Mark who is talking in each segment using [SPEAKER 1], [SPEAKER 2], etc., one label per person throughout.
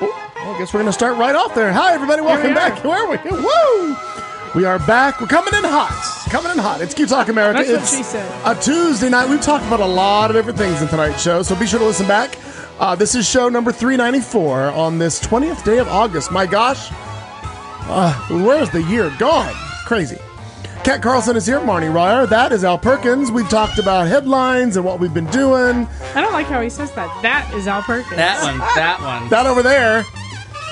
[SPEAKER 1] guess we're going to start right off there. Hi, everybody. Welcome
[SPEAKER 2] we
[SPEAKER 1] back. Where are we? Woo! We are back. We're coming in hot. Coming in hot. It's Keep Talk America.
[SPEAKER 2] That's what
[SPEAKER 1] it's
[SPEAKER 2] she said.
[SPEAKER 1] a Tuesday night. We've talked about a lot of different things in tonight's show, so be sure to listen back. Uh, this is show number 394 on this 20th day of August. My gosh, uh, where's the year gone? Crazy. Kat Carlson is here. Marnie Ryer. That is Al Perkins. We've talked about headlines and what we've been doing.
[SPEAKER 2] I don't like how he says that. That is Al Perkins.
[SPEAKER 3] That one, that one.
[SPEAKER 1] That over there.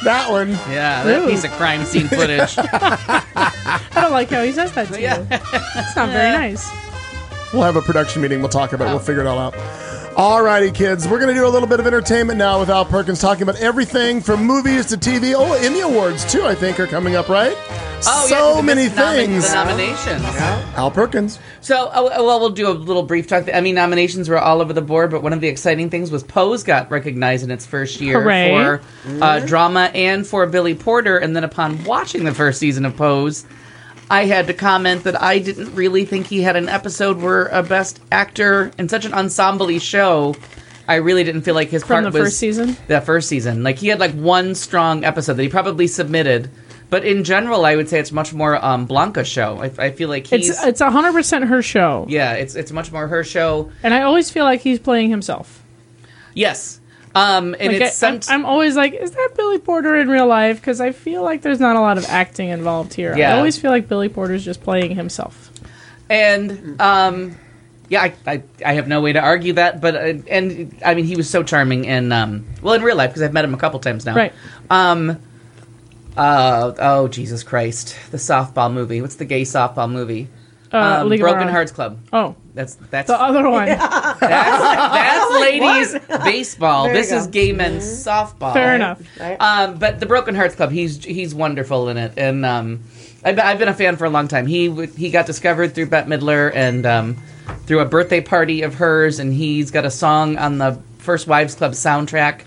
[SPEAKER 1] That one.
[SPEAKER 3] Yeah, that
[SPEAKER 2] Ooh.
[SPEAKER 3] piece of crime scene footage.
[SPEAKER 2] I don't like how he says that to
[SPEAKER 3] Yeah.
[SPEAKER 2] you. That's not very nice.
[SPEAKER 1] We'll have a production meeting. We'll talk
[SPEAKER 3] Oh.
[SPEAKER 1] about it. We'll figure it all out. Alrighty, kids. We're going to do a little bit of entertainment now with Al Perkins talking about everything from movies to TV. Oh, Emmy Awards, too, I think, are coming up, right?
[SPEAKER 3] Oh, yeah,
[SPEAKER 1] so
[SPEAKER 3] 'cause it
[SPEAKER 1] many
[SPEAKER 3] missed nomi-
[SPEAKER 1] things.
[SPEAKER 3] The nominations.
[SPEAKER 1] Al Perkins.
[SPEAKER 3] So, oh, oh, well, we'll do a little brief talk. I mean, nominations were all over the board, but one of the exciting things was Pose got recognized in its first year
[SPEAKER 2] Hooray.
[SPEAKER 3] for uh, drama and for Billy Porter. And then upon watching the first season of Pose, I had to comment that I didn't really think he had an episode where a best actor in such an ensemble show. I really didn't feel like his
[SPEAKER 2] From
[SPEAKER 3] part
[SPEAKER 2] the
[SPEAKER 3] was
[SPEAKER 2] first season?
[SPEAKER 3] that first season. Like he had like one strong episode that he probably submitted. But in general, I would say it's much more um, Blanca show. I, I feel like he's
[SPEAKER 2] It's it's hundred percent her show,
[SPEAKER 3] yeah, it's it's much more her show.
[SPEAKER 2] and I always feel like he's playing himself.
[SPEAKER 3] Yes, um, and
[SPEAKER 2] Like,
[SPEAKER 3] it's
[SPEAKER 2] I, am
[SPEAKER 3] some,
[SPEAKER 2] I'm always like, is that Billy Porter in real life? Because I feel like there's not a lot of acting involved here. I
[SPEAKER 3] Yeah.
[SPEAKER 2] always feel like Billy Porter's just playing himself.
[SPEAKER 3] and um, yeah, I, I I have no way to argue that. But uh, and I mean, he was so charming and um, well in real life because I've met him a couple times now.
[SPEAKER 2] Right.
[SPEAKER 3] Um. Uh, oh Jesus Christ! The softball movie. What's the gay softball movie?
[SPEAKER 2] Uh,
[SPEAKER 3] Um,
[SPEAKER 2] League of Our
[SPEAKER 3] Broken
[SPEAKER 2] Own.
[SPEAKER 3] Hearts Club.
[SPEAKER 2] Oh,
[SPEAKER 3] That's that's
[SPEAKER 2] the other one.
[SPEAKER 3] that's,
[SPEAKER 2] uh,
[SPEAKER 3] that's ladies baseball.
[SPEAKER 4] There you
[SPEAKER 3] This is
[SPEAKER 4] go.
[SPEAKER 3] gay men's softball.
[SPEAKER 2] Mm-hmm. Fair enough.
[SPEAKER 4] Right.
[SPEAKER 3] Um, but the Broken Hearts Club, he's he's wonderful in it, and um, I've, I've been a fan for a long time. He w- he got discovered through Bette Midler and um, through a birthday party of hers, and he's got a song on the First Wives Club soundtrack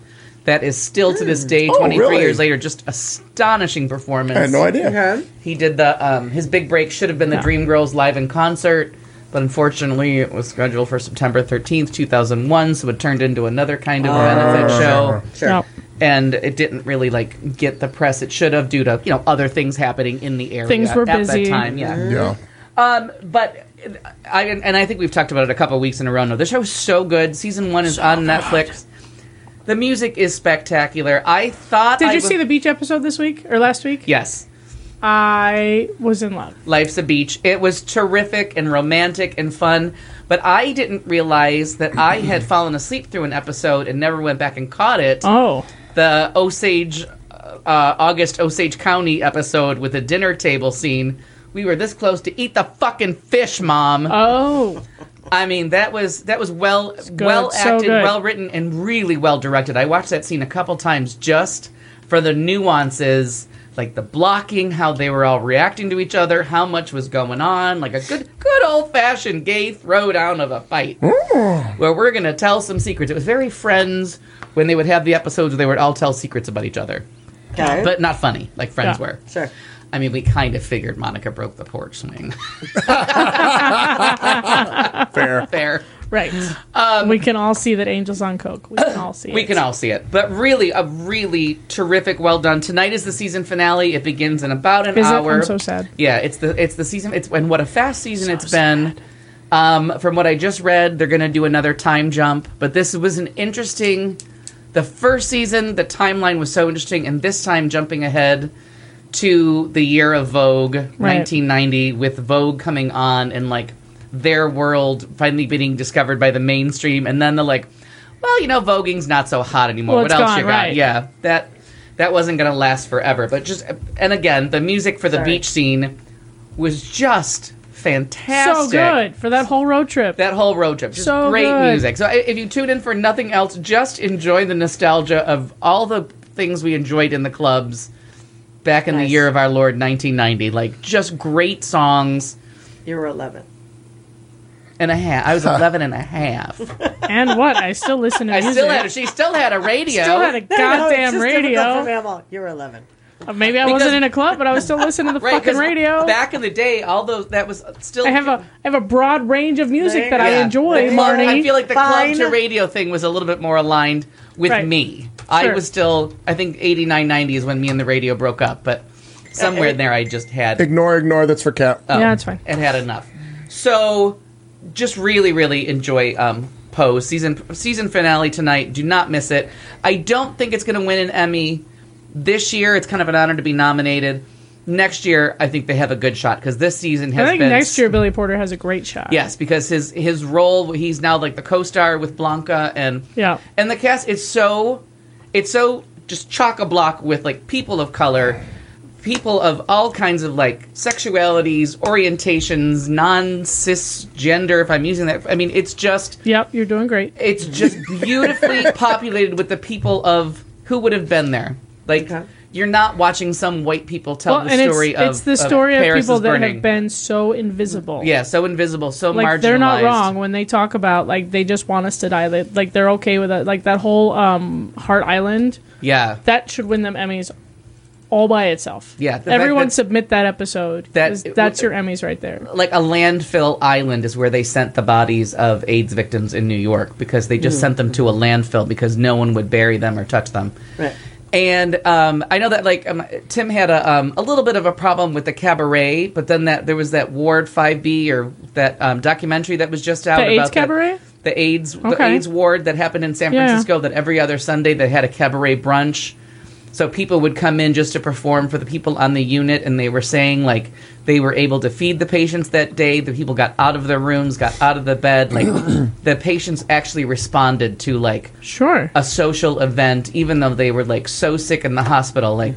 [SPEAKER 3] that is still to this day,
[SPEAKER 1] Oh,
[SPEAKER 3] twenty three
[SPEAKER 1] really?
[SPEAKER 3] years later, just astonishing performance.
[SPEAKER 1] I had no idea.
[SPEAKER 4] okay.
[SPEAKER 3] He did the um, his big break should have been the
[SPEAKER 2] Yeah.
[SPEAKER 3] Dream Girls live in concert, but unfortunately it was scheduled for September thirteenth, two thousand one, so it turned into another kind of benefit
[SPEAKER 1] Ah.
[SPEAKER 3] show,
[SPEAKER 4] Sure.
[SPEAKER 2] No,
[SPEAKER 3] and it didn't really like get the press it should have due to you know other things happening in the area.
[SPEAKER 2] Things were
[SPEAKER 3] at
[SPEAKER 2] busy.
[SPEAKER 3] that time, yeah.
[SPEAKER 1] Yeah.
[SPEAKER 3] Um, but I and I think we've talked about it a couple weeks in a row. now. the show is so good. Season one is on Netflix. The music is spectacular. I thought.
[SPEAKER 2] did
[SPEAKER 3] I
[SPEAKER 2] you
[SPEAKER 3] was-
[SPEAKER 2] see the beach episode this week or last week?
[SPEAKER 3] Yes.
[SPEAKER 2] I was in love.
[SPEAKER 3] Life's a Beach. It was terrific and romantic and fun, but I didn't realize that I had fallen asleep through an episode and never went back and caught it.
[SPEAKER 2] Oh,
[SPEAKER 3] The Osage, uh, August Osage County episode with the dinner table scene. We were this close to eat the fucking fish, mom.
[SPEAKER 2] oh,
[SPEAKER 3] I mean, that was that was well
[SPEAKER 2] good.
[SPEAKER 3] well
[SPEAKER 2] So
[SPEAKER 3] acted,
[SPEAKER 2] good.
[SPEAKER 3] well written, and really well directed. I watched that scene a couple times just for the nuances, like the blocking, how they were all reacting to each other, how much was going on, like a good good old fashioned gay throwdown of a fight, where we're gonna tell some secrets. It was very Friends when they would have the episodes where they would all tell secrets about each other,
[SPEAKER 4] Okay.
[SPEAKER 3] but not funny like Friends
[SPEAKER 2] Yeah.
[SPEAKER 3] were.
[SPEAKER 4] sure.
[SPEAKER 3] I mean, we kind of figured Monica broke the porch swing.
[SPEAKER 1] Fair.
[SPEAKER 3] Fair.
[SPEAKER 2] right. we can all see that Angels on Coke. We can all see.
[SPEAKER 3] Um, We
[SPEAKER 2] it.
[SPEAKER 3] can all see it. But really, a really terrific, well done. Tonight is the season finale. It begins in about an
[SPEAKER 2] Is it?
[SPEAKER 3] hour.
[SPEAKER 2] I'm so sad.
[SPEAKER 3] Yeah, it's the it's the season. It's and what a fast season it's been. Um, from what I just read, they're going to do another time jump. But this was an interesting. The first season, the timeline was so interesting, and this time jumping ahead to the year of Vogue, 1990, with Vogue coming on and like their world finally being discovered by the mainstream, and then the like, well, you know, voguing's not so hot anymore.
[SPEAKER 2] Well,
[SPEAKER 3] what
[SPEAKER 2] it's
[SPEAKER 3] else
[SPEAKER 2] gone,
[SPEAKER 3] you got?
[SPEAKER 2] right.
[SPEAKER 3] Yeah, that that wasn't going to last forever. But just and again, the music for the
[SPEAKER 4] Sorry.
[SPEAKER 3] beach scene was just fantastic.
[SPEAKER 2] So good for that whole road trip.
[SPEAKER 3] That whole road trip, just
[SPEAKER 2] So
[SPEAKER 3] great
[SPEAKER 2] good.
[SPEAKER 3] music. So i- if you tune in for nothing else, just enjoy the nostalgia of all the things we enjoyed in the clubs back in the
[SPEAKER 4] Nice.
[SPEAKER 3] year of our Lord 1990. Like just great songs.
[SPEAKER 4] You were 11.
[SPEAKER 3] And a half. I was 11 and a half.
[SPEAKER 2] and what? I still listen to
[SPEAKER 3] I
[SPEAKER 2] music.
[SPEAKER 3] still had. She still had a radio.
[SPEAKER 2] Still had a
[SPEAKER 4] No, no, it's
[SPEAKER 2] goddamn
[SPEAKER 4] just difficult for
[SPEAKER 2] radio.
[SPEAKER 4] me. I'm all, You were 11.
[SPEAKER 2] Uh, Maybe I
[SPEAKER 3] Because-
[SPEAKER 2] wasn't in a club, but I was still listening to the
[SPEAKER 3] Right,
[SPEAKER 2] fucking
[SPEAKER 3] 'cause
[SPEAKER 2] radio.
[SPEAKER 3] Back in the day, all those that was still.
[SPEAKER 2] I have a I have a broad range of music that I
[SPEAKER 3] Yeah.
[SPEAKER 2] enjoy,
[SPEAKER 3] The club-
[SPEAKER 2] Marty.
[SPEAKER 3] I feel like the
[SPEAKER 4] Fine.
[SPEAKER 3] club to radio thing was a little bit more aligned with
[SPEAKER 2] Right.
[SPEAKER 3] me. I
[SPEAKER 2] Sure.
[SPEAKER 3] was still, I think, 89, 90 is when me and the radio broke up, but
[SPEAKER 2] Uh,
[SPEAKER 3] somewhere in there I just had it
[SPEAKER 1] Ignore, ignore. That's for Cat.
[SPEAKER 3] Oh.
[SPEAKER 2] yeah, it's fine.
[SPEAKER 3] had enough. So, just really, really enjoy um, Pose season season finale tonight. Do not miss it. I don't think it's going to win an Emmy this year. It's kind of an honor to be nominated. Next year, I think they have a good shot because this season
[SPEAKER 2] I
[SPEAKER 3] has
[SPEAKER 2] think
[SPEAKER 3] been
[SPEAKER 2] next year Billy Porter has a great shot.
[SPEAKER 3] Yes, because his his role he's now like the co-star with Blanca and
[SPEAKER 2] Yeah.
[SPEAKER 3] and the cast is so it's so just chock a block with like people of color, people of all kinds of like sexualities, orientations, non cisgender. If I'm using that, I mean it's just
[SPEAKER 2] Yep, you're doing great.
[SPEAKER 3] it's just beautifully populated with the people of who would have been there. Like
[SPEAKER 4] Okay.
[SPEAKER 3] you're not watching some white people tell
[SPEAKER 2] Well,
[SPEAKER 3] the
[SPEAKER 2] and
[SPEAKER 3] story
[SPEAKER 2] it's,
[SPEAKER 3] of
[SPEAKER 2] it's the story of,
[SPEAKER 3] Paris
[SPEAKER 2] people
[SPEAKER 3] is
[SPEAKER 2] that
[SPEAKER 3] burning.
[SPEAKER 2] have been so invisible.
[SPEAKER 3] yeah so invisible, so
[SPEAKER 2] like
[SPEAKER 3] marginalized.
[SPEAKER 2] they're not wrong when they talk about like they just want us to die. They, like they're okay with it. Like that whole um, Heart Island
[SPEAKER 3] Yeah,
[SPEAKER 2] that should win them Emmys all by itself.
[SPEAKER 3] Yeah, the fact
[SPEAKER 2] everyone
[SPEAKER 3] that-
[SPEAKER 2] submit that episode.
[SPEAKER 3] That-
[SPEAKER 2] Is- that's your Emmys right there.
[SPEAKER 3] like a landfill island is where they sent the bodies of AIDS victims in New York because they just sent them to a landfill because no one would bury them or touch them.
[SPEAKER 4] Right.
[SPEAKER 3] And um, I know that like um, Tim had a um, a little bit of a problem with the cabaret, but then that there was that Ward Five B or that um, documentary that was just out
[SPEAKER 2] The
[SPEAKER 3] about
[SPEAKER 2] AIDS cabaret?
[SPEAKER 3] the AIDS the
[SPEAKER 2] Okay.
[SPEAKER 3] AIDS ward that happened in San
[SPEAKER 2] Yeah.
[SPEAKER 3] Francisco. That every other Sunday they had a cabaret brunch. So people would come in just to perform for the people on the unit, and they were saying like they were able to feed the patients that day. The people got out of their rooms, got out of the bed. Like the patients actually responded to like
[SPEAKER 2] Sure.
[SPEAKER 3] a social event, even though they were like so sick in the hospital. Like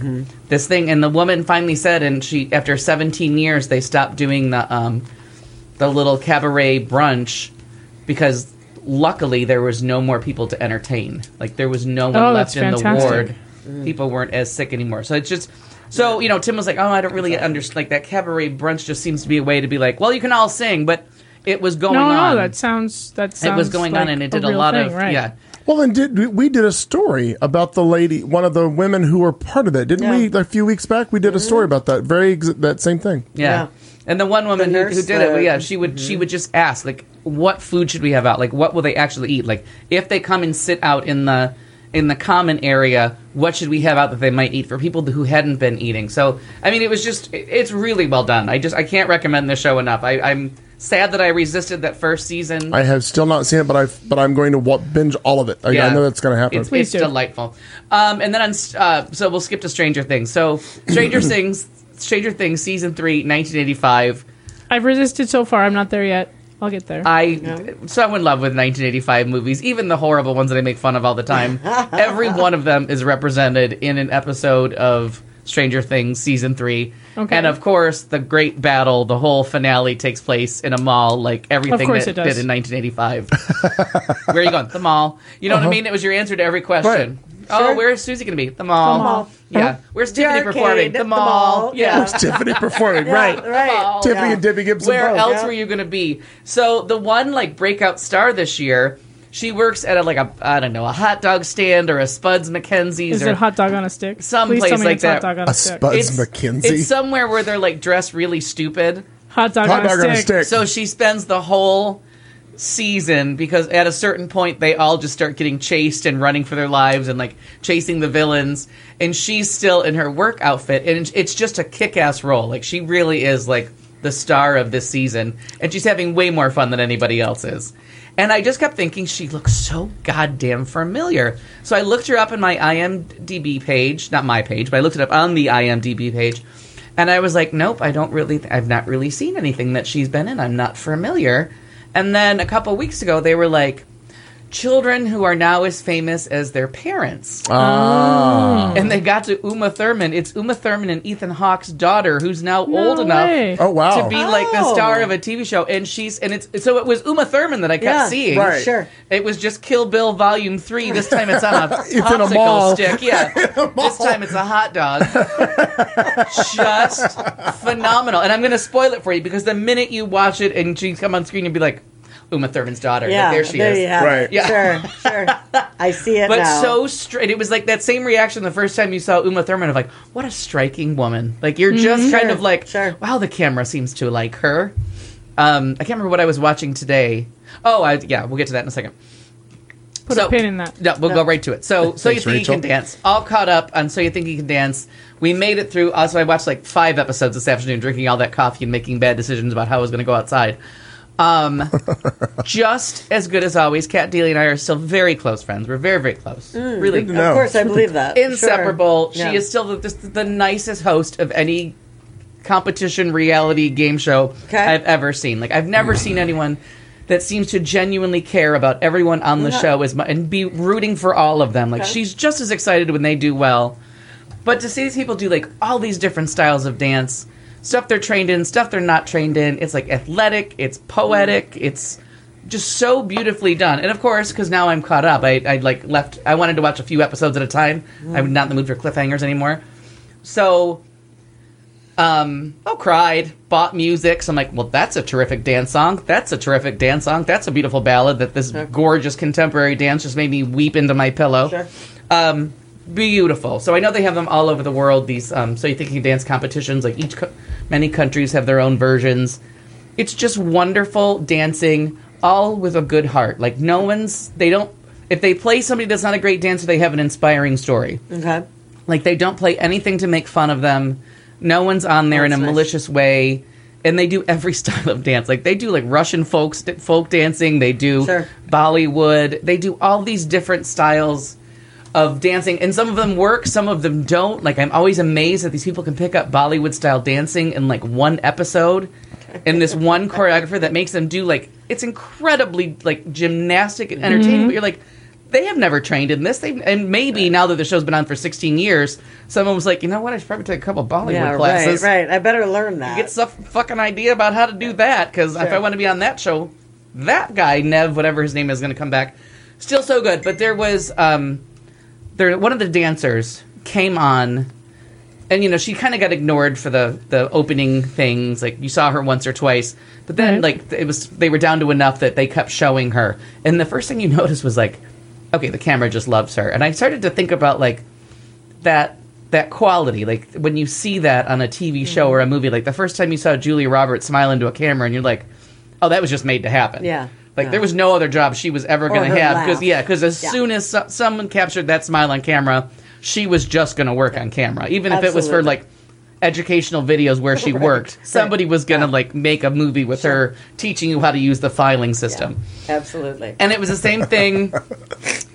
[SPEAKER 3] this thing, and the woman finally said, and she after 17 years they stopped doing the um, the little cabaret brunch because luckily there was no more people to entertain. Like there was no one
[SPEAKER 2] Oh,
[SPEAKER 3] left
[SPEAKER 2] that's
[SPEAKER 3] in
[SPEAKER 2] fantastic.
[SPEAKER 3] the ward. People weren't as sick anymore. So it's just. So you know, Tim was like, "Oh, I don't really understand." Like that cabaret brunch just seems to be a way to be like, "Well, you can all sing," but it was going
[SPEAKER 2] no,
[SPEAKER 3] on.
[SPEAKER 2] no, that sounds that sounds
[SPEAKER 3] it was going on,
[SPEAKER 2] like
[SPEAKER 3] and it did a,
[SPEAKER 2] real
[SPEAKER 3] lot
[SPEAKER 2] thing,
[SPEAKER 3] of
[SPEAKER 2] right.
[SPEAKER 3] yeah.
[SPEAKER 1] Well, and did we- we did a story about the lady, one of the women who were part of that, didn't we?
[SPEAKER 4] Yeah.
[SPEAKER 1] A few weeks back, we did a story
[SPEAKER 3] Mm-hmm.
[SPEAKER 1] about that. Very ex- that same thing.
[SPEAKER 3] Yeah.
[SPEAKER 4] Yeah.
[SPEAKER 3] And the one woman
[SPEAKER 4] The
[SPEAKER 3] who,
[SPEAKER 4] nurse, mm-hmm.
[SPEAKER 3] who did it,
[SPEAKER 4] the-
[SPEAKER 3] well, yeah, she would she would just ask like, what food should we have out? Like, what will they actually eat? Like, if they come and sit out in the in the common area, what should we have out that they might eat for people who hadn't been eating? So, I mean, it was just it- it's really well done. I just I can't recommend this show enough. I, I'm sad that I resisted that first season.
[SPEAKER 1] I have still not seen it, but I but I'm going to wa- binge all of it. I, I know that's going to happen.
[SPEAKER 3] It's,
[SPEAKER 2] Please
[SPEAKER 3] it's
[SPEAKER 2] do.
[SPEAKER 3] delightful. Um, and then on, s- uh, so we'll skip to Stranger Things. So Stranger Things, Stranger Things season three, 1985.
[SPEAKER 2] I've resisted so far. I'm not there yet. I'll get there.
[SPEAKER 3] I so I'm in love with 1985 movies, even the horrible ones that I make fun of all the time. Every one of them is represented in an episode of Stranger Things season three.
[SPEAKER 2] Okay.
[SPEAKER 3] And of course, the great battle, the whole finale takes place in a mall, like everything
[SPEAKER 2] course
[SPEAKER 3] that
[SPEAKER 2] it does.
[SPEAKER 3] did in 1985. where are you going? The mall. You know what I mean? It was your answer to every question. Oh,
[SPEAKER 4] Sure.
[SPEAKER 3] where is Susie going to be? The mall.
[SPEAKER 2] The mall.
[SPEAKER 3] Yeah. Where's Tiffany
[SPEAKER 4] arcade,
[SPEAKER 3] performing? The
[SPEAKER 4] the
[SPEAKER 3] mall.
[SPEAKER 4] mall.
[SPEAKER 3] Yeah.
[SPEAKER 4] Yeah.
[SPEAKER 1] Tiffany performing, right?
[SPEAKER 4] Right.
[SPEAKER 1] Tiffany
[SPEAKER 4] Yeah.
[SPEAKER 1] and Debbie Gibson.
[SPEAKER 3] Where
[SPEAKER 1] both.
[SPEAKER 3] else
[SPEAKER 4] Yeah.
[SPEAKER 3] were you going to be? So the one like breakout star this year, she works at a, like a I don't know a hot dog stand or a Spuds McKenzie's
[SPEAKER 2] Is
[SPEAKER 3] or
[SPEAKER 2] it hot dog on a stick?
[SPEAKER 3] Some
[SPEAKER 2] Please tell
[SPEAKER 3] place
[SPEAKER 2] me
[SPEAKER 3] like
[SPEAKER 2] it's hot
[SPEAKER 3] that.
[SPEAKER 2] dog on a,
[SPEAKER 1] A
[SPEAKER 2] stick.
[SPEAKER 1] spud-
[SPEAKER 3] it's,
[SPEAKER 1] McKenzie?
[SPEAKER 3] it's somewhere where they're like dressed really stupid.
[SPEAKER 2] hot dog,
[SPEAKER 1] Hot dog on a stick.
[SPEAKER 3] So she spends the whole season because at a certain point they all just start getting chased and running for their lives and like chasing the villains and she's still in her work outfit and it's- it's just a kick-ass role like she really is like the star of this season and she's having way more fun than anybody else is and i just kept thinking she looks so goddamn familiar so i looked her up in my imdb page not my page but i looked it up on the imdb page and I was like, nope, I don't really, I've not really seen anything that she's been in. I'm not familiar. And then a couple weeks ago, they were like, children who are now as famous as their parents.
[SPEAKER 1] Oh. Ah.
[SPEAKER 4] Oh.
[SPEAKER 3] And they got to Uma Thurman. It's Uma Thurman and Ethan Hawke's daughter, who's now
[SPEAKER 2] No
[SPEAKER 3] old enough
[SPEAKER 2] way.
[SPEAKER 1] Oh wow!
[SPEAKER 3] to be like the
[SPEAKER 4] Oh.
[SPEAKER 3] star of a TV show. And she's, and it's, so it was Uma Thurman that I kept
[SPEAKER 4] Yeah,
[SPEAKER 3] seeing.
[SPEAKER 1] right.
[SPEAKER 4] Sure.
[SPEAKER 3] It was just Kill Bill Volume Three. This time it's on a
[SPEAKER 1] in a
[SPEAKER 3] popsicle
[SPEAKER 1] mall.
[SPEAKER 3] stick. Yeah, this time it's a hot dog. just phenomenal. And I'm going to spoil it for you because the minute you watch it and she come on screen, you'll be like, Uma Thurman's daughter.
[SPEAKER 4] Yeah,
[SPEAKER 3] there she
[SPEAKER 4] there
[SPEAKER 3] is.
[SPEAKER 4] you have
[SPEAKER 1] Right.
[SPEAKER 4] it.
[SPEAKER 3] Yeah.
[SPEAKER 4] Sure, sure. I see it
[SPEAKER 3] But
[SPEAKER 4] now.
[SPEAKER 3] so straight, it was like that same reaction the first time you saw Uma Thurman of like, what a striking woman. Like you're just kind of
[SPEAKER 4] Mm-hmm. Sure,
[SPEAKER 3] like,
[SPEAKER 4] sure.
[SPEAKER 3] wow, the camera seems to like her. Um, I can't remember what I was watching today. Oh, I, yeah, we'll get to that in a second.
[SPEAKER 2] Put
[SPEAKER 3] So-
[SPEAKER 2] a pin in that.
[SPEAKER 3] No, we'll go right to it. So, so you
[SPEAKER 1] Thanks,
[SPEAKER 3] think
[SPEAKER 1] Rachel.
[SPEAKER 3] you can dance? All caught up on so you think you can dance. We made it through. Also, I watched like five episodes this afternoon, drinking all that coffee and making bad decisions about how I was going to go outside. Um, just as good as always. Kat Deely and I are still very close friends. We're very, very close.
[SPEAKER 4] Mm.
[SPEAKER 3] really
[SPEAKER 1] to know. No.
[SPEAKER 4] of course, I believe that. Sure.
[SPEAKER 3] inseparable.
[SPEAKER 4] Yeah.
[SPEAKER 3] She is still the, just the nicest host of any competition reality game show
[SPEAKER 4] Okay.
[SPEAKER 3] I've ever seen. Like I've never seen anyone that seems to genuinely care about everyone on the
[SPEAKER 4] Yeah.
[SPEAKER 3] show as much and be rooting for all of them. Like
[SPEAKER 4] Okay.
[SPEAKER 3] she's just as excited when they do well. But to see these people do like all these different styles of dance, stuff they're trained in, stuff they're not trained in, it's like athletic, it's poetic,
[SPEAKER 4] Mm.
[SPEAKER 3] it's just so beautifully done. And of course, because now I'm caught up, I, I like left, I wanted to watch a few episodes at a time.
[SPEAKER 4] Mm.
[SPEAKER 3] I'm not in the mood for cliffhangers anymore. So, um, oh, cried, bought music. So I'm like, well, that's a terrific dance song. That's a terrific dance song. That's a beautiful ballad that this gorgeous contemporary dance just made me weep into my pillow
[SPEAKER 4] Sure.
[SPEAKER 3] um, beautiful. So I know they have them all over the world. These um, so you think you can dance competitions. Like each, co- many countries have their own versions. It's just wonderful dancing, all with a good heart. Like no one's. They don't. If they play somebody that's not a great dancer, they have an inspiring story.
[SPEAKER 4] Okay.
[SPEAKER 3] Like they don't play anything to make fun of them. No one's on there in
[SPEAKER 4] That's
[SPEAKER 3] a
[SPEAKER 4] nice.
[SPEAKER 3] malicious way. And they do every style of dance. Like they do like Russian folk st- folk dancing. They do
[SPEAKER 4] Sure.
[SPEAKER 3] Bollywood. They do all these different styles of dancing, and some of them work, some of them don't. Like I'm always amazed that these people can pick up Bollywood style dancing in like one episode, and this one choreographer that makes them do like it's incredibly like gymnastic and entertaining.
[SPEAKER 4] Mm-hmm.
[SPEAKER 3] But you're like, they have never trained in this. They and maybe now that the show's been on for 16 years, someone was like, you know what? I should probably take a couple Bollywood
[SPEAKER 4] Yeah. Right.
[SPEAKER 3] classes.
[SPEAKER 4] Right. I better learn that.
[SPEAKER 3] Get some fucking idea about how to do that because if I want to be on that show, that guy Nev, whatever his name is, going to come back. Still so good, but there was um, there one of the dancers came on, and you know she kind of got ignored for the the opening things. Like you saw her once or twice, but then
[SPEAKER 2] Right.
[SPEAKER 3] like it was they were down to enough that they kept showing her. And the first thing you noticed was like, okay, the camera just loves her. And I started to think about like that that quality like when you see that on a tv show
[SPEAKER 4] Mm-hmm.
[SPEAKER 3] or a movie like the first time you saw julia roberts smile into a camera and you're like oh that was just made to happen
[SPEAKER 4] Yeah.
[SPEAKER 3] like
[SPEAKER 4] Yeah.
[SPEAKER 3] there was no other job she was ever going
[SPEAKER 4] her
[SPEAKER 3] to have because
[SPEAKER 4] laugh.
[SPEAKER 3] yeah because as
[SPEAKER 4] Yeah.
[SPEAKER 3] soon as so- someone captured that smile on camera she was just going to work on camera even if it was for
[SPEAKER 4] Absolutely.
[SPEAKER 3] like educational videos where she worked somebody was going to like make a movie with her teaching you how to use the filing system
[SPEAKER 4] Absolutely.
[SPEAKER 3] and it was the same thing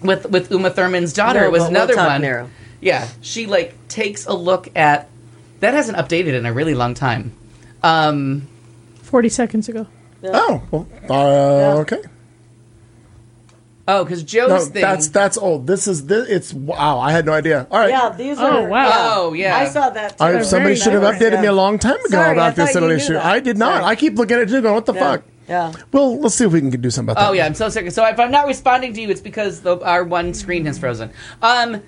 [SPEAKER 3] with with Uma Thurman's daughter.
[SPEAKER 4] No,
[SPEAKER 3] it was
[SPEAKER 4] but we'll
[SPEAKER 3] another
[SPEAKER 4] talk
[SPEAKER 3] one.
[SPEAKER 4] narrow.
[SPEAKER 3] Yeah, she like takes a look at that hasn't updated in a really long time. Um,
[SPEAKER 2] 40 seconds ago.
[SPEAKER 1] Oh, well, uh, okay.
[SPEAKER 3] oh, because Joe's
[SPEAKER 1] No,
[SPEAKER 3] thing.
[SPEAKER 1] that's that's old. This is this. It's wow. I had no idea. All right.
[SPEAKER 4] yeah. These
[SPEAKER 2] Oh,
[SPEAKER 4] are.
[SPEAKER 2] wow.
[SPEAKER 3] Oh, yeah.
[SPEAKER 4] I saw that. Too.
[SPEAKER 1] I, somebody
[SPEAKER 2] very
[SPEAKER 1] should have
[SPEAKER 2] nice.
[SPEAKER 1] updated me
[SPEAKER 4] Yeah.
[SPEAKER 1] a long time ago
[SPEAKER 4] Sorry, I
[SPEAKER 1] about this
[SPEAKER 4] thought you
[SPEAKER 1] little
[SPEAKER 4] knew
[SPEAKER 1] issue.
[SPEAKER 4] that.
[SPEAKER 1] I did not.
[SPEAKER 4] Sorry.
[SPEAKER 1] I keep looking at you going, what the
[SPEAKER 4] Yeah.
[SPEAKER 1] fuck?
[SPEAKER 4] Yeah.
[SPEAKER 1] Well, let's see if we can do something about
[SPEAKER 3] Oh
[SPEAKER 1] that.
[SPEAKER 3] yeah, I'm so sick. So if I'm not responding to you, it's because the, our one screen has frozen. Um,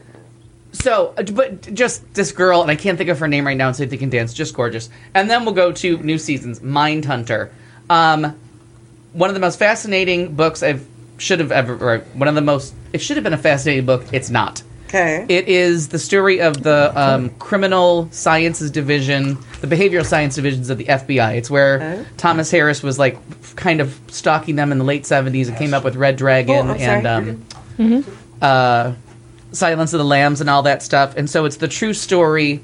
[SPEAKER 3] so uh, but just this girl, and I can't think of her name right now. And so they can dance, just gorgeous. And then we'll go to new seasons, Mind Hunter. Um, one of the most fascinating books I've should have ever. Or one of the most. It should have been a fascinating book. It's not.
[SPEAKER 4] Okay.
[SPEAKER 3] It is the story of the um, criminal sciences division, the behavioral science divisions of the FBI. It's where
[SPEAKER 4] Okay.
[SPEAKER 3] Thomas Harris was like kind of stalking them in the late 70s and came up with Red Dragon
[SPEAKER 4] Oh, I'm sorry. Mm-hmm.
[SPEAKER 3] and um, uh, Silence of the Lambs and all that stuff. And so it's the true story,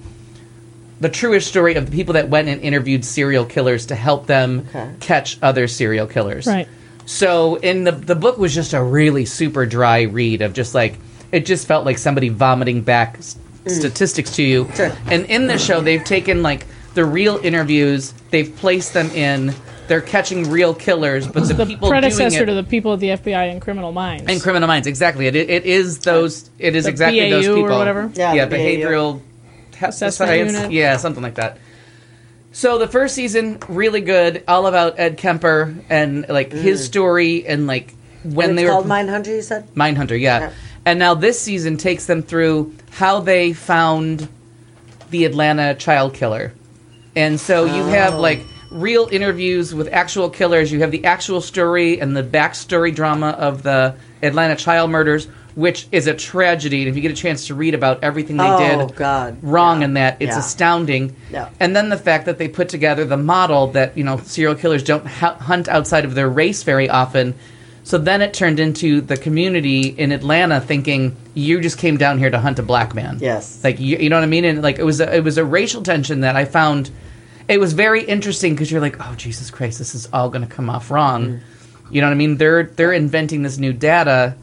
[SPEAKER 3] the truest story of the people that went and interviewed serial killers to help them
[SPEAKER 4] Okay.
[SPEAKER 3] catch other serial killers.
[SPEAKER 2] Right.
[SPEAKER 3] So in the the book was just a really super dry read of just like it just felt like somebody vomiting back s- statistics to you.
[SPEAKER 4] Sure.
[SPEAKER 3] And in the show they've taken like the real interviews, they've placed them in they're catching real killers, but the, people doing
[SPEAKER 2] Predecessor
[SPEAKER 3] it
[SPEAKER 2] to the people at the FBI and Criminal Minds.
[SPEAKER 3] in Criminal Minds, exactly. It, it is those. It is
[SPEAKER 2] The
[SPEAKER 3] exactly those
[SPEAKER 2] BAU or
[SPEAKER 3] people.
[SPEAKER 2] whatever?
[SPEAKER 4] Yeah,
[SPEAKER 3] yeah,
[SPEAKER 4] the BAU.
[SPEAKER 3] behavioral he-
[SPEAKER 2] Assessment
[SPEAKER 3] science-
[SPEAKER 2] unit.
[SPEAKER 3] Yeah, something like that. So the first season really good, all about Ed Kemper and like his story and like when
[SPEAKER 4] Mm. it's
[SPEAKER 3] they were
[SPEAKER 4] called Mine Hunter. You said.
[SPEAKER 3] Mindhunter,
[SPEAKER 4] Yeah.
[SPEAKER 3] yeah. And now this season takes them through how they found the Atlanta child killer. And so you have like real interviews with actual killers. You have the actual story and the backstory drama of the Atlanta child murders, which is a tragedy. And if you get a chance to read about everything they
[SPEAKER 4] Oh,
[SPEAKER 3] did
[SPEAKER 4] God.
[SPEAKER 3] wrong
[SPEAKER 4] Yeah.
[SPEAKER 3] in that, it's
[SPEAKER 4] Yeah.
[SPEAKER 3] astounding.
[SPEAKER 4] Yeah.
[SPEAKER 3] And then the fact that they put together the model that you know serial killers don't ha- hunt outside of their race very often. So then it turned into the community in Atlanta thinking you just came down here to hunt a black man.
[SPEAKER 4] Yes.
[SPEAKER 3] like you, you know what I mean. And like it was a, it was a racial tension that I found. It was very interesting because you're like, oh Jesus Christ, this is all going to come off wrong.
[SPEAKER 4] Mm.
[SPEAKER 3] You know what I mean? They're they're inventing this new data,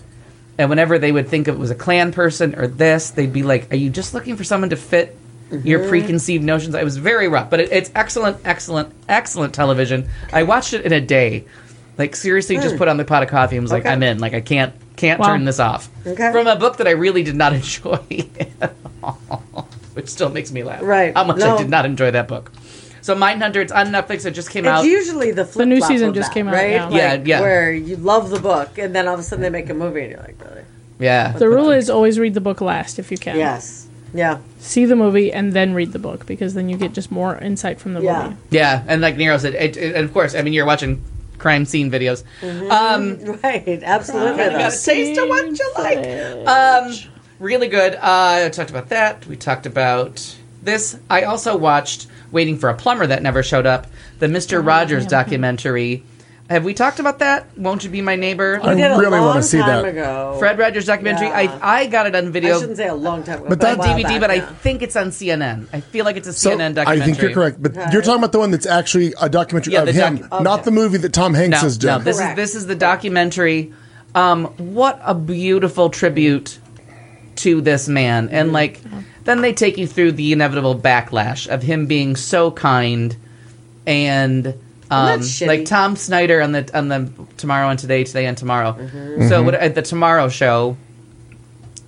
[SPEAKER 3] and whenever they would think it was a Klan person or this, they'd be like, are you just looking for someone to fit
[SPEAKER 4] Mm-hmm.
[SPEAKER 3] your preconceived notions? It was very rough, but it, it's excellent, excellent, excellent television. I watched it in a day. Like seriously, just put on the pot of coffee and was like,
[SPEAKER 4] Mm. Okay.
[SPEAKER 3] I'm in. Like I can't can't
[SPEAKER 2] Wow.
[SPEAKER 3] turn this off.
[SPEAKER 4] Okay.
[SPEAKER 3] From a book that I really did not enjoy at all. Which still makes me laugh.
[SPEAKER 4] Right.
[SPEAKER 3] How much
[SPEAKER 4] No.
[SPEAKER 3] I did not enjoy that book. So Mindhunter, it's on Netflix, it just came
[SPEAKER 4] It's
[SPEAKER 3] out.
[SPEAKER 4] usually the flip.
[SPEAKER 2] new season just came out,
[SPEAKER 4] right?
[SPEAKER 2] yeah.
[SPEAKER 3] Yeah,
[SPEAKER 4] Like,
[SPEAKER 3] yeah.
[SPEAKER 4] Where you love the book, and then all of a sudden they make a movie, and you're like, really?
[SPEAKER 3] yeah.
[SPEAKER 2] The rule is always read the book last if you can.
[SPEAKER 4] Yes. Yeah.
[SPEAKER 2] See the movie and then read the book because then you get just more insight from the
[SPEAKER 4] Yeah.
[SPEAKER 2] movie.
[SPEAKER 3] yeah, and like Nero said, it, it- and of course, I mean you're watching crime scene videos.
[SPEAKER 1] Mm-hmm.
[SPEAKER 3] Um
[SPEAKER 4] Right. Absolutely.
[SPEAKER 3] I got a taste of what you like. Um, really good. Uh, I talked about that. We talked about this. I also watched "Waiting for a Plumber That Never Showed Up," the Mister
[SPEAKER 1] Oh,
[SPEAKER 3] Rogers documentary. Have we talked about that? Won't you be my neighbor?
[SPEAKER 1] I really
[SPEAKER 4] want
[SPEAKER 1] wanna
[SPEAKER 4] to
[SPEAKER 1] see that.
[SPEAKER 4] Ago.
[SPEAKER 3] Fred Rogers documentary.
[SPEAKER 4] Yeah.
[SPEAKER 3] I I got it on
[SPEAKER 4] I
[SPEAKER 3] video
[SPEAKER 4] shouldn't say a long time ago,
[SPEAKER 1] But
[SPEAKER 4] a
[SPEAKER 1] that
[SPEAKER 4] while
[SPEAKER 3] DVD,
[SPEAKER 4] back,
[SPEAKER 3] but I
[SPEAKER 4] yeah.
[SPEAKER 3] think it's on CNN. I feel like it's a
[SPEAKER 1] So,
[SPEAKER 3] CNN
[SPEAKER 1] I
[SPEAKER 3] documentary.
[SPEAKER 1] think you're correct, but
[SPEAKER 4] Okay.
[SPEAKER 1] you're talking about the one that's actually a documentary
[SPEAKER 3] Yeah,
[SPEAKER 1] of
[SPEAKER 3] the
[SPEAKER 1] him,
[SPEAKER 3] docu-
[SPEAKER 1] not
[SPEAKER 4] Okay.
[SPEAKER 1] the movie that Tom Hanks
[SPEAKER 3] No,
[SPEAKER 1] has done.
[SPEAKER 3] no, this
[SPEAKER 4] Correct.
[SPEAKER 3] is this is the documentary. Um, what a beautiful tribute to this man,
[SPEAKER 4] Mm-hmm.
[SPEAKER 3] and like, then they take you through the inevitable backlash of him being so kind, and um,
[SPEAKER 4] that's shitty.
[SPEAKER 3] like Tom Snyder on the on the Tomorrow and Today, Today and Tomorrow.
[SPEAKER 4] Mm-hmm.
[SPEAKER 3] So what, at the Tomorrow Show,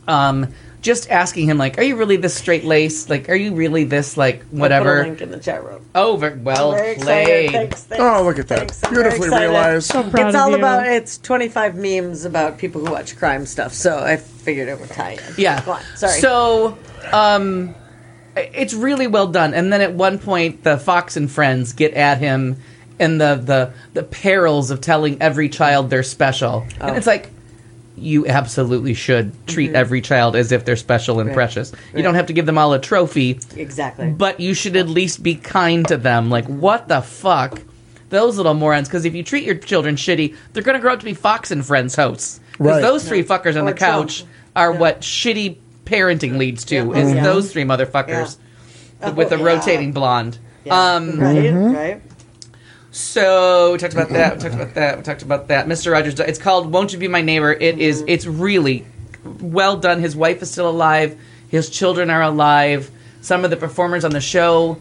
[SPEAKER 3] um, just asking him like, "Are you really this straight laced? Like, are you really this like
[SPEAKER 4] Put a
[SPEAKER 3] whatever?"
[SPEAKER 4] link in the chat room.
[SPEAKER 3] Over, well
[SPEAKER 4] I'm very excited.
[SPEAKER 3] played.
[SPEAKER 4] Thanks, thanks,
[SPEAKER 1] Oh, look at that.
[SPEAKER 4] thanks. I'm very
[SPEAKER 1] Beautifully
[SPEAKER 4] excited.
[SPEAKER 1] realized.
[SPEAKER 2] So proud
[SPEAKER 4] it's
[SPEAKER 2] of
[SPEAKER 4] all
[SPEAKER 2] you.
[SPEAKER 4] about it's 25 memes about people who watch crime stuff so i figured it would tie in
[SPEAKER 3] Yeah.
[SPEAKER 4] Go on, sorry
[SPEAKER 3] So, um, it's really well done. And then at one point, the Fox and Friends get at him and the the the perils of telling every child they're special.
[SPEAKER 4] Oh.
[SPEAKER 3] And it's like. You absolutely should treat every child as if they're special and
[SPEAKER 4] Mm-hmm. Right.
[SPEAKER 3] precious. You
[SPEAKER 4] Right.
[SPEAKER 3] don't have to give them all a trophy,
[SPEAKER 4] exactly
[SPEAKER 3] but you should at least be kind to them. Like, what the fuck? Those little morons. Because if you treat your children shitty, they're going to grow up to be Fox and Friends hosts. 'Cause
[SPEAKER 1] Right.
[SPEAKER 3] those three fuckers on
[SPEAKER 4] Or
[SPEAKER 3] the couch
[SPEAKER 4] Trump.
[SPEAKER 3] are what shitty parenting leads to.
[SPEAKER 4] Yeah.
[SPEAKER 3] Is
[SPEAKER 4] Yeah.
[SPEAKER 3] those three motherfuckers
[SPEAKER 4] Yeah.
[SPEAKER 3] with the
[SPEAKER 4] Oh, yeah.
[SPEAKER 3] rotating blonde.
[SPEAKER 4] Yeah.
[SPEAKER 3] Um,
[SPEAKER 4] right right
[SPEAKER 3] so we talked about that. We talked about that. We talked about that. Mr. Rogers. It's called "Won't You Be My Neighbor." It is. It's really well done. His wife is still alive. His children are alive. Some of the performers on the show.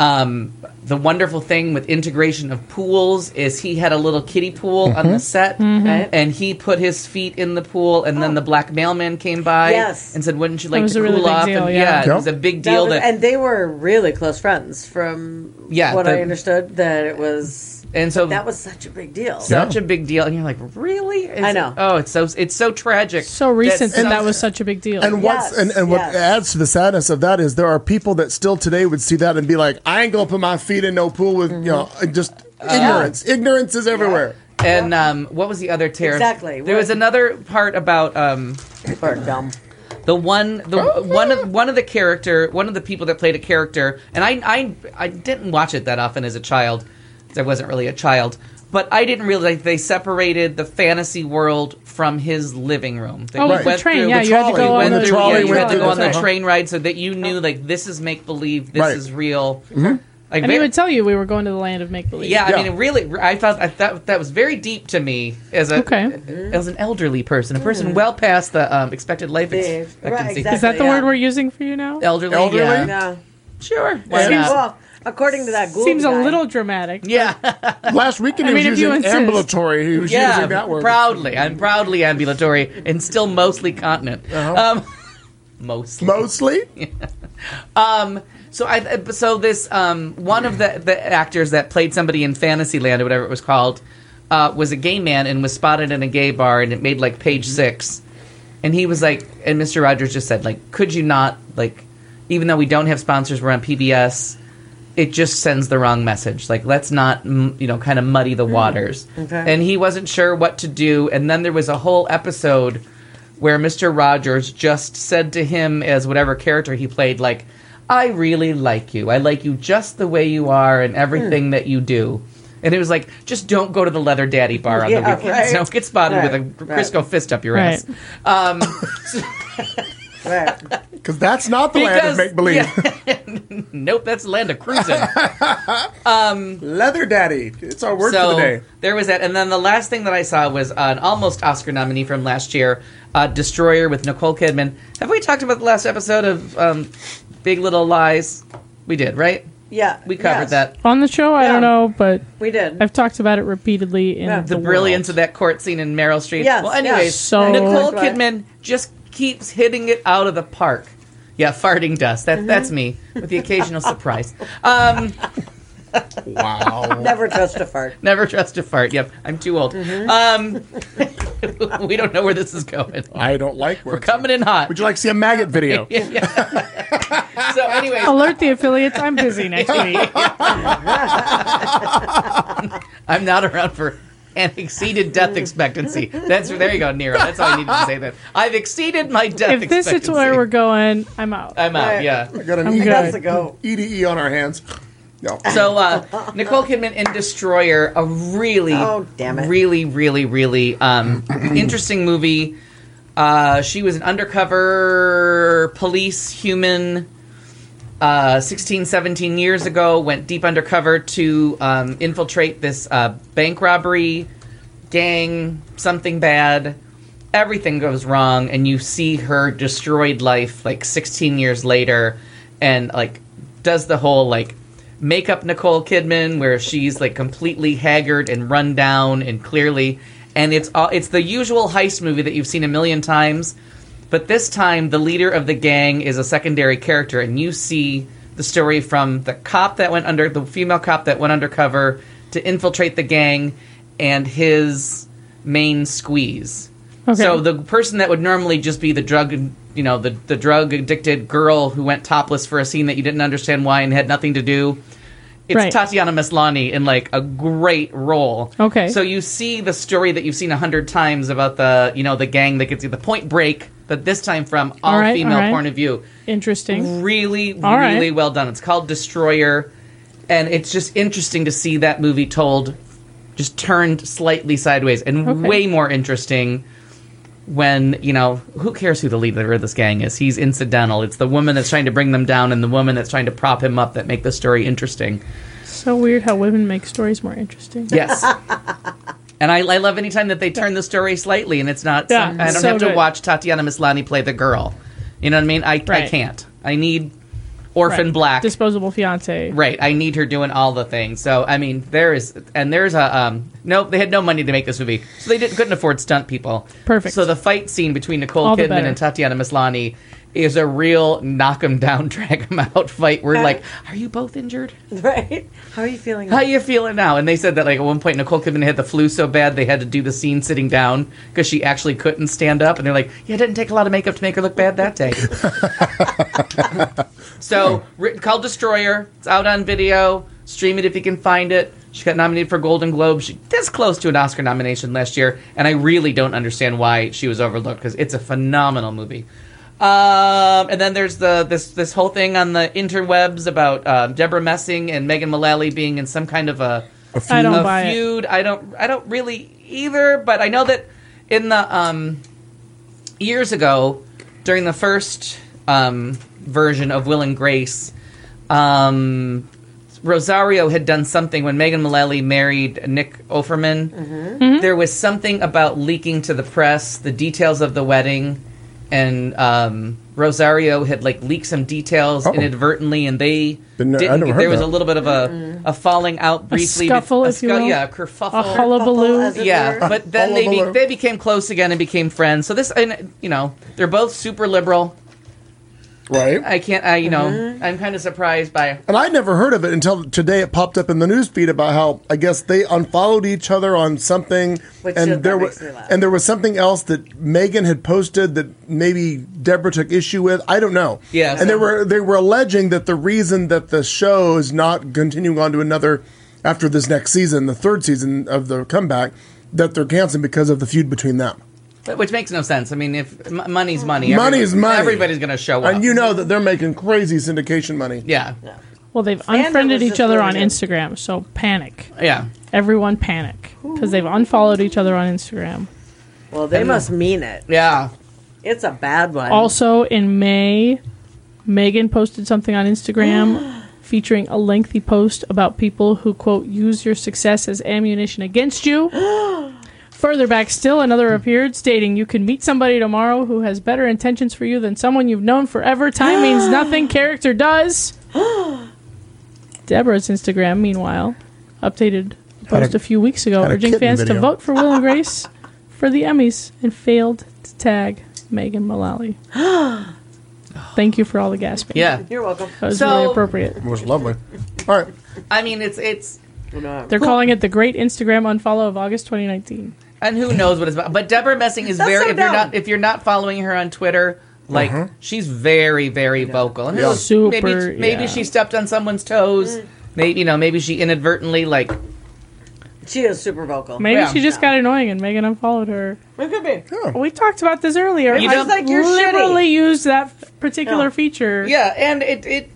[SPEAKER 3] Um, the wonderful thing with integration of pools is he had a little kiddie pool on the set,
[SPEAKER 4] Right.
[SPEAKER 3] Mm-hmm. and he put his feet in the pool, and then the black mailman came by
[SPEAKER 4] Yes.
[SPEAKER 3] and said, "Wouldn't you like
[SPEAKER 2] was
[SPEAKER 3] to
[SPEAKER 2] a
[SPEAKER 3] cool
[SPEAKER 2] really big
[SPEAKER 3] off?"
[SPEAKER 2] deal,
[SPEAKER 3] and
[SPEAKER 2] yeah.
[SPEAKER 3] it
[SPEAKER 1] Yep.
[SPEAKER 3] was a big
[SPEAKER 4] That
[SPEAKER 3] deal.
[SPEAKER 4] was-
[SPEAKER 3] That,
[SPEAKER 4] and they were really close friends from
[SPEAKER 3] Yeah,
[SPEAKER 4] what
[SPEAKER 3] the-
[SPEAKER 4] i understood that it was
[SPEAKER 3] and so
[SPEAKER 4] that was such a big deal
[SPEAKER 3] such a big deal, and you're like, really? Is
[SPEAKER 4] I
[SPEAKER 3] it-
[SPEAKER 4] know.
[SPEAKER 3] oh, it's so it's so tragic.
[SPEAKER 2] So recent
[SPEAKER 3] That's
[SPEAKER 2] that that
[SPEAKER 3] so-
[SPEAKER 2] was such a big deal.
[SPEAKER 1] And what's
[SPEAKER 4] Yes,
[SPEAKER 1] and, and what
[SPEAKER 4] yes.
[SPEAKER 1] adds to the sadness of that is there are people that still today would see that and be like, I ain't gonna put my feet in no pool with you know just ignorance. Ignorance is everywhere.
[SPEAKER 3] And um, what was the other terror?
[SPEAKER 4] Exactly.
[SPEAKER 3] There was
[SPEAKER 4] What-
[SPEAKER 3] another part about um,
[SPEAKER 4] Burn film
[SPEAKER 3] the one the one of one of the character one of the people that played a character and I I I didn't watch it that often as a child 'cause I wasn't really a child but I didn't realize they separated the fantasy world from his living room. They
[SPEAKER 2] Oh, with
[SPEAKER 1] Right. the
[SPEAKER 2] train, yeah,
[SPEAKER 1] you had to go
[SPEAKER 3] went
[SPEAKER 1] on the-
[SPEAKER 3] through-
[SPEAKER 1] trolley
[SPEAKER 3] yeah, you
[SPEAKER 1] went
[SPEAKER 3] had to
[SPEAKER 1] through
[SPEAKER 3] go
[SPEAKER 1] the
[SPEAKER 3] on the
[SPEAKER 1] thing.
[SPEAKER 3] train ride so that you knew like this is make believe, this
[SPEAKER 1] Right.
[SPEAKER 3] is real. Like,
[SPEAKER 2] and he
[SPEAKER 3] very-
[SPEAKER 2] would tell you we were going to the land of make believe.
[SPEAKER 3] Yeah, I
[SPEAKER 1] Yeah.
[SPEAKER 3] mean, it really, I thought I, that that was very deep to me as a uh,
[SPEAKER 2] Okay.
[SPEAKER 3] as an elderly person, a person well past the um, expected life
[SPEAKER 4] Right,
[SPEAKER 3] expectancy.
[SPEAKER 2] Is that the
[SPEAKER 4] Yeah.
[SPEAKER 2] word we're using for you now?
[SPEAKER 3] Elderly,
[SPEAKER 1] Elderly?
[SPEAKER 3] yeah.
[SPEAKER 4] no
[SPEAKER 3] sure. Why
[SPEAKER 1] Seems-
[SPEAKER 3] not?
[SPEAKER 4] well according to that Google
[SPEAKER 2] Seems a
[SPEAKER 4] guy,
[SPEAKER 2] little dramatic.
[SPEAKER 3] Yeah,
[SPEAKER 1] Last weekend he
[SPEAKER 2] I mean,
[SPEAKER 1] was
[SPEAKER 2] if you
[SPEAKER 1] using
[SPEAKER 2] insist.
[SPEAKER 1] ambulatory. He was
[SPEAKER 3] yeah.
[SPEAKER 1] using that word.
[SPEAKER 3] Proudly, I'm proudly ambulatory and still mostly continent.
[SPEAKER 1] Uh-huh.
[SPEAKER 3] Um, mostly.
[SPEAKER 1] Mostly.
[SPEAKER 3] Um, so I so this um, one of the the actors that played somebody in Fantasyland or whatever it was called uh, was a gay man and was spotted in a gay bar and it made like page six, and he was like, and Mr. Rogers just said like, could you not like, even though we don't have sponsors, we're on PBS. it just sends the wrong message. Like, let's not, mm, you know, kind of muddy the waters.
[SPEAKER 4] Okay.
[SPEAKER 3] And he wasn't sure what to do. And then there was a whole episode where Mr. Rogers just said to him, as whatever character he played, like, I really like you. I like you just the way you are and
[SPEAKER 4] Hmm.
[SPEAKER 3] everything that you do. And it was like, just don't go to the leather daddy bar on
[SPEAKER 4] Yeah,
[SPEAKER 3] the weekends.
[SPEAKER 4] right.
[SPEAKER 3] Don't get spotted
[SPEAKER 4] Right,
[SPEAKER 3] with a
[SPEAKER 4] right.
[SPEAKER 3] Crisco fist up your
[SPEAKER 2] Right.
[SPEAKER 3] ass. Um,
[SPEAKER 4] Right.
[SPEAKER 1] Because that's not the land of
[SPEAKER 3] Because-
[SPEAKER 1] make believe.
[SPEAKER 3] yeah. nope, that's land of cruising.
[SPEAKER 1] Leather Daddy. It's our word
[SPEAKER 3] so
[SPEAKER 1] for the day.
[SPEAKER 3] there was that, and then the last thing that I saw was an almost Oscar nominee from last year, uh, Destroyer with Nicole Kidman. Have we talked about the last episode of um, Big Little Lies? We did, right?
[SPEAKER 4] Yeah.
[SPEAKER 3] We covered
[SPEAKER 4] yes,
[SPEAKER 3] that.
[SPEAKER 2] On the show, I
[SPEAKER 4] Yeah.
[SPEAKER 2] don't know, but
[SPEAKER 4] We did.
[SPEAKER 2] I've talked about it repeatedly in
[SPEAKER 4] Yeah.
[SPEAKER 2] the,
[SPEAKER 3] The, brilliance of that court scene in Meryl Streep.
[SPEAKER 4] Yes,
[SPEAKER 3] well, anyways,
[SPEAKER 4] yes.
[SPEAKER 2] So-
[SPEAKER 3] Nicole
[SPEAKER 4] Right.
[SPEAKER 3] Kidman just keeps hitting it out of the park. Yeah, farting dust. That,
[SPEAKER 4] Mm-hmm.
[SPEAKER 3] That's me, with the occasional surprise. Um,
[SPEAKER 1] Wow.
[SPEAKER 4] Never trust a fart.
[SPEAKER 3] Never trust a fart. Yep, I'm too old.
[SPEAKER 2] Mm-hmm.
[SPEAKER 3] Um, we don't know where this is going.
[SPEAKER 1] I don't like
[SPEAKER 3] We're
[SPEAKER 1] words.
[SPEAKER 3] coming in hot.
[SPEAKER 1] Would you like to see a maggot video?
[SPEAKER 3] Yeah, yeah. so, anyways,
[SPEAKER 2] Alert the affiliates, I'm busy next week.
[SPEAKER 3] I'm not around for an exceeded death
[SPEAKER 2] Mm.
[SPEAKER 3] expectancy. That's there you go, Nero. That's all I needed to say. That I've exceeded my death.
[SPEAKER 2] If this is
[SPEAKER 3] expectancy.
[SPEAKER 2] where we're going, I'm out.
[SPEAKER 3] I'm out.
[SPEAKER 4] Right.
[SPEAKER 3] Yeah.
[SPEAKER 1] We got an
[SPEAKER 2] I'm
[SPEAKER 1] ED,
[SPEAKER 2] good.
[SPEAKER 4] That's a go.
[SPEAKER 1] EDE E on our hands. No.
[SPEAKER 3] So uh, Nicole Kidman in Destroyer, a really,
[SPEAKER 4] Oh, damn it.
[SPEAKER 3] really, really, really um, interesting movie. Uh, she was an undercover police human uh, 16, 17 years ago, went deep undercover to um, infiltrate this uh, bank robbery gang, something bad. Everything goes wrong, and you see her destroyed life like 16 years later, and like does the whole like makeup Nicole Kidman where she's like completely haggard and run down and clearly, and it's all it's the usual heist movie that you've seen a million times, but this time, the leader of the gang is a secondary character, and you see the story from the cop that went under, the female cop that went undercover to infiltrate the gang, and his main squeeze.
[SPEAKER 2] Okay.
[SPEAKER 3] So the person that would normally just be the drug, you know, the the drug addicted girl who went topless for a scene that you didn't understand why and had nothing to do. It's
[SPEAKER 2] Right.
[SPEAKER 3] Tatiana Maslany in like a great role.
[SPEAKER 2] Okay.
[SPEAKER 3] So you see the story that you've seen a hundred times about the you know the gang that gets you the Point Break, but this time from all,
[SPEAKER 2] All right,
[SPEAKER 3] female
[SPEAKER 2] all right.
[SPEAKER 3] point of view.
[SPEAKER 2] Interesting.
[SPEAKER 3] Really,
[SPEAKER 2] All right.
[SPEAKER 3] really well done. It's called Destroyer, and it's just interesting to see that movie told, just turned slightly sideways, and
[SPEAKER 2] Okay.
[SPEAKER 3] way more interesting when you know who cares who the leader of this gang is. He's incidental. It's the woman that's trying to bring them down, and the woman that's trying to prop him up that make the story interesting.
[SPEAKER 2] So weird how women make stories more interesting.
[SPEAKER 3] Yes. and I, I love any time that they turn the story slightly and it's not.
[SPEAKER 2] Yeah,
[SPEAKER 3] some- I don't
[SPEAKER 2] so
[SPEAKER 3] have to
[SPEAKER 2] good.
[SPEAKER 3] watch Tatiana Maslany play the girl. You know what I mean? I, I
[SPEAKER 2] Right.
[SPEAKER 3] can't. I need Orphan
[SPEAKER 2] Right.
[SPEAKER 3] Black.
[SPEAKER 2] Disposable fiance.
[SPEAKER 3] right. I need her doing all the things. So I mean, there is and there's a um. No, they had no money to make this movie, so they didn't couldn't afford stunt people.
[SPEAKER 2] Perfect.
[SPEAKER 3] So the fight scene between Nicole
[SPEAKER 2] All the
[SPEAKER 3] Kidman
[SPEAKER 2] better.
[SPEAKER 3] and Tatiana Maslany. Is a real knock 'em down, drag 'em out fight. We're like, are you both injured?
[SPEAKER 4] Right? How are you feeling?
[SPEAKER 3] How you feeling now? And they said that like at one point Nicole Kidman had the flu so bad they had to do the scene sitting down because she actually couldn't stand up. And they're like, yeah, it didn't take a lot of makeup to make her look bad that day. so ri- called Destroyer. It's out on video. Stream it if you can find it. She got nominated for Golden Globe. She this close to an Oscar nomination last year, and I really don't understand why she was overlooked because it's a phenomenal movie. Um, and then there's the this this whole thing on the interwebs about uh, Deborah Messing and Megan Mullally being in some kind of a
[SPEAKER 2] I don't buy
[SPEAKER 3] a
[SPEAKER 2] it.
[SPEAKER 3] feud. I don't I don't really either, but I know that in the um years ago during the first um version of Will and Grace, um Rosario had done something when Megan Mullally married Nick Offerman. There was something about leaking to the press the details of the wedding, and um, Rosario had like leaked some details
[SPEAKER 1] Oh.
[SPEAKER 3] inadvertently, and they
[SPEAKER 1] Didn't- I
[SPEAKER 3] didn't.
[SPEAKER 1] never
[SPEAKER 3] there
[SPEAKER 1] heard
[SPEAKER 3] was
[SPEAKER 1] that.
[SPEAKER 3] a little bit of a, a falling out briefly, bet-
[SPEAKER 2] scuffle, if you
[SPEAKER 3] scu-
[SPEAKER 2] will.
[SPEAKER 3] yeah, a
[SPEAKER 2] A
[SPEAKER 3] kerfuffle,
[SPEAKER 4] Couple
[SPEAKER 2] hullabaloo.
[SPEAKER 4] as it
[SPEAKER 3] yeah,
[SPEAKER 4] were.
[SPEAKER 3] but then they be-
[SPEAKER 1] Hullabaloo.
[SPEAKER 3] they became close again and became friends. So this, and you know, they're both super liberal.
[SPEAKER 1] right?
[SPEAKER 3] I can't. I you know I'm kind of surprised by.
[SPEAKER 1] And I never heard of it until today. It popped up in the news feed about how I guess they unfollowed each other on something,
[SPEAKER 4] Which
[SPEAKER 1] and
[SPEAKER 4] that
[SPEAKER 1] there
[SPEAKER 4] makes
[SPEAKER 1] was
[SPEAKER 4] me laugh.
[SPEAKER 1] and there was something else that Megan had posted that maybe Deborah took issue with. I don't know.
[SPEAKER 3] Yeah.
[SPEAKER 1] and they were they were alleging that the reason that the show is not continuing on to another after this next season, the third season of the comeback, that they're canceling because of the feud between them.
[SPEAKER 3] But, which makes no sense. I mean, if m- money's money,
[SPEAKER 1] Money is
[SPEAKER 3] everybody-
[SPEAKER 1] money.
[SPEAKER 3] Everybody's going to show up.
[SPEAKER 1] And you know that they're making crazy syndication money.
[SPEAKER 3] yeah,
[SPEAKER 2] Well, they've
[SPEAKER 4] Fandom
[SPEAKER 2] unfriended
[SPEAKER 4] is
[SPEAKER 2] each other on
[SPEAKER 4] affiliated.
[SPEAKER 2] Instagram, so panic.
[SPEAKER 3] yeah.
[SPEAKER 2] Everyone panic because they've unfollowed each other on Instagram.
[SPEAKER 4] Well, they must mean it.
[SPEAKER 3] Yeah.
[SPEAKER 4] It's a bad one.
[SPEAKER 2] Also, in May, Megan posted something on Instagram featuring a lengthy post about people who, quote, use your success as ammunition against you. Further back still, another appeared stating, You can meet somebody tomorrow who has better intentions for you than someone you've known forever. Time means nothing, character does. Deborah's Instagram, meanwhile, updated a
[SPEAKER 1] Had a-
[SPEAKER 2] post a few weeks ago
[SPEAKER 1] had a
[SPEAKER 2] urging
[SPEAKER 1] kitten
[SPEAKER 2] fans to
[SPEAKER 1] video.
[SPEAKER 2] vote for Will and Grace for the Emmys and failed to tag Megan Mullally. Thank you for all the gasping.
[SPEAKER 3] Yeah.
[SPEAKER 4] You're welcome.
[SPEAKER 2] That was
[SPEAKER 3] So-
[SPEAKER 2] really appropriate.
[SPEAKER 1] It was lovely. All right.
[SPEAKER 3] I mean, it's it's
[SPEAKER 4] No.
[SPEAKER 2] They're calling it the Great Instagram Unfollow of August 2019.
[SPEAKER 3] and who knows what it's about. But Deborah Messing is
[SPEAKER 4] That's
[SPEAKER 3] very
[SPEAKER 4] so
[SPEAKER 3] if you're
[SPEAKER 4] dumb.
[SPEAKER 3] not if you're not following her on Twitter, like
[SPEAKER 1] Uh-huh.
[SPEAKER 3] she's very very vocal. And who knows,
[SPEAKER 2] Super,
[SPEAKER 3] Maybe maybe
[SPEAKER 2] yeah.
[SPEAKER 3] she stepped on someone's toes.
[SPEAKER 4] Mm.
[SPEAKER 3] Maybe you know maybe she inadvertently like
[SPEAKER 4] She is super vocal.
[SPEAKER 2] Maybe
[SPEAKER 3] Yeah.
[SPEAKER 2] she just got annoying and Megan unfollowed her.
[SPEAKER 4] It could be.
[SPEAKER 2] We talked about this earlier.
[SPEAKER 3] You
[SPEAKER 2] I
[SPEAKER 3] don't-
[SPEAKER 4] like, "You're shitty."
[SPEAKER 2] literally used that particular
[SPEAKER 4] Yeah.
[SPEAKER 2] feature.
[SPEAKER 3] yeah. And it it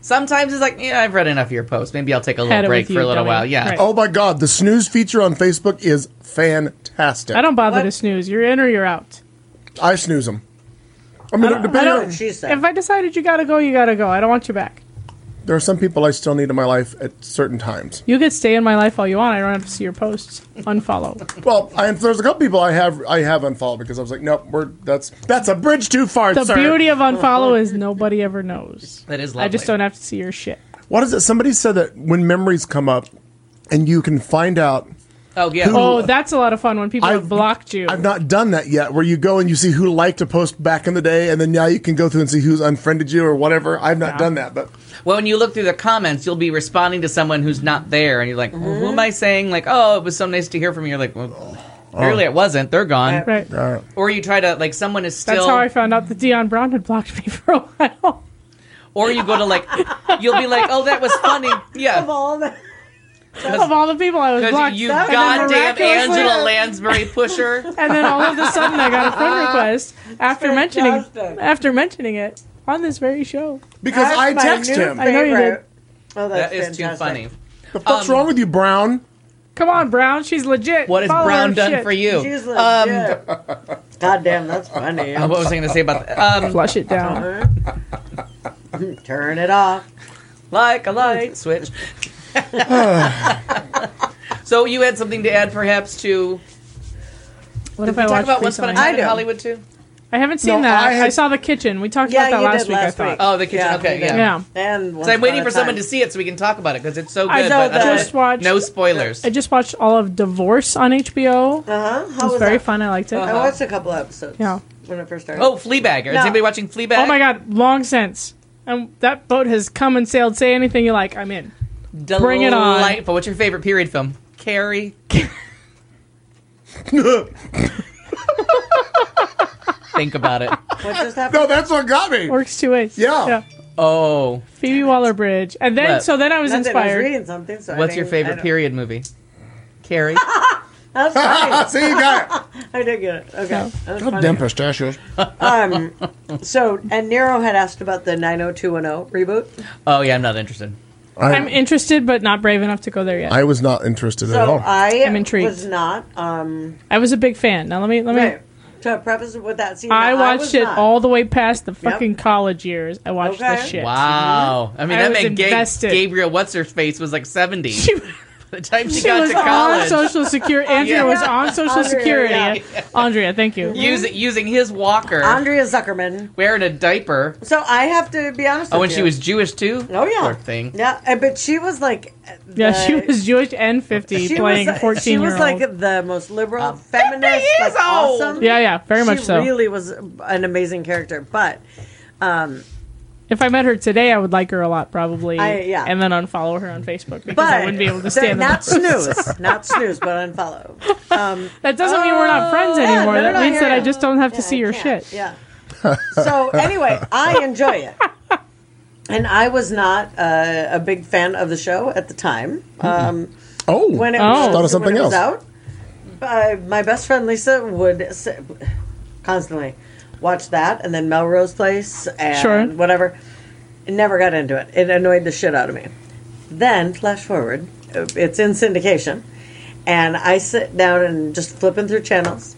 [SPEAKER 3] sometimes it's like yeah I've read enough of your posts. Maybe I'll take a little
[SPEAKER 2] Had it
[SPEAKER 3] break
[SPEAKER 2] with you,
[SPEAKER 3] for a little
[SPEAKER 2] dummy.
[SPEAKER 3] while. Yeah.
[SPEAKER 2] Right.
[SPEAKER 1] Oh my God, the snooze feature on Facebook is fantastic.
[SPEAKER 2] I don't bother
[SPEAKER 4] What?
[SPEAKER 2] to snooze. You're in or you're out.
[SPEAKER 1] I snooze them. I mean, depending
[SPEAKER 2] I
[SPEAKER 1] on-
[SPEAKER 4] What she said.
[SPEAKER 2] If I decided you gotta go, you gotta go. I don't want you back.
[SPEAKER 1] there are some people I still need in my life at certain times.
[SPEAKER 2] You could stay in my life all you want. I don't have to see your posts. Unfollow.
[SPEAKER 1] Well, I, there's a couple people I have I have unfollowed because I was like, nope, we're that's that's a bridge too far,
[SPEAKER 2] The
[SPEAKER 1] sir.
[SPEAKER 2] beauty
[SPEAKER 3] Oh,
[SPEAKER 2] of unfollow is nobody ever knows.
[SPEAKER 3] That is
[SPEAKER 2] I just
[SPEAKER 3] lovely.
[SPEAKER 2] don't have to see your shit.
[SPEAKER 1] What is it? Somebody said that when memories come up, and you can find out.
[SPEAKER 3] Oh yeah.
[SPEAKER 1] Who-
[SPEAKER 2] Oh, that's a lot of fun when people
[SPEAKER 1] I've-
[SPEAKER 2] have blocked you.
[SPEAKER 1] I've not done that yet, where you go and you see who liked a post back in the day, and then now you can go through and see who's unfriended you or whatever. I've not done that, but
[SPEAKER 3] Well, when you look through the comments, you'll be responding to someone who's not there, and you're like, well, "Who am I saying?" Like, "Oh, it was so nice to hear from you." You're like, "Well, clearly it wasn't. They're gone."
[SPEAKER 2] right.
[SPEAKER 1] uh,
[SPEAKER 3] Or you try to like someone is
[SPEAKER 2] That's
[SPEAKER 3] still,
[SPEAKER 2] how I found out that Dion Brown had blocked me for a while.
[SPEAKER 3] or you go to like, you'll be like, "Oh, that was funny."
[SPEAKER 4] Of
[SPEAKER 3] Yeah,
[SPEAKER 4] all the-
[SPEAKER 2] of all the people I was blocked.
[SPEAKER 3] because you
[SPEAKER 4] That was
[SPEAKER 3] goddamn
[SPEAKER 4] miraculously-
[SPEAKER 3] Angela Lansbury pusher.
[SPEAKER 2] and then all of a sudden I got a friend request after mentioning
[SPEAKER 4] Fantastic.
[SPEAKER 2] after mentioning it on this very show.
[SPEAKER 1] because
[SPEAKER 4] That's
[SPEAKER 1] I
[SPEAKER 4] my
[SPEAKER 1] text
[SPEAKER 4] new
[SPEAKER 1] him,
[SPEAKER 2] I know you
[SPEAKER 4] favorite.
[SPEAKER 2] did.
[SPEAKER 4] Oh, that's
[SPEAKER 3] that is too
[SPEAKER 4] fantastic.
[SPEAKER 3] funny.
[SPEAKER 1] the fuck's
[SPEAKER 2] um,
[SPEAKER 1] wrong with you, Brown?
[SPEAKER 2] Come on, Brown, she's legit.
[SPEAKER 3] What has
[SPEAKER 2] Follow her
[SPEAKER 3] Brown
[SPEAKER 2] and
[SPEAKER 3] done
[SPEAKER 2] shit.
[SPEAKER 3] for you?
[SPEAKER 4] She's
[SPEAKER 3] um,
[SPEAKER 4] legit. God damn, that's funny.
[SPEAKER 3] uh, what was I going to say about that? Um,
[SPEAKER 2] Flush it down.
[SPEAKER 4] Turn it off.
[SPEAKER 3] like a light switch. so you had something to add, perhaps to
[SPEAKER 2] What if
[SPEAKER 3] we
[SPEAKER 2] I
[SPEAKER 3] talk
[SPEAKER 2] watch
[SPEAKER 3] about what's fun
[SPEAKER 2] recently?
[SPEAKER 3] and Time in
[SPEAKER 4] I do.
[SPEAKER 3] Hollywood too?
[SPEAKER 2] I haven't seen
[SPEAKER 1] No,
[SPEAKER 2] that.
[SPEAKER 1] I
[SPEAKER 2] I,
[SPEAKER 1] had-
[SPEAKER 2] saw the kitchen. We talked
[SPEAKER 4] Yeah,
[SPEAKER 2] about
[SPEAKER 4] you
[SPEAKER 2] that last
[SPEAKER 4] did
[SPEAKER 2] week.
[SPEAKER 4] last
[SPEAKER 2] I
[SPEAKER 4] week.
[SPEAKER 2] thought.
[SPEAKER 3] Oh, the kitchen.
[SPEAKER 4] Yeah,
[SPEAKER 3] okay,
[SPEAKER 4] we did.
[SPEAKER 3] yeah.
[SPEAKER 2] Yeah.
[SPEAKER 4] And
[SPEAKER 3] So I'm waiting for someone to see it so we can talk about it because it's so good.
[SPEAKER 2] I know
[SPEAKER 3] but I
[SPEAKER 2] that-
[SPEAKER 3] just
[SPEAKER 2] Just watched-
[SPEAKER 3] no spoilers.
[SPEAKER 2] I just watched all of Divorce on HBO.
[SPEAKER 4] Uh huh.
[SPEAKER 2] it
[SPEAKER 4] How
[SPEAKER 2] was
[SPEAKER 4] was
[SPEAKER 2] very
[SPEAKER 4] that?
[SPEAKER 2] fun. I liked
[SPEAKER 3] Uh-huh.
[SPEAKER 2] it.
[SPEAKER 4] I watched a couple episodes.
[SPEAKER 2] Yeah.
[SPEAKER 4] When I first started.
[SPEAKER 3] oh, Fleabag. Is
[SPEAKER 4] No.
[SPEAKER 3] anybody watching Fleabag?
[SPEAKER 2] Oh my god, long since. And that boat has come and sailed. Say anything you like. I'm in.
[SPEAKER 3] Delightful.
[SPEAKER 2] bring it on.
[SPEAKER 3] What's your favorite period film? Carrie.
[SPEAKER 1] no,
[SPEAKER 3] Think about it.
[SPEAKER 4] What just happened?
[SPEAKER 1] that's what got me.
[SPEAKER 2] Works two ways.
[SPEAKER 1] Yeah.
[SPEAKER 3] Oh,
[SPEAKER 2] Phoebe Waller Bridge. And then
[SPEAKER 3] What?
[SPEAKER 2] so then I was
[SPEAKER 4] Not that I was
[SPEAKER 2] inspired.
[SPEAKER 4] reading something. So I
[SPEAKER 3] what's your
[SPEAKER 4] didn't- I
[SPEAKER 3] favorite
[SPEAKER 4] don't-
[SPEAKER 3] period movie? Carrie.
[SPEAKER 4] That's funny.
[SPEAKER 1] See, you got
[SPEAKER 4] I did get it. Okay.
[SPEAKER 2] Yeah.
[SPEAKER 4] That was
[SPEAKER 1] it.
[SPEAKER 4] funny.
[SPEAKER 1] Damn pistachios.
[SPEAKER 4] Um, so, and Nero had asked about the 90210 reboot.
[SPEAKER 3] Oh yeah, I'm not interested.
[SPEAKER 2] I'm interested but not brave enough to go there yet. I,
[SPEAKER 1] I was not interested at
[SPEAKER 4] So uh,
[SPEAKER 1] all.
[SPEAKER 4] I
[SPEAKER 2] I'm intrigued.
[SPEAKER 4] was not. Um,
[SPEAKER 2] was a big fan. Now let me let me
[SPEAKER 4] okay. To preface it with that scene,
[SPEAKER 2] I
[SPEAKER 4] that
[SPEAKER 2] watched
[SPEAKER 4] was
[SPEAKER 2] it
[SPEAKER 4] not.
[SPEAKER 2] all the way past the fucking college years. I watched
[SPEAKER 4] Okay.
[SPEAKER 2] this shit.
[SPEAKER 3] Wow. I mean,
[SPEAKER 2] I
[SPEAKER 3] that
[SPEAKER 2] was
[SPEAKER 3] meant Ga-
[SPEAKER 2] invested.
[SPEAKER 3] Gabriel. What's her face was like 70
[SPEAKER 2] She,
[SPEAKER 3] by the time she,
[SPEAKER 2] she
[SPEAKER 3] got
[SPEAKER 2] was
[SPEAKER 3] to
[SPEAKER 2] on
[SPEAKER 3] college.
[SPEAKER 2] Social Security. Andrea
[SPEAKER 3] Yeah.
[SPEAKER 2] was on Social
[SPEAKER 4] Andrea,
[SPEAKER 2] Security.
[SPEAKER 4] yeah.
[SPEAKER 2] Andrea, thank you.
[SPEAKER 3] Using using his walker,
[SPEAKER 4] Andrea Zuckerman.
[SPEAKER 3] wearing a diaper.
[SPEAKER 4] So I have to be honest.
[SPEAKER 3] Oh,
[SPEAKER 4] with
[SPEAKER 3] and
[SPEAKER 4] you.
[SPEAKER 3] she was Jewish too.
[SPEAKER 4] Oh yeah.
[SPEAKER 3] Poor thing.
[SPEAKER 4] Yeah, and- but she was like. The,
[SPEAKER 2] yeah, she was Jewish and 50
[SPEAKER 4] she
[SPEAKER 2] playing
[SPEAKER 4] was,
[SPEAKER 2] 14
[SPEAKER 4] She
[SPEAKER 2] year
[SPEAKER 4] was
[SPEAKER 2] old.
[SPEAKER 4] like the most liberal,
[SPEAKER 3] Um,
[SPEAKER 4] feminist,
[SPEAKER 3] years
[SPEAKER 4] like,
[SPEAKER 3] old.
[SPEAKER 4] awesome.
[SPEAKER 2] yeah, yeah, very
[SPEAKER 4] she
[SPEAKER 2] much so.
[SPEAKER 4] Really was an amazing character, but um,
[SPEAKER 2] If I met her today, I would like her a lot probably.
[SPEAKER 4] I- yeah.
[SPEAKER 2] And then unfollow her on Facebook because
[SPEAKER 4] But
[SPEAKER 2] I wouldn't be able to stand
[SPEAKER 4] not
[SPEAKER 2] that.
[SPEAKER 4] snooze, not snooze, but unfollow. Um,
[SPEAKER 2] That doesn't mean we're not friends
[SPEAKER 4] Oh, yeah,
[SPEAKER 2] anymore.
[SPEAKER 4] no, no,
[SPEAKER 2] that
[SPEAKER 4] no,
[SPEAKER 2] means
[SPEAKER 4] yeah,
[SPEAKER 2] that I
[SPEAKER 4] yeah.
[SPEAKER 2] just don't have to
[SPEAKER 4] yeah,
[SPEAKER 2] see
[SPEAKER 4] I
[SPEAKER 2] your
[SPEAKER 4] can't,
[SPEAKER 2] shit.
[SPEAKER 4] Yeah. So anyway, I enjoy it, and I was not uh, a big fan of the show at the time. Um,
[SPEAKER 1] Oh,
[SPEAKER 4] when it
[SPEAKER 2] Oh.
[SPEAKER 4] was,
[SPEAKER 2] Thought of
[SPEAKER 4] when
[SPEAKER 1] something
[SPEAKER 4] it was
[SPEAKER 1] else.
[SPEAKER 4] out. Uh, my best friend Lisa would s- constantly watch that, and then Melrose Place, and
[SPEAKER 2] Sure.
[SPEAKER 4] whatever. Never got into it. It annoyed the shit out of me. Then flash forward, uh, it's in syndication, and I sit down and just flipping through channels,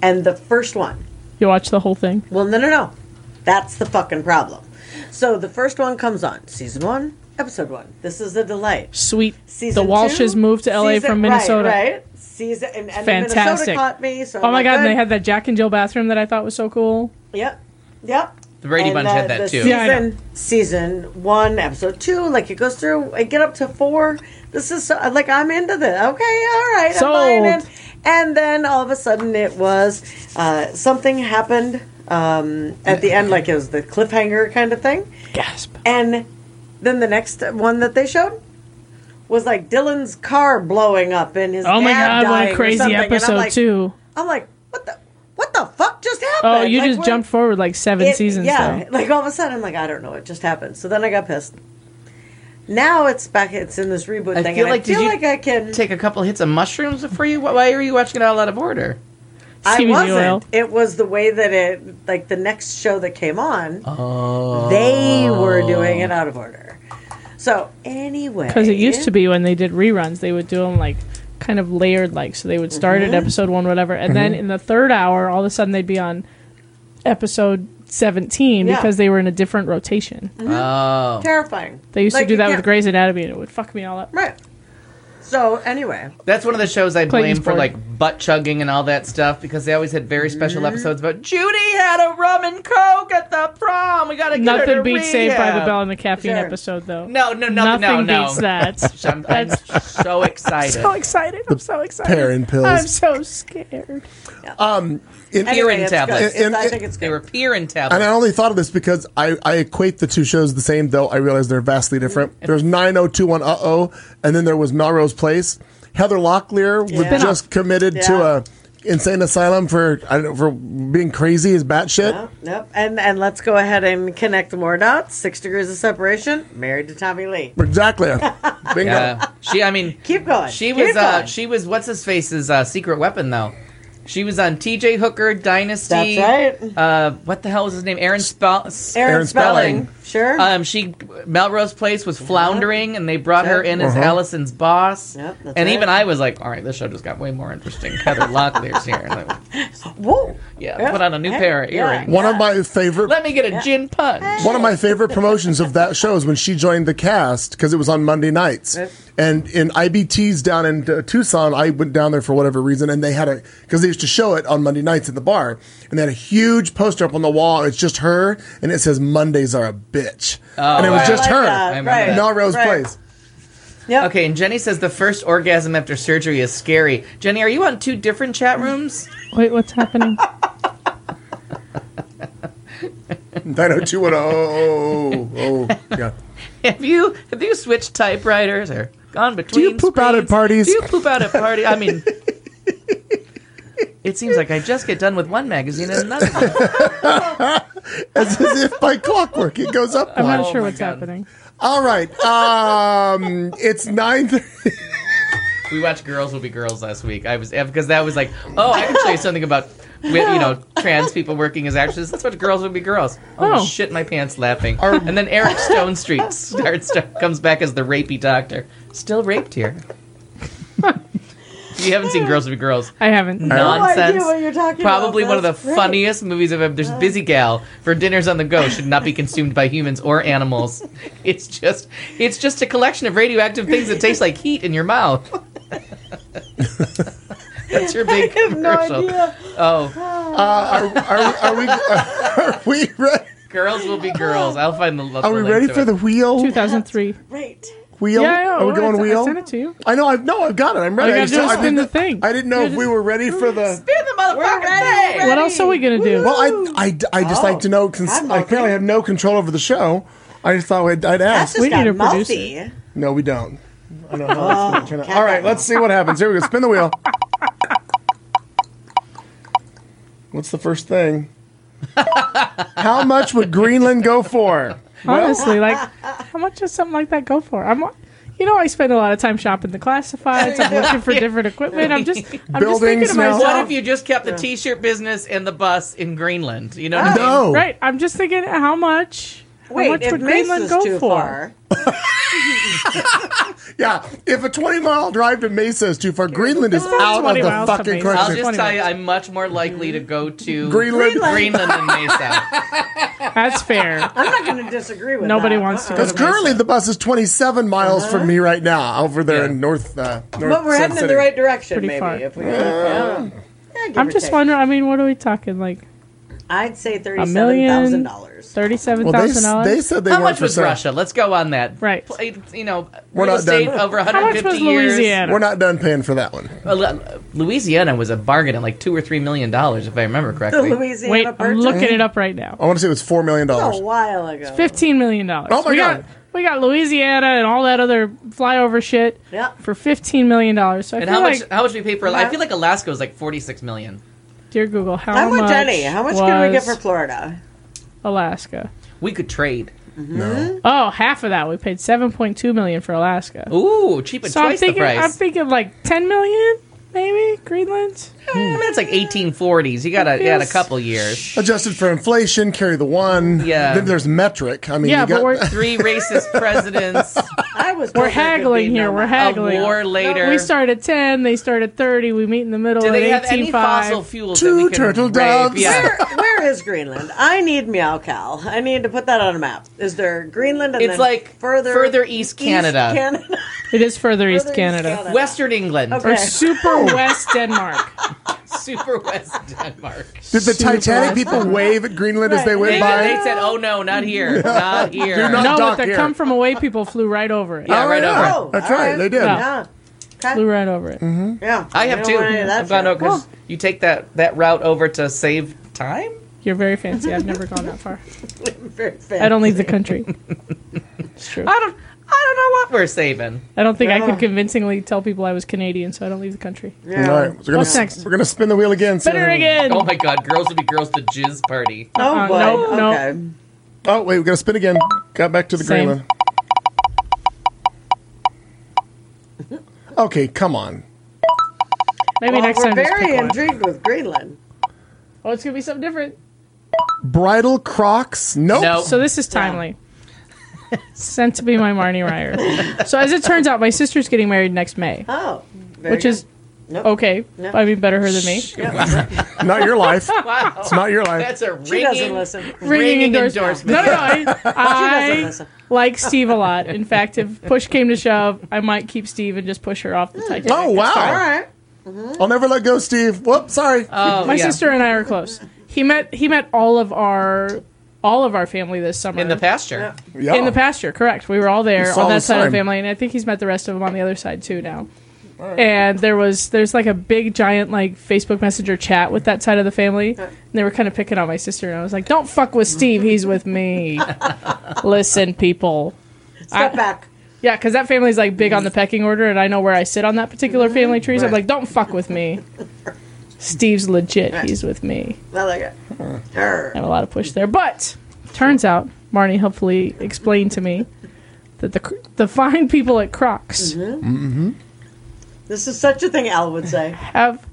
[SPEAKER 4] and the first one.
[SPEAKER 2] You watch the whole thing.
[SPEAKER 4] Well, no, no, no. That's the fucking problem. So the first one comes on, season one, episode one. This is a delight
[SPEAKER 2] Sweet.
[SPEAKER 4] season
[SPEAKER 2] the Walshes
[SPEAKER 4] two,
[SPEAKER 2] moved to LA
[SPEAKER 4] season-
[SPEAKER 2] from Minnesota.
[SPEAKER 4] Right, right. Season and, and
[SPEAKER 2] Fantastic.
[SPEAKER 4] Minnesota caught me. So
[SPEAKER 2] Oh my god, and they
[SPEAKER 4] had
[SPEAKER 2] had that Jack and Jill bathroom that I thought was so cool.
[SPEAKER 4] yep, yep.
[SPEAKER 3] The Brady
[SPEAKER 4] And
[SPEAKER 3] Bunch
[SPEAKER 4] the-
[SPEAKER 3] had that
[SPEAKER 4] the
[SPEAKER 3] too.
[SPEAKER 4] Season,
[SPEAKER 2] Yeah, I know.
[SPEAKER 4] season one, episode two, like it goes through. I get up to four. This is so, like I'm into this. Okay, all right,
[SPEAKER 2] Sold.
[SPEAKER 4] I'm buying it. And then all of a sudden, it was uh, something happened um, at the end, like it was the cliffhanger kind of thing.
[SPEAKER 2] Gasp.
[SPEAKER 4] And then the next one that they showed was like Dylan's car blowing up and his
[SPEAKER 2] Oh my god,
[SPEAKER 4] dad dying
[SPEAKER 2] what a
[SPEAKER 4] or
[SPEAKER 2] crazy
[SPEAKER 4] something. And
[SPEAKER 2] episode
[SPEAKER 4] I'm like,
[SPEAKER 2] too.
[SPEAKER 4] I'm like, what the what the fuck just happened?
[SPEAKER 2] Oh, you
[SPEAKER 4] Like,
[SPEAKER 2] just
[SPEAKER 4] what-
[SPEAKER 2] jumped forward like seven
[SPEAKER 4] it-
[SPEAKER 2] seasons
[SPEAKER 4] Yeah,
[SPEAKER 2] though.
[SPEAKER 4] like all of a sudden, I'm like, I don't know, it just happened. So then I got pissed. Now it's back. It's in this reboot
[SPEAKER 3] I
[SPEAKER 4] thing.
[SPEAKER 3] feel
[SPEAKER 4] and
[SPEAKER 3] like-
[SPEAKER 4] I
[SPEAKER 3] did
[SPEAKER 4] feel
[SPEAKER 3] you
[SPEAKER 4] like I can.
[SPEAKER 3] Take a couple hits of mushrooms before you. Why are you watching it all out of order?
[SPEAKER 4] I
[SPEAKER 2] Excuse me, Oil.
[SPEAKER 4] wasn't. It was the way that it, like the next show that came on, Oh. they were doing it out of order. So anyway,
[SPEAKER 2] Oh. Because it used to be when they did reruns, they would do them like kind of layered, like so they would start
[SPEAKER 3] Mm-hmm.
[SPEAKER 2] at episode one, whatever,
[SPEAKER 1] Mm-hmm.
[SPEAKER 2] and then in the third hour, all of a sudden they'd be on episode seventeen
[SPEAKER 4] Yeah.
[SPEAKER 2] because they were in a different rotation.
[SPEAKER 3] Oh,
[SPEAKER 4] terrifying.
[SPEAKER 2] They used
[SPEAKER 4] Like,
[SPEAKER 2] to do
[SPEAKER 4] you
[SPEAKER 2] that with
[SPEAKER 4] can't-
[SPEAKER 2] Grey's Anatomy, and it would fuck me all up.
[SPEAKER 4] Right. So anyway,
[SPEAKER 3] that's one of the shows I blame
[SPEAKER 2] Clayton's
[SPEAKER 3] for
[SPEAKER 2] bored.
[SPEAKER 3] like butt chugging and all that stuff because they always had very special
[SPEAKER 4] Mm-hmm.
[SPEAKER 3] episodes about Judy had a rum and coke at the prom. We gotta get her to
[SPEAKER 2] Nothing beats Saved by the
[SPEAKER 3] rehab."
[SPEAKER 2] Bell and the Caffeine
[SPEAKER 4] Sure.
[SPEAKER 2] episode, though.
[SPEAKER 3] No, no, no,
[SPEAKER 2] nothing
[SPEAKER 3] no, no.
[SPEAKER 2] beats that.
[SPEAKER 3] I'm, I'm so excited.
[SPEAKER 2] so excited! I'm so excited.
[SPEAKER 1] Perrin pills.
[SPEAKER 2] I'm so scared.
[SPEAKER 1] In-
[SPEAKER 3] Urine
[SPEAKER 4] anyway, it's
[SPEAKER 3] tablets.
[SPEAKER 4] good.
[SPEAKER 1] And-
[SPEAKER 4] I
[SPEAKER 1] and-
[SPEAKER 4] think it's
[SPEAKER 3] they were
[SPEAKER 4] good.
[SPEAKER 3] peering
[SPEAKER 1] And I
[SPEAKER 3] tablets.
[SPEAKER 1] only thought of this because I, I equate the two shows the same, though I realize they're vastly different. There's 90210 Uh Oh, and then there was Melrose Place. Heather Locklear was
[SPEAKER 4] Yeah.
[SPEAKER 1] just committed to
[SPEAKER 4] Yeah.
[SPEAKER 1] a insane asylum for I don't know, for being crazy as batshit.
[SPEAKER 4] Yep, yep. And and let's go ahead and connect more dots. Six degrees of separation. Married to Tommy Lee.
[SPEAKER 1] Exactly. Bingo.
[SPEAKER 3] Yeah, she. I mean,
[SPEAKER 4] Keep going.
[SPEAKER 3] She
[SPEAKER 4] Keep
[SPEAKER 3] was uh
[SPEAKER 4] going.
[SPEAKER 3] she was what's his face's uh, secret weapon though. She was on TJ Hooker Dynasty.
[SPEAKER 4] That's right.
[SPEAKER 3] Uh, what the hell was his name? Aaron Spell. S-
[SPEAKER 4] Aaron,
[SPEAKER 1] Aaron
[SPEAKER 4] Spelling.
[SPEAKER 1] Spelling.
[SPEAKER 4] Sure.
[SPEAKER 3] Um, she Melrose Place was floundering, and they brought her in as
[SPEAKER 1] Uh-huh.
[SPEAKER 3] Allison's boss.
[SPEAKER 4] Yep, that's
[SPEAKER 3] and even
[SPEAKER 4] right.
[SPEAKER 3] I was like, "All right, this show just got way more interesting." Heather Locklear's here. Like,
[SPEAKER 4] Whoa.
[SPEAKER 3] yeah,
[SPEAKER 4] Yeah.
[SPEAKER 3] put on a new
[SPEAKER 4] Hey,
[SPEAKER 3] pair of
[SPEAKER 4] yeah.
[SPEAKER 3] earrings.
[SPEAKER 1] One of my favorite
[SPEAKER 3] Let me get a gin punch.
[SPEAKER 1] One of my favorite promotions of that show is when she joined the cast because it was on Monday nights.
[SPEAKER 4] Yep.
[SPEAKER 1] And in IBT's down in uh, Tucson, I went down there for whatever reason, and they had a because they used to show it on Monday nights at the bar, and they had a huge poster up on the wall. It's just her, and it says Mondays are a bitch, and it was
[SPEAKER 3] wow.
[SPEAKER 1] just
[SPEAKER 4] Oh, I like
[SPEAKER 1] her.
[SPEAKER 4] that.
[SPEAKER 3] remember
[SPEAKER 4] Right.
[SPEAKER 3] that.
[SPEAKER 1] Melrose
[SPEAKER 4] right.
[SPEAKER 1] Place.
[SPEAKER 4] Yep.
[SPEAKER 3] Okay, and Jenny says the first orgasm after surgery is scary. Jenny, are you on two different chat rooms?
[SPEAKER 2] Wait, what's happening?
[SPEAKER 1] 90210. Oh, oh, oh. yeah.
[SPEAKER 3] Have you have you switched typewriters or gone between?
[SPEAKER 1] you poop out at
[SPEAKER 3] screens?
[SPEAKER 1] parties?
[SPEAKER 3] Do you poop out at parties? I mean, it seems like I just get done with one magazine and another. one.
[SPEAKER 1] As, as if by clockwork, it goes up.
[SPEAKER 2] I'm
[SPEAKER 1] one.
[SPEAKER 2] not
[SPEAKER 3] Oh
[SPEAKER 2] sure
[SPEAKER 3] my
[SPEAKER 2] what's
[SPEAKER 3] God.
[SPEAKER 2] happening.
[SPEAKER 1] All right. Um, it's 9
[SPEAKER 3] We watched Girls Will Be Girls last week. I was because that was like, oh, I can show you something about wi- you know trans people working as actresses. Let's watch Girls Will Be Girls. Oh,
[SPEAKER 2] Oh.
[SPEAKER 3] shit, my pants laughing. and then Eric Stone Street starts comes back as the rapey doctor, still raped here. If you haven't seen Girls Will Be Girls.
[SPEAKER 2] I haven't.
[SPEAKER 4] No idea
[SPEAKER 3] Nonsense.
[SPEAKER 4] what you're talking
[SPEAKER 3] Probably
[SPEAKER 4] about.
[SPEAKER 3] one of the
[SPEAKER 4] That's great.
[SPEAKER 3] funniest movies I've ever. There's Busy Gal for dinners on the go should not be consumed by humans or animals. It's just it's just a collection of radioactive things that taste like heat in your mouth. That's your big
[SPEAKER 4] I have no
[SPEAKER 3] commercial.
[SPEAKER 4] idea.
[SPEAKER 3] Oh,
[SPEAKER 1] are, Uh, are, are we are we ready?
[SPEAKER 3] girls will be girls. I'll find the.
[SPEAKER 1] Are we ready for the wheel?
[SPEAKER 2] 2003.
[SPEAKER 4] Right.
[SPEAKER 1] Wheel?
[SPEAKER 2] Yeah, I know.
[SPEAKER 1] Are we going
[SPEAKER 2] I- I
[SPEAKER 1] wheel?
[SPEAKER 2] sent it to you.
[SPEAKER 1] I know. I've no. I've got it. I'm ready.
[SPEAKER 2] All you
[SPEAKER 1] I
[SPEAKER 2] gotta do is
[SPEAKER 1] I
[SPEAKER 2] spin
[SPEAKER 1] didn't-
[SPEAKER 2] the thing.
[SPEAKER 1] I didn't know
[SPEAKER 2] You
[SPEAKER 1] if
[SPEAKER 2] just-
[SPEAKER 1] we were ready for the.
[SPEAKER 3] Spin the motherfucking
[SPEAKER 4] ready,
[SPEAKER 3] thing.
[SPEAKER 2] What else are we gonna do?
[SPEAKER 1] Well, I, I, I just like to know since
[SPEAKER 4] I'm
[SPEAKER 1] I apparently
[SPEAKER 4] okay.
[SPEAKER 1] have no control over the show. I just thought I'd, I'd
[SPEAKER 4] That's
[SPEAKER 1] ask.
[SPEAKER 4] just
[SPEAKER 2] We
[SPEAKER 4] got
[SPEAKER 2] need a
[SPEAKER 4] mouthy.
[SPEAKER 1] No, we don't. I don't know how
[SPEAKER 4] Oh,
[SPEAKER 1] that's going to turn out. All right, let's see what happens. Here we go. Spin the wheel. What's the first thing? how much would Greenland go for?
[SPEAKER 2] Honestly, like, how much does something like that go for? I'm, you know, I spend a lot of time shopping the classifieds. I'm looking for different equipment. I'm just, I'm just thinking
[SPEAKER 1] Buildings
[SPEAKER 2] to
[SPEAKER 1] now.
[SPEAKER 2] myself.
[SPEAKER 3] What if you just kept the T-shirt business and the bus in Greenland? You know what I mean?
[SPEAKER 1] No.
[SPEAKER 2] Right, I'm just thinking how much. how
[SPEAKER 4] Wait,
[SPEAKER 2] much
[SPEAKER 4] if
[SPEAKER 2] would
[SPEAKER 4] Mace
[SPEAKER 2] Greenland
[SPEAKER 4] is
[SPEAKER 2] go
[SPEAKER 4] too
[SPEAKER 2] for?
[SPEAKER 4] far,
[SPEAKER 1] Yeah. If a 20 mile drive to Mesa is too far, Greenland is
[SPEAKER 2] It's not
[SPEAKER 1] out of
[SPEAKER 2] 20
[SPEAKER 1] the
[SPEAKER 2] miles to
[SPEAKER 1] fucking
[SPEAKER 2] Mesa.
[SPEAKER 3] I'll
[SPEAKER 1] country.
[SPEAKER 3] just tell you, I'm much more likely to go to
[SPEAKER 1] Greenland.
[SPEAKER 4] Greenland.
[SPEAKER 3] Greenland than Mesa.
[SPEAKER 2] That's fair.
[SPEAKER 4] I'm not going to disagree with
[SPEAKER 2] Nobody
[SPEAKER 4] that.
[SPEAKER 2] wants to
[SPEAKER 4] Uh-uh.
[SPEAKER 2] go
[SPEAKER 1] Because currently the bus is 27 miles from me right now over there in North. Uh, North
[SPEAKER 4] But we're
[SPEAKER 1] Sun
[SPEAKER 4] heading in
[SPEAKER 1] City.
[SPEAKER 4] the right direction,
[SPEAKER 2] Pretty
[SPEAKER 4] maybe.
[SPEAKER 2] far.
[SPEAKER 4] If we, yeah. Yeah, give
[SPEAKER 2] I'm
[SPEAKER 4] or
[SPEAKER 2] just
[SPEAKER 4] take.
[SPEAKER 2] wondering. I mean, what are we talking? Like
[SPEAKER 4] I'd say thirty-seven
[SPEAKER 2] million-
[SPEAKER 4] thousand dollars.
[SPEAKER 2] thirty-seven
[SPEAKER 1] Well, they,
[SPEAKER 2] thousand
[SPEAKER 1] s- they
[SPEAKER 2] dollars.
[SPEAKER 1] said they
[SPEAKER 3] How
[SPEAKER 1] weren't
[SPEAKER 3] much
[SPEAKER 1] for
[SPEAKER 3] was
[SPEAKER 1] sale.
[SPEAKER 3] Russia? Let's go on that.
[SPEAKER 2] Right.
[SPEAKER 3] Pl- You know,
[SPEAKER 1] We're
[SPEAKER 3] real
[SPEAKER 1] not done.
[SPEAKER 3] estate over
[SPEAKER 2] How much
[SPEAKER 3] 150
[SPEAKER 2] was
[SPEAKER 3] years.
[SPEAKER 2] Louisiana?
[SPEAKER 1] We're not done paying for that one.
[SPEAKER 3] Well, Louisiana was a bargain at like two or three million dollars, if I remember
[SPEAKER 4] The
[SPEAKER 3] correctly.
[SPEAKER 4] Louisiana
[SPEAKER 2] Wait, I'm
[SPEAKER 4] purchase.
[SPEAKER 2] looking it up right now.
[SPEAKER 1] I want to say it was $4 million.
[SPEAKER 4] a while ago.
[SPEAKER 2] Fifteen million dollars.
[SPEAKER 1] Oh my
[SPEAKER 2] we
[SPEAKER 1] God.
[SPEAKER 2] Got, we got Louisiana and all that other flyover shit
[SPEAKER 4] Yeah.
[SPEAKER 2] for fifteen million dollars. So I
[SPEAKER 3] and
[SPEAKER 2] feel
[SPEAKER 3] how much?
[SPEAKER 2] like,
[SPEAKER 3] how much we pay for? I
[SPEAKER 4] Yeah.
[SPEAKER 3] feel like Alaska was like forty-six million.
[SPEAKER 2] dear Google, how,
[SPEAKER 4] I'm with
[SPEAKER 2] much?
[SPEAKER 4] Jenny. How much can we get for
[SPEAKER 2] was
[SPEAKER 4] Florida?
[SPEAKER 2] Alaska?
[SPEAKER 3] We could trade.
[SPEAKER 1] No.
[SPEAKER 2] Oh, half of that. We paid seven point two million for Alaska.
[SPEAKER 3] Ooh, cheap and
[SPEAKER 2] so I'm
[SPEAKER 3] twice
[SPEAKER 2] thinking.
[SPEAKER 3] the price.
[SPEAKER 2] I'm thinking like ten million, maybe Greenland.
[SPEAKER 3] I mean, it's like 1840s. You got to add a
[SPEAKER 2] Feels-
[SPEAKER 3] couple years.
[SPEAKER 1] Adjusted for inflation, carry the one.
[SPEAKER 3] Yeah.
[SPEAKER 1] Then there's metric. I mean,
[SPEAKER 2] Yeah,
[SPEAKER 1] you
[SPEAKER 2] but
[SPEAKER 1] got,
[SPEAKER 2] we're-
[SPEAKER 3] Three racist presidents.
[SPEAKER 4] I was.
[SPEAKER 2] We're
[SPEAKER 4] told there could
[SPEAKER 2] haggling
[SPEAKER 4] be
[SPEAKER 2] here.
[SPEAKER 4] no
[SPEAKER 2] We're
[SPEAKER 4] more.
[SPEAKER 2] haggling.
[SPEAKER 3] war later.
[SPEAKER 2] we start at ten. They start at thirty. We meet in the middle.
[SPEAKER 3] Do
[SPEAKER 2] at
[SPEAKER 3] they have
[SPEAKER 2] 18,
[SPEAKER 3] any fossil fuels? that
[SPEAKER 1] Two
[SPEAKER 3] we can
[SPEAKER 1] turtle
[SPEAKER 3] rape?
[SPEAKER 1] doves.
[SPEAKER 3] Yeah.
[SPEAKER 4] Where, where is Greenland? I need Meow Cal. I need to put that on a map. Is there Greenland? And
[SPEAKER 3] It's
[SPEAKER 4] then
[SPEAKER 3] like
[SPEAKER 4] further
[SPEAKER 3] further east Canada.
[SPEAKER 4] Canada.
[SPEAKER 2] It is further east
[SPEAKER 4] East
[SPEAKER 2] Canada.
[SPEAKER 4] Canada.
[SPEAKER 3] Western England.
[SPEAKER 4] Okay.
[SPEAKER 2] Or super west Denmark.
[SPEAKER 3] Super West Denmark.
[SPEAKER 1] did the
[SPEAKER 2] Super
[SPEAKER 1] Titanic
[SPEAKER 2] west.
[SPEAKER 1] people wave at Greenland as they
[SPEAKER 2] Right.
[SPEAKER 1] went
[SPEAKER 3] They, they
[SPEAKER 1] by?
[SPEAKER 3] said, oh no, not here. Not Oh, here.
[SPEAKER 1] Do not-
[SPEAKER 2] No,
[SPEAKER 1] Dock
[SPEAKER 2] but the
[SPEAKER 1] here.
[SPEAKER 2] come from away people flew right over it.
[SPEAKER 3] Yeah,
[SPEAKER 1] Oh,
[SPEAKER 3] right
[SPEAKER 1] yeah.
[SPEAKER 3] over.
[SPEAKER 1] That's
[SPEAKER 4] all
[SPEAKER 1] right, they did.
[SPEAKER 4] Yeah. Okay.
[SPEAKER 2] Flew right over it.
[SPEAKER 3] Mm-hmm.
[SPEAKER 4] Yeah.
[SPEAKER 3] I
[SPEAKER 4] We
[SPEAKER 3] have
[SPEAKER 4] don't
[SPEAKER 3] two.
[SPEAKER 4] want any of that
[SPEAKER 3] I've gone
[SPEAKER 4] shit.
[SPEAKER 3] over 'cause you take that, that route over to save time?
[SPEAKER 2] You're very fancy. I've never gone that far.
[SPEAKER 4] Very
[SPEAKER 2] I don't
[SPEAKER 4] fancy.
[SPEAKER 2] leave the country. It's true.
[SPEAKER 3] I don't I don't know what we're saving.
[SPEAKER 2] I don't think I
[SPEAKER 4] Yeah.
[SPEAKER 2] could convincingly tell people I was Canadian, so I don't leave the country.
[SPEAKER 4] Yeah.
[SPEAKER 1] All right. We're
[SPEAKER 2] What's
[SPEAKER 1] going
[SPEAKER 2] next?
[SPEAKER 1] we're gonna spin the wheel again. so-
[SPEAKER 2] Spinner again.
[SPEAKER 3] Oh my god, girls will be girls to jizz party.
[SPEAKER 4] Oh
[SPEAKER 2] Uh,
[SPEAKER 4] boy.
[SPEAKER 2] nope, nope.
[SPEAKER 4] okay.
[SPEAKER 1] Oh, wait. We're going to spin again. Got back to the
[SPEAKER 2] Same.
[SPEAKER 1] Greenland. Okay, come on.
[SPEAKER 2] Maybe
[SPEAKER 4] Well,
[SPEAKER 2] next
[SPEAKER 4] we're
[SPEAKER 2] time. just
[SPEAKER 4] very
[SPEAKER 2] pick one.
[SPEAKER 4] intrigued with Greenland.
[SPEAKER 2] Oh, it's gonna be something different.
[SPEAKER 1] Bridal Crocs? Nope.
[SPEAKER 3] No.
[SPEAKER 2] So this is timely. Sent to be my Marnie Ryer. So as it turns out, my sister's getting married next May,
[SPEAKER 4] Oh. very
[SPEAKER 2] which
[SPEAKER 4] good.
[SPEAKER 2] is
[SPEAKER 4] Nope.
[SPEAKER 2] okay. I mean, better her than me.
[SPEAKER 1] Not your life.
[SPEAKER 3] Wow.
[SPEAKER 1] It's not your life.
[SPEAKER 3] That's a
[SPEAKER 4] She doesn't
[SPEAKER 3] ringing,
[SPEAKER 4] listen.
[SPEAKER 3] ringing
[SPEAKER 2] endorsement.
[SPEAKER 3] endorsement.
[SPEAKER 2] No, no, no.
[SPEAKER 4] doesn't
[SPEAKER 2] I,
[SPEAKER 4] listen.
[SPEAKER 2] I like Steve a lot. In fact, if push came to shove, I might keep Steve and just push her off the Titanic.
[SPEAKER 1] Oh wow!
[SPEAKER 4] All right.
[SPEAKER 1] I'll never let go, Steve. Whoop, sorry.
[SPEAKER 3] Oh,
[SPEAKER 2] My
[SPEAKER 3] yeah.
[SPEAKER 2] sister and I are close. He met he met all of our all of our family this summer
[SPEAKER 3] in the pasture.
[SPEAKER 1] Yeah.
[SPEAKER 2] In the pasture, correct. We were all
[SPEAKER 1] You
[SPEAKER 2] there
[SPEAKER 1] saw
[SPEAKER 2] on
[SPEAKER 1] Oh. the
[SPEAKER 2] that side of
[SPEAKER 1] sign.
[SPEAKER 2] the family, and I think he's met the rest of them on the other side too now. And there was there's like a big giant like Facebook Messenger chat with that side of the family, and they were kind of picking on my sister, and I was like, "Don't fuck with Steve, he's with me." Listen, people,
[SPEAKER 4] Step
[SPEAKER 2] I-
[SPEAKER 4] back.
[SPEAKER 2] yeah, because that family's like big on the pecking order, and I know where I sit on that particular family tree. So I'm like, "Don't fuck with me." Steve's legit. He's with me.
[SPEAKER 4] I like it. Arr.
[SPEAKER 2] I have a lot of push there. But turns out Marnie helpfully explained to me that the cr- the fine people at Crocs
[SPEAKER 4] Mm-hmm. This is such a thing Al would say.
[SPEAKER 2] have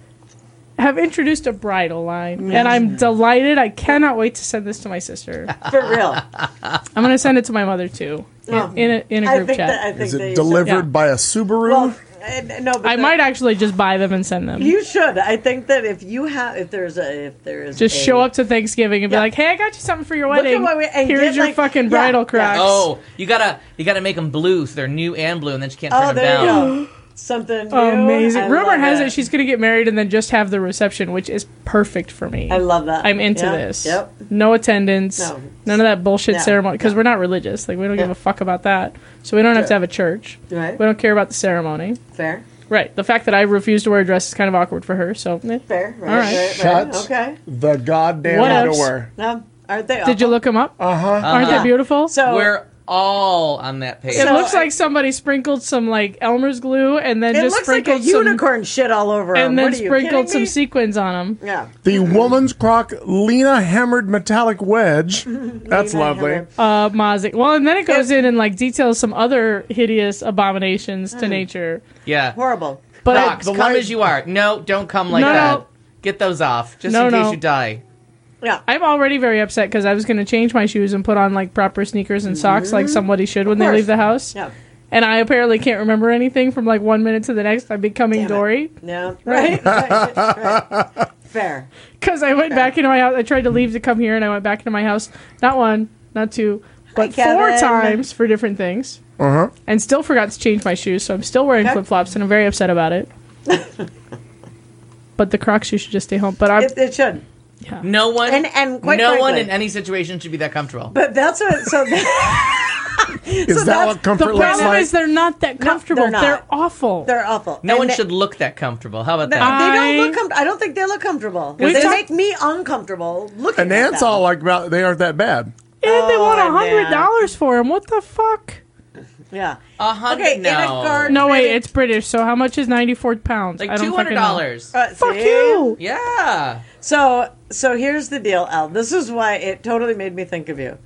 [SPEAKER 2] have introduced a bridal line, and
[SPEAKER 4] Mm-hmm.
[SPEAKER 2] I'm delighted. I cannot wait to send this to my sister.
[SPEAKER 4] For real.
[SPEAKER 2] I'm going to send it to my mother too in,
[SPEAKER 4] Oh.
[SPEAKER 2] in a in a
[SPEAKER 4] I
[SPEAKER 2] group
[SPEAKER 4] think
[SPEAKER 2] chat.
[SPEAKER 4] that I think
[SPEAKER 1] Is
[SPEAKER 4] they
[SPEAKER 1] it
[SPEAKER 4] should-
[SPEAKER 1] delivered
[SPEAKER 2] Yeah.
[SPEAKER 1] by a Subaru?
[SPEAKER 4] Well, uh, no, but
[SPEAKER 2] I
[SPEAKER 4] the-
[SPEAKER 2] might actually just buy them and send them.
[SPEAKER 4] You should. I think that if you have, if there's a, if there is,
[SPEAKER 2] just
[SPEAKER 4] a-
[SPEAKER 2] show up to Thanksgiving and be
[SPEAKER 4] Yeah.
[SPEAKER 2] like, "Hey, I got you something for your
[SPEAKER 4] at
[SPEAKER 2] wedding.
[SPEAKER 4] what we- and
[SPEAKER 2] Here's
[SPEAKER 4] get,
[SPEAKER 2] your
[SPEAKER 4] like-
[SPEAKER 2] fucking
[SPEAKER 4] yeah,
[SPEAKER 2] bridal
[SPEAKER 4] yeah.
[SPEAKER 2] Crocs."
[SPEAKER 3] Oh, you gotta you gotta make them blue so they're new and blue, and then you can't turn
[SPEAKER 4] Oh,
[SPEAKER 3] them
[SPEAKER 4] there you
[SPEAKER 3] down.
[SPEAKER 4] go. Something new.
[SPEAKER 2] Amazing.
[SPEAKER 4] I
[SPEAKER 2] Rumor
[SPEAKER 4] love
[SPEAKER 2] has it. she's going to get married and then just have the reception, which is perfect for me.
[SPEAKER 4] I love that.
[SPEAKER 2] I'm into
[SPEAKER 4] Yeah.
[SPEAKER 2] this.
[SPEAKER 4] Yep.
[SPEAKER 2] No attendance.
[SPEAKER 4] No.
[SPEAKER 2] None of that bullshit
[SPEAKER 4] No.
[SPEAKER 2] ceremony because we're not religious. Like we don't give
[SPEAKER 4] Yeah.
[SPEAKER 2] a fuck about that. So we don't have to have a church.
[SPEAKER 4] Right.
[SPEAKER 2] We don't care about the ceremony.
[SPEAKER 4] Fair.
[SPEAKER 2] Right. The fact that I refuse to wear a dress is kind of awkward for her. So, eh.
[SPEAKER 4] Fair. Right.
[SPEAKER 2] All right.
[SPEAKER 4] right,
[SPEAKER 1] Shut
[SPEAKER 4] right. Okay.
[SPEAKER 1] the goddamn
[SPEAKER 2] What else?
[SPEAKER 1] door.
[SPEAKER 4] No, aren't they?
[SPEAKER 2] did you
[SPEAKER 4] awful?
[SPEAKER 2] look them up?
[SPEAKER 1] Uh huh.
[SPEAKER 2] Aren't
[SPEAKER 4] Uh-huh. Yeah.
[SPEAKER 2] they beautiful?
[SPEAKER 4] So
[SPEAKER 3] We're all on that page.
[SPEAKER 2] it
[SPEAKER 4] so
[SPEAKER 2] looks
[SPEAKER 4] I-
[SPEAKER 2] like somebody sprinkled some like Elmer's glue and then
[SPEAKER 4] it
[SPEAKER 2] just
[SPEAKER 4] looks like a
[SPEAKER 2] sprinkled some
[SPEAKER 4] unicorn shit all over
[SPEAKER 2] and
[SPEAKER 4] 'em.
[SPEAKER 2] then
[SPEAKER 4] What are you
[SPEAKER 2] sprinkled
[SPEAKER 4] kidding
[SPEAKER 2] some
[SPEAKER 4] me?
[SPEAKER 2] sequins on them.
[SPEAKER 4] yeah.
[SPEAKER 1] The woman's crock Lena hammered metallic wedge. That's
[SPEAKER 4] Lena
[SPEAKER 1] lovely.
[SPEAKER 4] hammered.
[SPEAKER 2] Uh, Mazik. Well, and then it goes in and like details some other hideous abominations
[SPEAKER 4] Mm.
[SPEAKER 2] to nature.
[SPEAKER 3] Yeah.
[SPEAKER 4] Horrible.
[SPEAKER 2] But
[SPEAKER 3] Rocks,
[SPEAKER 1] The
[SPEAKER 3] come
[SPEAKER 1] light-
[SPEAKER 3] as you are. No, don't come like
[SPEAKER 2] No,
[SPEAKER 3] that.
[SPEAKER 2] no.
[SPEAKER 3] Get those off, just
[SPEAKER 2] No,
[SPEAKER 3] in case
[SPEAKER 2] no.
[SPEAKER 3] you die.
[SPEAKER 4] Yeah.
[SPEAKER 2] I'm already very upset because I was going to change my shoes and put on like proper sneakers and socks like somebody should when they
[SPEAKER 4] course.
[SPEAKER 2] leave the house.
[SPEAKER 4] Yeah.
[SPEAKER 2] And I apparently can't remember anything from like one minute to the next. I'm becoming
[SPEAKER 4] Damn it.
[SPEAKER 2] Dory
[SPEAKER 4] No. Right. right, right. Fair.
[SPEAKER 2] because I went back into my house. I tried to leave to come here and I went back into my house. Not one, not two, but four
[SPEAKER 4] Kevin.
[SPEAKER 2] times for different things. Uh huh. And still forgot to change my shoes, so I'm still wearing
[SPEAKER 4] Okay.
[SPEAKER 2] flip flops and I'm very upset about it. but the Crocs, you should just stay home. But I'm
[SPEAKER 4] It, it should.
[SPEAKER 3] No one,
[SPEAKER 4] And- and quite
[SPEAKER 3] no one
[SPEAKER 4] frankly-
[SPEAKER 3] in any situation should be that comfortable.
[SPEAKER 4] But that's what. So
[SPEAKER 1] Is that
[SPEAKER 4] that's-
[SPEAKER 1] what
[SPEAKER 2] the
[SPEAKER 1] comfort looks
[SPEAKER 2] problem
[SPEAKER 1] like?
[SPEAKER 2] is they're not that comfortable.
[SPEAKER 4] not.
[SPEAKER 2] they're awful.
[SPEAKER 4] they're awful.
[SPEAKER 3] no
[SPEAKER 4] And
[SPEAKER 3] one
[SPEAKER 4] they-
[SPEAKER 3] should look that comfortable. How about
[SPEAKER 4] They,
[SPEAKER 3] that?
[SPEAKER 4] they don't
[SPEAKER 2] I-
[SPEAKER 4] look. Com- I don't think they look comfortable.
[SPEAKER 2] We
[SPEAKER 4] They
[SPEAKER 2] talk-
[SPEAKER 4] make me uncomfortable looking.
[SPEAKER 1] and
[SPEAKER 4] at
[SPEAKER 1] Ant's
[SPEAKER 4] them.
[SPEAKER 1] all like, about they aren't that bad.
[SPEAKER 2] and they want a
[SPEAKER 4] Oh,
[SPEAKER 2] hundred
[SPEAKER 4] man.
[SPEAKER 2] dollars for them. What the fuck?
[SPEAKER 4] Yeah.
[SPEAKER 2] Uh,
[SPEAKER 3] A hundred?
[SPEAKER 4] Okay, in a
[SPEAKER 3] no.
[SPEAKER 4] garden-
[SPEAKER 2] No, wait,
[SPEAKER 4] Maybe-
[SPEAKER 2] it's British. So how much is ninety four pounds? I
[SPEAKER 3] like
[SPEAKER 2] don't
[SPEAKER 3] two hundred
[SPEAKER 2] fucking know.
[SPEAKER 3] dollars.
[SPEAKER 4] Uh,
[SPEAKER 2] Fuck
[SPEAKER 4] see?
[SPEAKER 2] you.
[SPEAKER 3] yeah.
[SPEAKER 4] So so here's the deal, Al. This is why it totally made me think of you.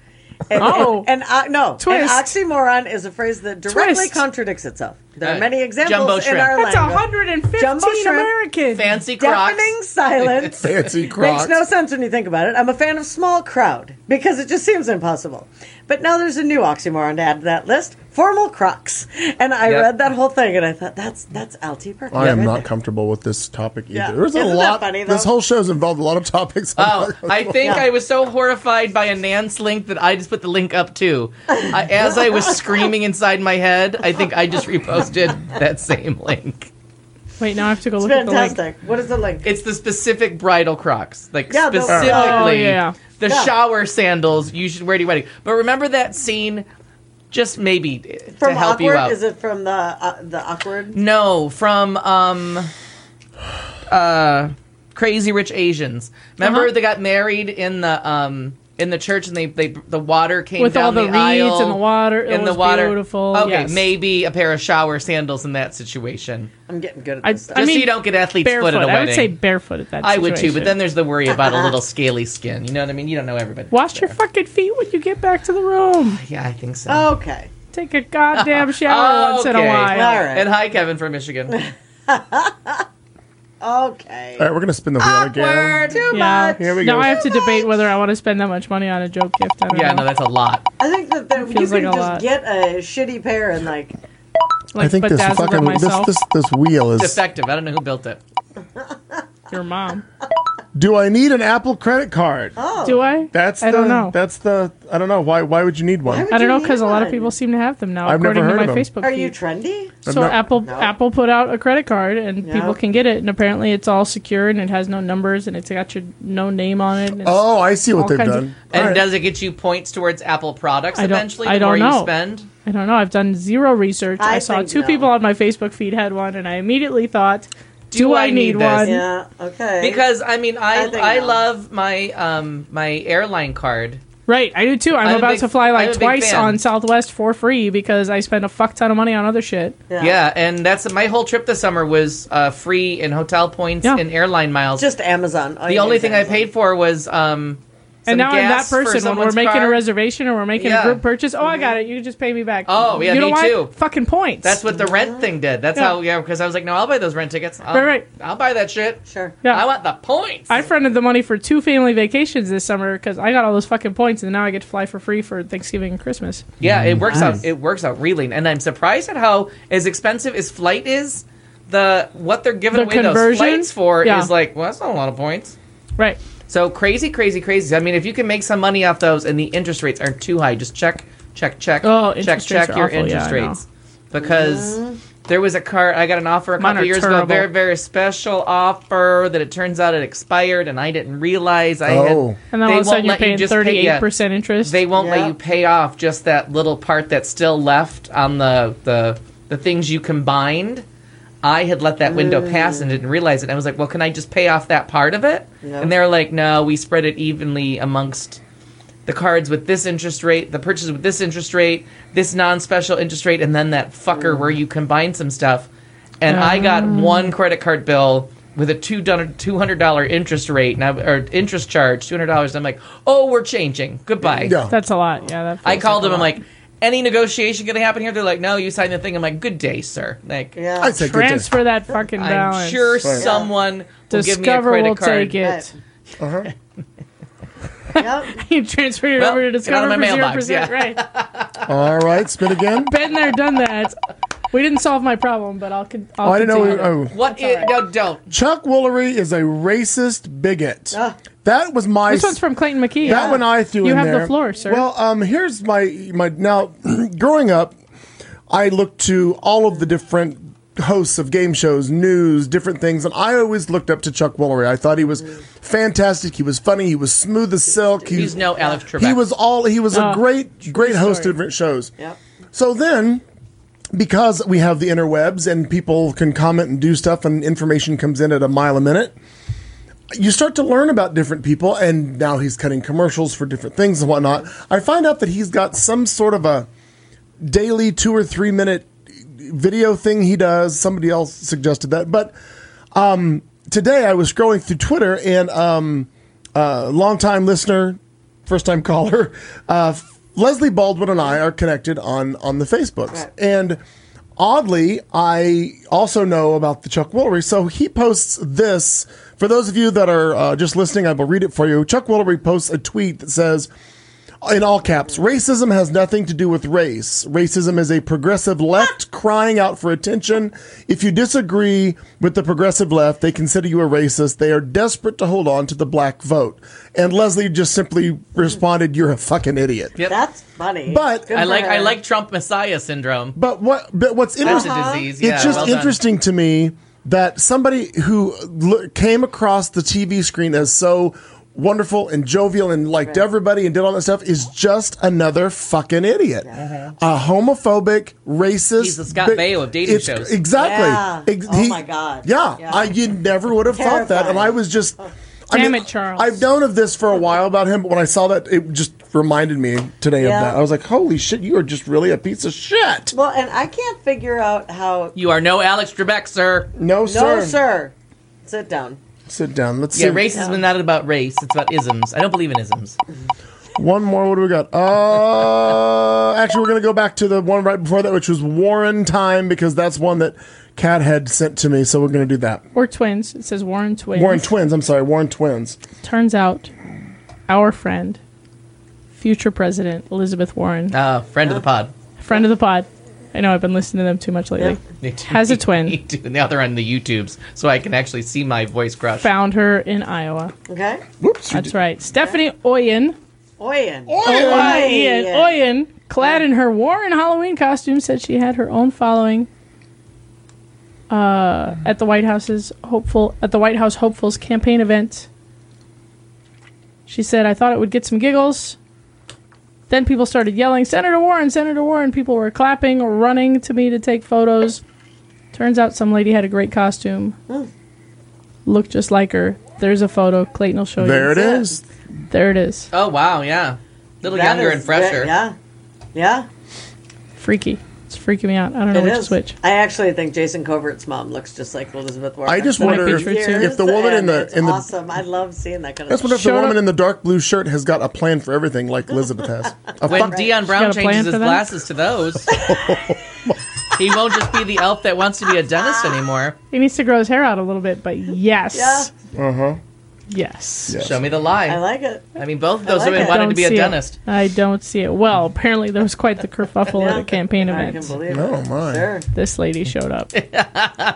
[SPEAKER 4] And,
[SPEAKER 2] Oh.
[SPEAKER 4] and, and, uh, no, an
[SPEAKER 2] Twist.
[SPEAKER 4] oxymoron is a phrase that directly
[SPEAKER 2] Twist.
[SPEAKER 4] contradicts itself. There
[SPEAKER 3] Uh,
[SPEAKER 4] are many examples
[SPEAKER 3] jumbo
[SPEAKER 4] in
[SPEAKER 3] shrimp.
[SPEAKER 4] our
[SPEAKER 2] That's
[SPEAKER 4] language.
[SPEAKER 2] hundred and
[SPEAKER 4] Jumbo
[SPEAKER 2] fifteen
[SPEAKER 4] shrimp.
[SPEAKER 2] American.
[SPEAKER 3] uh, Fancy Crocs.
[SPEAKER 4] Deafening silence.
[SPEAKER 1] Fancy
[SPEAKER 4] Makes
[SPEAKER 1] Crocs.
[SPEAKER 4] no sense when you think about it. I'm a fan of small crowd because it just seems impossible. But now there's a new oxymoron to add to that list: formal Crocs. And I
[SPEAKER 3] Yep.
[SPEAKER 4] read that whole thing and I thought that's that's LT Perkins.
[SPEAKER 1] I am
[SPEAKER 4] right
[SPEAKER 1] not
[SPEAKER 4] there.
[SPEAKER 1] comfortable with this topic either.
[SPEAKER 4] Yeah.
[SPEAKER 1] There's a
[SPEAKER 4] Isn't that
[SPEAKER 1] lot.
[SPEAKER 4] funny, though?
[SPEAKER 1] this whole show's involved a lot of topics. I'm
[SPEAKER 3] Oh,
[SPEAKER 1] not
[SPEAKER 3] I
[SPEAKER 1] comfortable.
[SPEAKER 3] think
[SPEAKER 4] Yeah.
[SPEAKER 3] I was so horrified by a Nance link that I just put the link up too. I, as I was screaming inside my head, I think I just reposted that same link.
[SPEAKER 2] Wait, now I have to go look at the link.
[SPEAKER 4] Fantastic. What is the link?
[SPEAKER 3] It's the specific bridal Crocs, like
[SPEAKER 4] Yeah, the-
[SPEAKER 3] specifically
[SPEAKER 2] Oh, yeah.
[SPEAKER 3] the
[SPEAKER 4] Yeah.
[SPEAKER 3] shower sandals you should wear to your wedding. But remember that scene, just maybe eh, to
[SPEAKER 4] From
[SPEAKER 3] help
[SPEAKER 4] awkward?
[SPEAKER 3] you out.
[SPEAKER 4] Is it from the uh, the awkward?
[SPEAKER 3] no, from um, uh, Crazy Rich Asians. Remember
[SPEAKER 2] Uh-huh.
[SPEAKER 3] they got married in the um in the church and they they the water came
[SPEAKER 2] With
[SPEAKER 3] down
[SPEAKER 2] all the, reeds
[SPEAKER 3] aisle
[SPEAKER 2] and the water. It
[SPEAKER 3] in
[SPEAKER 2] was
[SPEAKER 3] the water.
[SPEAKER 2] beautiful.
[SPEAKER 3] Okay,
[SPEAKER 2] Yes.
[SPEAKER 3] maybe a pair of shower sandals in that situation.
[SPEAKER 4] I'm getting good at
[SPEAKER 2] I-
[SPEAKER 4] this.
[SPEAKER 2] I
[SPEAKER 3] Just
[SPEAKER 2] mean,
[SPEAKER 3] so you don't get athlete's
[SPEAKER 2] barefoot.
[SPEAKER 3] foot at a wedding.
[SPEAKER 2] I would say barefoot at that.
[SPEAKER 3] I would too, but
[SPEAKER 2] situation.
[SPEAKER 3] then there's the worry about a little scaly skin. You know what I mean? You don't know everybody.
[SPEAKER 2] wash your fucking feet when you get back to the room.
[SPEAKER 3] Yeah, I think so.
[SPEAKER 4] okay.
[SPEAKER 2] Take a goddamn shower once in a
[SPEAKER 3] Okay.
[SPEAKER 2] while.
[SPEAKER 4] All right.
[SPEAKER 3] And hi, Kevin from Michigan.
[SPEAKER 4] Okay.
[SPEAKER 1] All right, we're gonna spin the wheel again.
[SPEAKER 3] Awkward.
[SPEAKER 4] Too
[SPEAKER 2] Yeah.
[SPEAKER 4] much.
[SPEAKER 1] Here we
[SPEAKER 2] now
[SPEAKER 1] go.
[SPEAKER 2] I have to debate whether I want to spend that much money on a joke gift. I don't
[SPEAKER 3] Yeah,
[SPEAKER 2] know.
[SPEAKER 3] no, that's a lot.
[SPEAKER 4] I think that the, you
[SPEAKER 2] Feels like
[SPEAKER 4] can
[SPEAKER 2] a
[SPEAKER 4] just
[SPEAKER 2] lot.
[SPEAKER 4] get a shitty pair and like
[SPEAKER 2] like,
[SPEAKER 1] I think this
[SPEAKER 2] bedazzled
[SPEAKER 1] fucking this,
[SPEAKER 2] myself,
[SPEAKER 1] this this wheel is.
[SPEAKER 3] Defective. I don't know who built it.
[SPEAKER 2] your mom.
[SPEAKER 1] Do I need an Apple credit card?
[SPEAKER 4] oh
[SPEAKER 2] Do I?
[SPEAKER 1] That's
[SPEAKER 2] I
[SPEAKER 1] the,
[SPEAKER 2] don't know.
[SPEAKER 1] That's the I don't know why. Why would you need one?
[SPEAKER 4] Why would-
[SPEAKER 2] I don't know
[SPEAKER 4] Do you
[SPEAKER 2] because a
[SPEAKER 4] need
[SPEAKER 2] lot of
[SPEAKER 4] one?
[SPEAKER 2] people seem to have them now,
[SPEAKER 1] I've never
[SPEAKER 2] according to
[SPEAKER 1] heard
[SPEAKER 2] my
[SPEAKER 1] of 'em.
[SPEAKER 2] Facebook
[SPEAKER 4] Are
[SPEAKER 2] feed.
[SPEAKER 4] you trendy?
[SPEAKER 2] so
[SPEAKER 1] not-
[SPEAKER 2] Apple
[SPEAKER 4] No.
[SPEAKER 2] Apple put out a credit card and
[SPEAKER 4] Yeah.
[SPEAKER 2] people can get it, and apparently it's all secure and it has no numbers and it's got your no name on it. and it's-
[SPEAKER 1] oh, I see what
[SPEAKER 2] All
[SPEAKER 1] they've
[SPEAKER 2] kinds of-
[SPEAKER 1] done.
[SPEAKER 3] And
[SPEAKER 1] All right.
[SPEAKER 3] does it get you points towards Apple products
[SPEAKER 2] I don't-
[SPEAKER 3] eventually?
[SPEAKER 2] I
[SPEAKER 3] the more
[SPEAKER 2] don't know.
[SPEAKER 3] you spend?
[SPEAKER 2] I don't know. I've done zero research. I,
[SPEAKER 4] I
[SPEAKER 2] saw
[SPEAKER 4] think
[SPEAKER 2] two
[SPEAKER 4] no.
[SPEAKER 2] people on my Facebook feed had one, and I immediately thought, Do, I, need,
[SPEAKER 3] this?
[SPEAKER 2] one?
[SPEAKER 4] Yeah. Okay.
[SPEAKER 3] Because I mean, I
[SPEAKER 4] I think
[SPEAKER 3] I,
[SPEAKER 4] no.
[SPEAKER 3] love my um my airline card.
[SPEAKER 2] Right, I do too. I'm,
[SPEAKER 3] I'm a
[SPEAKER 2] about
[SPEAKER 3] big-
[SPEAKER 2] to fly
[SPEAKER 3] I'm a
[SPEAKER 2] like
[SPEAKER 3] big
[SPEAKER 2] twice
[SPEAKER 3] fan.
[SPEAKER 2] on Southwest for free because I spend a fuck ton of money on other shit.
[SPEAKER 3] Yeah, and that's my whole trip this summer was uh, free in hotel points
[SPEAKER 2] Yeah.
[SPEAKER 3] and airline miles.
[SPEAKER 4] just Amazon. All
[SPEAKER 3] the
[SPEAKER 4] you
[SPEAKER 3] only
[SPEAKER 4] need
[SPEAKER 3] thing
[SPEAKER 4] is
[SPEAKER 3] I
[SPEAKER 4] Amazon.
[SPEAKER 3] paid for was um. some
[SPEAKER 2] and now I'm that
[SPEAKER 3] gas for
[SPEAKER 2] person when we're
[SPEAKER 3] someone's
[SPEAKER 2] making a
[SPEAKER 3] car.
[SPEAKER 2] reservation or we're making a
[SPEAKER 3] Yeah.
[SPEAKER 2] group purchase. Oh, I got it. You can just pay me back.
[SPEAKER 3] Oh, yeah,
[SPEAKER 2] you know
[SPEAKER 3] me
[SPEAKER 2] why?
[SPEAKER 3] too.
[SPEAKER 2] Fucking points.
[SPEAKER 3] That's what the rent thing did. That's
[SPEAKER 2] Yeah.
[SPEAKER 3] how, yeah, because I was like, no, I'll buy those rent tickets. I'll,
[SPEAKER 2] Right, right.
[SPEAKER 3] I'll buy that shit.
[SPEAKER 4] Sure.
[SPEAKER 2] Yeah.
[SPEAKER 3] I want the points.
[SPEAKER 2] I fronted the money for two family vacations this summer because I got all those fucking points, and now I get to fly for free for Thanksgiving and Christmas.
[SPEAKER 3] yeah, it works out. It works out really, and I'm surprised at how as expensive as flight is, the what they're giving
[SPEAKER 2] The
[SPEAKER 3] away those
[SPEAKER 2] conversion?
[SPEAKER 3] flights for
[SPEAKER 2] Yeah.
[SPEAKER 3] is like, well, that's not a lot of points.
[SPEAKER 2] Right.
[SPEAKER 3] So crazy, crazy, crazy. I mean, if you can make some money off those, and the interest rates aren't too high, just check, check, check,
[SPEAKER 2] Oh,
[SPEAKER 3] check,
[SPEAKER 2] interest rates
[SPEAKER 3] check
[SPEAKER 2] are
[SPEAKER 3] your
[SPEAKER 2] awful. Yeah,
[SPEAKER 3] interest
[SPEAKER 2] I know. Mm-hmm.
[SPEAKER 3] rates because. There was a car. I got an offer a
[SPEAKER 2] Mine
[SPEAKER 3] couple
[SPEAKER 2] are
[SPEAKER 3] years ago.
[SPEAKER 2] terrible.
[SPEAKER 3] Very, very special offer that it turns out it expired, and I didn't realize I
[SPEAKER 1] Oh.
[SPEAKER 3] had.
[SPEAKER 2] And then
[SPEAKER 3] they
[SPEAKER 2] all of a
[SPEAKER 3] won't
[SPEAKER 2] sudden you're
[SPEAKER 3] let you
[SPEAKER 2] paying
[SPEAKER 3] just pay-
[SPEAKER 2] thirty
[SPEAKER 3] yeah.
[SPEAKER 2] eight percent interest.
[SPEAKER 3] They won't
[SPEAKER 4] Yeah.
[SPEAKER 3] let you pay off just that little part that's still left on the the the things you combined. I had let that window pass and didn't realize it. I was like, well, can I just pay off that part of it?
[SPEAKER 4] No.
[SPEAKER 3] And they're like, no, we spread it evenly amongst the cards with this interest rate, the purchase with this interest rate, this non-special interest rate, and then that fucker where you combine some stuff. And I got one credit card bill with a two hundred dollar interest rate, and I, or interest charge, two hundred dollars. I'm like, oh, we're changing. Goodbye.
[SPEAKER 1] Yeah.
[SPEAKER 2] That's a lot. Yeah, that
[SPEAKER 3] I
[SPEAKER 2] feels
[SPEAKER 3] called
[SPEAKER 2] like
[SPEAKER 3] them.
[SPEAKER 2] a
[SPEAKER 3] I'm
[SPEAKER 2] lot.
[SPEAKER 3] like, any negotiation going to happen here? They're like, no, you signed the thing. I'm like, good day, sir. Like,
[SPEAKER 4] Yeah.
[SPEAKER 1] I'd say good day.
[SPEAKER 2] transfer that fucking
[SPEAKER 3] I'm
[SPEAKER 2] balance.
[SPEAKER 3] sure someone will
[SPEAKER 2] Discover
[SPEAKER 3] give me a
[SPEAKER 2] will
[SPEAKER 3] credit card.
[SPEAKER 2] take it.
[SPEAKER 4] Right.
[SPEAKER 1] Uh-huh.
[SPEAKER 4] Yep.
[SPEAKER 2] you transfer it
[SPEAKER 3] Well,
[SPEAKER 2] over to
[SPEAKER 3] get out
[SPEAKER 2] Discover
[SPEAKER 3] of my
[SPEAKER 2] for zero
[SPEAKER 3] mailbox,
[SPEAKER 2] percent. Right.
[SPEAKER 1] All right, spin again.
[SPEAKER 2] Been there, done that. We didn't solve my problem, but I'll. Con- I'll
[SPEAKER 1] Oh, I didn't know. We,
[SPEAKER 2] continue.
[SPEAKER 1] oh.
[SPEAKER 3] What?
[SPEAKER 2] That's
[SPEAKER 3] Is,
[SPEAKER 2] all right.
[SPEAKER 3] No, don't.
[SPEAKER 1] Chuck Woolery is a racist bigot.
[SPEAKER 4] Ah.
[SPEAKER 1] That was my.
[SPEAKER 2] This one's from Clayton McKee.
[SPEAKER 1] That one I threw
[SPEAKER 2] You
[SPEAKER 1] in
[SPEAKER 2] have the
[SPEAKER 1] there.
[SPEAKER 2] floor, sir.
[SPEAKER 1] Well, um, here's my my now. growing up, I looked to all of the different hosts of game shows, news, different things, and I always looked up to Chuck Woolery. I thought he was fantastic. He was funny. He was smooth as silk. He,
[SPEAKER 3] He's no Alex Trebek.
[SPEAKER 1] He was all. He was a
[SPEAKER 2] Oh,
[SPEAKER 1] great great host of
[SPEAKER 2] story.
[SPEAKER 1] different shows.
[SPEAKER 4] Yep.
[SPEAKER 1] So then, because we have the interwebs and people can comment and do stuff, and information comes in at a mile a minute, you start to learn about different people. And now he's cutting commercials for different things and whatnot. I find out that he's got some sort of a daily two or three minute video thing he does. Somebody else suggested that, but um, today I was scrolling through Twitter and um, uh, longtime listener, first time caller, uh, Leslie Baldwin and I are connected on on the Facebooks,
[SPEAKER 4] Right.
[SPEAKER 1] and oddly I also know about the Chuck Woolery. So he posts this for those of you that are uh, just listening. I will read it for you. Chuck Woolery posts a tweet that says in all caps, racism has nothing to do with race. Racism is a progressive left crying out for attention. If you disagree with the progressive left, they consider you a racist. They are desperate to hold on to the black vote. And Leslie just simply responded, You're a fucking idiot.
[SPEAKER 3] Yep.
[SPEAKER 4] That's funny.
[SPEAKER 1] But-
[SPEAKER 4] Good
[SPEAKER 3] I
[SPEAKER 4] for
[SPEAKER 3] like I
[SPEAKER 4] her.
[SPEAKER 3] like Trump Messiah syndrome.
[SPEAKER 1] But what but what's
[SPEAKER 3] That's
[SPEAKER 1] interesting
[SPEAKER 2] Uh-huh.
[SPEAKER 3] a disease. Yeah,
[SPEAKER 1] it's just
[SPEAKER 3] well done.
[SPEAKER 1] interesting to me that somebody who l- came across the TV screen as so wonderful and jovial and liked everybody and did all that stuff is just another fucking idiot. A homophobic, racist.
[SPEAKER 3] Uh-huh. He's the Scott
[SPEAKER 1] bi-
[SPEAKER 3] Baio of dating
[SPEAKER 1] it's-
[SPEAKER 3] shows.
[SPEAKER 1] Exactly.
[SPEAKER 4] Yeah. Oh my God.
[SPEAKER 1] Yeah.
[SPEAKER 4] Yeah.
[SPEAKER 1] I you never would have thought that. And
[SPEAKER 4] Terrifying. Oh.
[SPEAKER 1] I was just I
[SPEAKER 2] Damn it, Charles.
[SPEAKER 1] I've known of this for a while about him, but when I saw that, it just reminded me today
[SPEAKER 4] Yeah.
[SPEAKER 1] of that. I was like, holy shit, you are just really a piece of shit.
[SPEAKER 4] Well, and I can't figure out how.
[SPEAKER 3] You are no Alex Trebek, sir.
[SPEAKER 1] No,
[SPEAKER 4] No,
[SPEAKER 1] sir.
[SPEAKER 4] sir. Sit down.
[SPEAKER 1] Sit down. Let's
[SPEAKER 3] Yeah,
[SPEAKER 1] see.
[SPEAKER 3] racism is not about race. It's about isms. I don't believe in isms.
[SPEAKER 1] One more. What do we got? Uh, actually, we're gonna go back to the one right before that, which was Warren time, because that's one that Cat had sent to me. So we're gonna do that.
[SPEAKER 2] We're twins. It says Warren twins.
[SPEAKER 1] Warren twins. I'm sorry, Warren twins.
[SPEAKER 2] Turns out, our friend, future president Elizabeth Warren,
[SPEAKER 3] Uh, friend of the pod.
[SPEAKER 2] friend of the pod. I know I've been listening to them too much lately. Has a twin.
[SPEAKER 3] Now they're on the YouTubes, so I can actually see my voice crush.
[SPEAKER 2] Found her in Iowa.
[SPEAKER 4] Okay.
[SPEAKER 1] Whoops. we
[SPEAKER 2] That's right. Stephanie Oyen.
[SPEAKER 4] Oyen.
[SPEAKER 2] Ian Oyen, clad in her Warren Halloween costume, said she had her own following uh, at the White House's hopeful at the White House hopefuls campaign event. She said, "I thought it would get some giggles." Then people started yelling, "Senator Warren, Senator Warren!" People were clapping or running to me to take photos. Turns out some lady had a great costume. Looked just like her. There's a photo. Clayton will show
[SPEAKER 1] did- There
[SPEAKER 2] you.
[SPEAKER 1] it is.
[SPEAKER 2] There it is.
[SPEAKER 3] Oh wow, yeah, a little
[SPEAKER 4] That
[SPEAKER 3] younger
[SPEAKER 4] is
[SPEAKER 3] and fresher.
[SPEAKER 4] ve- Yeah. Yeah.
[SPEAKER 2] Freaky. It's freaking me out. I don't know
[SPEAKER 4] It
[SPEAKER 2] which
[SPEAKER 4] is.
[SPEAKER 2] switch.
[SPEAKER 4] I actually think Jason Covert's mom looks just like Elizabeth Warren.
[SPEAKER 1] I just
[SPEAKER 2] That might
[SPEAKER 1] wonder if,
[SPEAKER 2] be true, too.
[SPEAKER 1] if the woman in the
[SPEAKER 4] It's
[SPEAKER 1] in the
[SPEAKER 4] awesome. I love seeing that kind
[SPEAKER 1] I
[SPEAKER 4] of.
[SPEAKER 1] just wonder
[SPEAKER 4] Stuff.
[SPEAKER 1] if the
[SPEAKER 2] Showed
[SPEAKER 1] woman
[SPEAKER 2] up-
[SPEAKER 1] in the dark blue shirt has got a plan for everything, like Elizabeth has. A
[SPEAKER 3] When
[SPEAKER 1] fuck-
[SPEAKER 3] Dion
[SPEAKER 2] got
[SPEAKER 3] Brown
[SPEAKER 2] a plan
[SPEAKER 3] changes
[SPEAKER 2] for
[SPEAKER 3] his
[SPEAKER 2] that?
[SPEAKER 3] glasses to those, he won't just be the elf that wants to be a dentist
[SPEAKER 4] Ah.
[SPEAKER 3] anymore.
[SPEAKER 2] He needs to grow his hair out a little bit, but yes.
[SPEAKER 4] Yeah.
[SPEAKER 1] Uh-huh.
[SPEAKER 2] Yes.
[SPEAKER 1] Yes.
[SPEAKER 3] Show me the lie.
[SPEAKER 4] I like it.
[SPEAKER 3] I mean, both of those
[SPEAKER 4] like
[SPEAKER 3] women
[SPEAKER 4] it.
[SPEAKER 3] wanted to
[SPEAKER 2] Don't
[SPEAKER 3] be a
[SPEAKER 2] see it.
[SPEAKER 3] dentist.
[SPEAKER 2] I don't see it. Well, apparently there was quite the kerfuffle at a campaign
[SPEAKER 4] I can
[SPEAKER 2] event.
[SPEAKER 4] believe
[SPEAKER 1] Oh,
[SPEAKER 4] it.
[SPEAKER 1] my.
[SPEAKER 4] Sure,
[SPEAKER 2] This lady showed up. if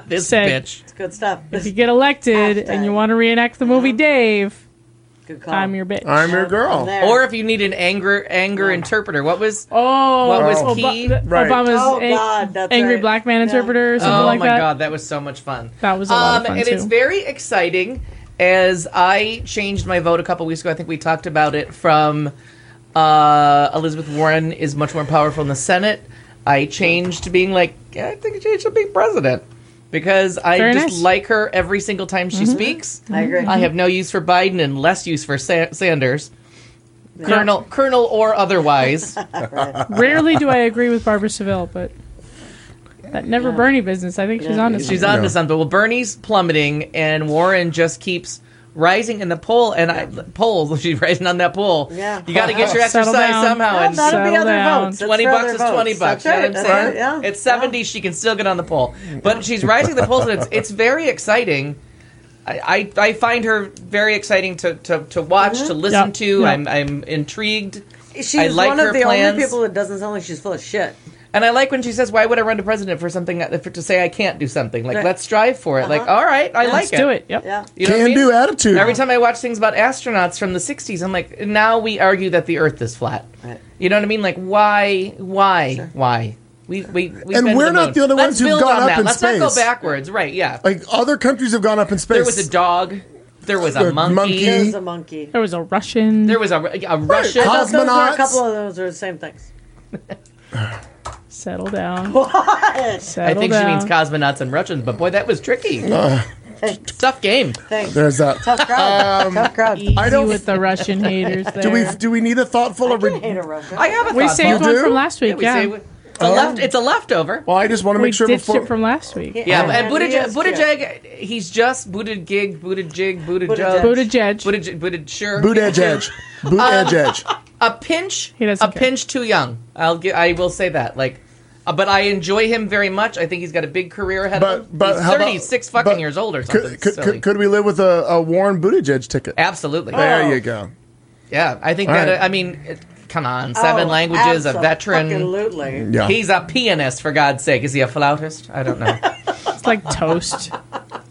[SPEAKER 3] This
[SPEAKER 2] Said-
[SPEAKER 3] bitch.
[SPEAKER 4] it's good stuff.
[SPEAKER 2] you get elected and you want to reenact the movie Dave,
[SPEAKER 4] Good call.
[SPEAKER 2] I'm your bitch.
[SPEAKER 1] I'm your girl.
[SPEAKER 4] I'm there.
[SPEAKER 3] Or if you need an anger anger interpreter, what was?
[SPEAKER 2] oh,
[SPEAKER 3] What was
[SPEAKER 2] Oba-
[SPEAKER 3] key?
[SPEAKER 2] the-
[SPEAKER 1] Right.
[SPEAKER 2] Obama's
[SPEAKER 4] Oh,
[SPEAKER 2] a-
[SPEAKER 4] God, that's
[SPEAKER 2] angry
[SPEAKER 4] right.
[SPEAKER 2] black man
[SPEAKER 4] Yeah.
[SPEAKER 2] interpreter or something
[SPEAKER 3] Oh
[SPEAKER 2] like
[SPEAKER 3] my
[SPEAKER 2] that.
[SPEAKER 3] god, that was so much fun. Um,
[SPEAKER 2] That was a lot of fun
[SPEAKER 3] and
[SPEAKER 2] too.
[SPEAKER 3] it's very exciting. As I changed my vote a couple weeks ago, I think we talked about it. From uh, Elizabeth Warren is much more powerful in the Senate. I changed to being like, yeah, I think she should be president. because I
[SPEAKER 2] Very
[SPEAKER 3] just
[SPEAKER 2] nice. Mm-hmm.
[SPEAKER 3] like her every single time she speaks.
[SPEAKER 4] I agree.
[SPEAKER 3] I have no use for Biden and less use for Sa- Sanders,
[SPEAKER 4] Yeah.
[SPEAKER 3] Colonel, Colonel or otherwise.
[SPEAKER 2] Rarely do I agree with Barbara Seville, but that never Bernie business. I think she's
[SPEAKER 4] Yeah.
[SPEAKER 2] on to
[SPEAKER 3] She's
[SPEAKER 2] something.
[SPEAKER 3] on to something. Well, Bernie's plummeting, and Warren just keeps rising in the poll. And I polls, she's rising on that poll.
[SPEAKER 4] Yeah.
[SPEAKER 3] you got to get your
[SPEAKER 2] Settle
[SPEAKER 3] exercise
[SPEAKER 2] down.
[SPEAKER 3] somehow.
[SPEAKER 4] Well,
[SPEAKER 3] And
[SPEAKER 4] that'll be
[SPEAKER 2] Settle
[SPEAKER 4] other
[SPEAKER 2] down.
[SPEAKER 4] votes. That's
[SPEAKER 3] twenty
[SPEAKER 4] for
[SPEAKER 3] bucks
[SPEAKER 4] other
[SPEAKER 3] is
[SPEAKER 4] votes.
[SPEAKER 3] twenty bucks.
[SPEAKER 4] That's
[SPEAKER 3] you know
[SPEAKER 4] right.
[SPEAKER 3] what I'm
[SPEAKER 4] That's
[SPEAKER 3] saying?
[SPEAKER 4] right. Yeah.
[SPEAKER 3] At seventy, she can still get on the poll, but she's rising the polls, and it's it's very exciting. I, I, I find her very exciting to, to, to watch, to
[SPEAKER 4] Mm-hmm.
[SPEAKER 3] listen
[SPEAKER 2] Yep.
[SPEAKER 3] to.
[SPEAKER 2] Yep.
[SPEAKER 3] I'm I'm intrigued.
[SPEAKER 4] She's
[SPEAKER 3] I like
[SPEAKER 4] one
[SPEAKER 3] her
[SPEAKER 4] of the
[SPEAKER 3] plans.
[SPEAKER 4] only people that doesn't sound like she's full of shit.
[SPEAKER 3] And I like when she says, "Why would I run to president for something that- for, to say I can't do something? Like
[SPEAKER 4] Right.
[SPEAKER 3] let's strive for it. Like
[SPEAKER 4] Uh-huh.
[SPEAKER 3] all right, I like
[SPEAKER 2] Let's do it. Yep.
[SPEAKER 4] Yeah.
[SPEAKER 3] You know what I
[SPEAKER 1] Can
[SPEAKER 3] mean?
[SPEAKER 1] do attitude.
[SPEAKER 3] Every time I watch things about astronauts from the 60s, I'm like, now we argue that the Earth is flat.
[SPEAKER 4] Right.
[SPEAKER 3] You know what I mean? Like, why, why, why? We, we, we
[SPEAKER 1] And we're not the only ones who've
[SPEAKER 3] build
[SPEAKER 1] gone
[SPEAKER 3] on
[SPEAKER 1] up
[SPEAKER 3] that.
[SPEAKER 1] in
[SPEAKER 3] Let's not go
[SPEAKER 1] space.
[SPEAKER 3] backwards. Right, yeah.
[SPEAKER 1] like other countries have gone up in space.
[SPEAKER 3] There was a dog. There was
[SPEAKER 1] The
[SPEAKER 3] a monkey.
[SPEAKER 1] monkey.
[SPEAKER 4] There's a monkey.
[SPEAKER 2] There was a Russian.
[SPEAKER 3] There was a, a Russian.
[SPEAKER 1] Cos-
[SPEAKER 4] Those are
[SPEAKER 1] Cosmonauts.
[SPEAKER 4] a couple of those are the same things.
[SPEAKER 2] settle down.
[SPEAKER 3] I
[SPEAKER 2] Settle
[SPEAKER 3] think she
[SPEAKER 2] down.
[SPEAKER 3] means cosmonauts and Russians, but boy, that was tricky.
[SPEAKER 1] Uh,
[SPEAKER 3] Tough game.
[SPEAKER 4] Thanks.
[SPEAKER 1] There's that.
[SPEAKER 4] Tough crowd. Tough crowd.
[SPEAKER 2] Easy
[SPEAKER 1] I don't-
[SPEAKER 2] with the Russian haters. There.
[SPEAKER 1] Do we do we need a thoughtful? Or
[SPEAKER 4] I hate a Russian.
[SPEAKER 3] I have a
[SPEAKER 2] We
[SPEAKER 3] thought.
[SPEAKER 2] saved
[SPEAKER 1] You
[SPEAKER 2] one
[SPEAKER 1] do?
[SPEAKER 2] from last
[SPEAKER 3] Yeah,
[SPEAKER 2] week.
[SPEAKER 3] we
[SPEAKER 2] Yeah,
[SPEAKER 3] saved- a
[SPEAKER 1] Um,
[SPEAKER 3] left, it's a leftover.
[SPEAKER 1] well, I just want to
[SPEAKER 2] we
[SPEAKER 1] make sure
[SPEAKER 2] ditched
[SPEAKER 1] before.
[SPEAKER 2] it from last week.
[SPEAKER 3] Yeah,
[SPEAKER 4] Yeah,
[SPEAKER 3] and
[SPEAKER 4] he
[SPEAKER 3] Buttigieg,
[SPEAKER 4] is
[SPEAKER 3] Buttigieg, he's just booted gig, booted jig, booted
[SPEAKER 4] Buttigieg.
[SPEAKER 2] Buttigieg.
[SPEAKER 3] judge, booted, booted sure,
[SPEAKER 1] boot edge edge, boot edge edge.
[SPEAKER 3] a pinch,
[SPEAKER 2] He
[SPEAKER 3] a
[SPEAKER 2] doesn't care.
[SPEAKER 3] pinch too young. I'll get, I will say that. Like, uh, but I enjoy him very much. I think he's got a big career ahead of him.
[SPEAKER 1] But but
[SPEAKER 3] he's
[SPEAKER 1] how about-
[SPEAKER 3] 36 fucking
[SPEAKER 1] but
[SPEAKER 3] years old or something.
[SPEAKER 1] Could, could,
[SPEAKER 3] silly. Oh.
[SPEAKER 1] could, could we live with a, a Warren Buttigieg ticket?
[SPEAKER 3] Absolutely.
[SPEAKER 1] There you go.
[SPEAKER 3] Yeah, I think
[SPEAKER 1] All
[SPEAKER 3] that.
[SPEAKER 1] right.
[SPEAKER 3] uh, I mean, it, come on,
[SPEAKER 4] Oh,
[SPEAKER 3] seven languages, a veteran.
[SPEAKER 4] Absolutely.
[SPEAKER 1] Yeah.
[SPEAKER 3] He's a pianist, for God's sake. Is he a flautist? I don't know.
[SPEAKER 2] It's like toast.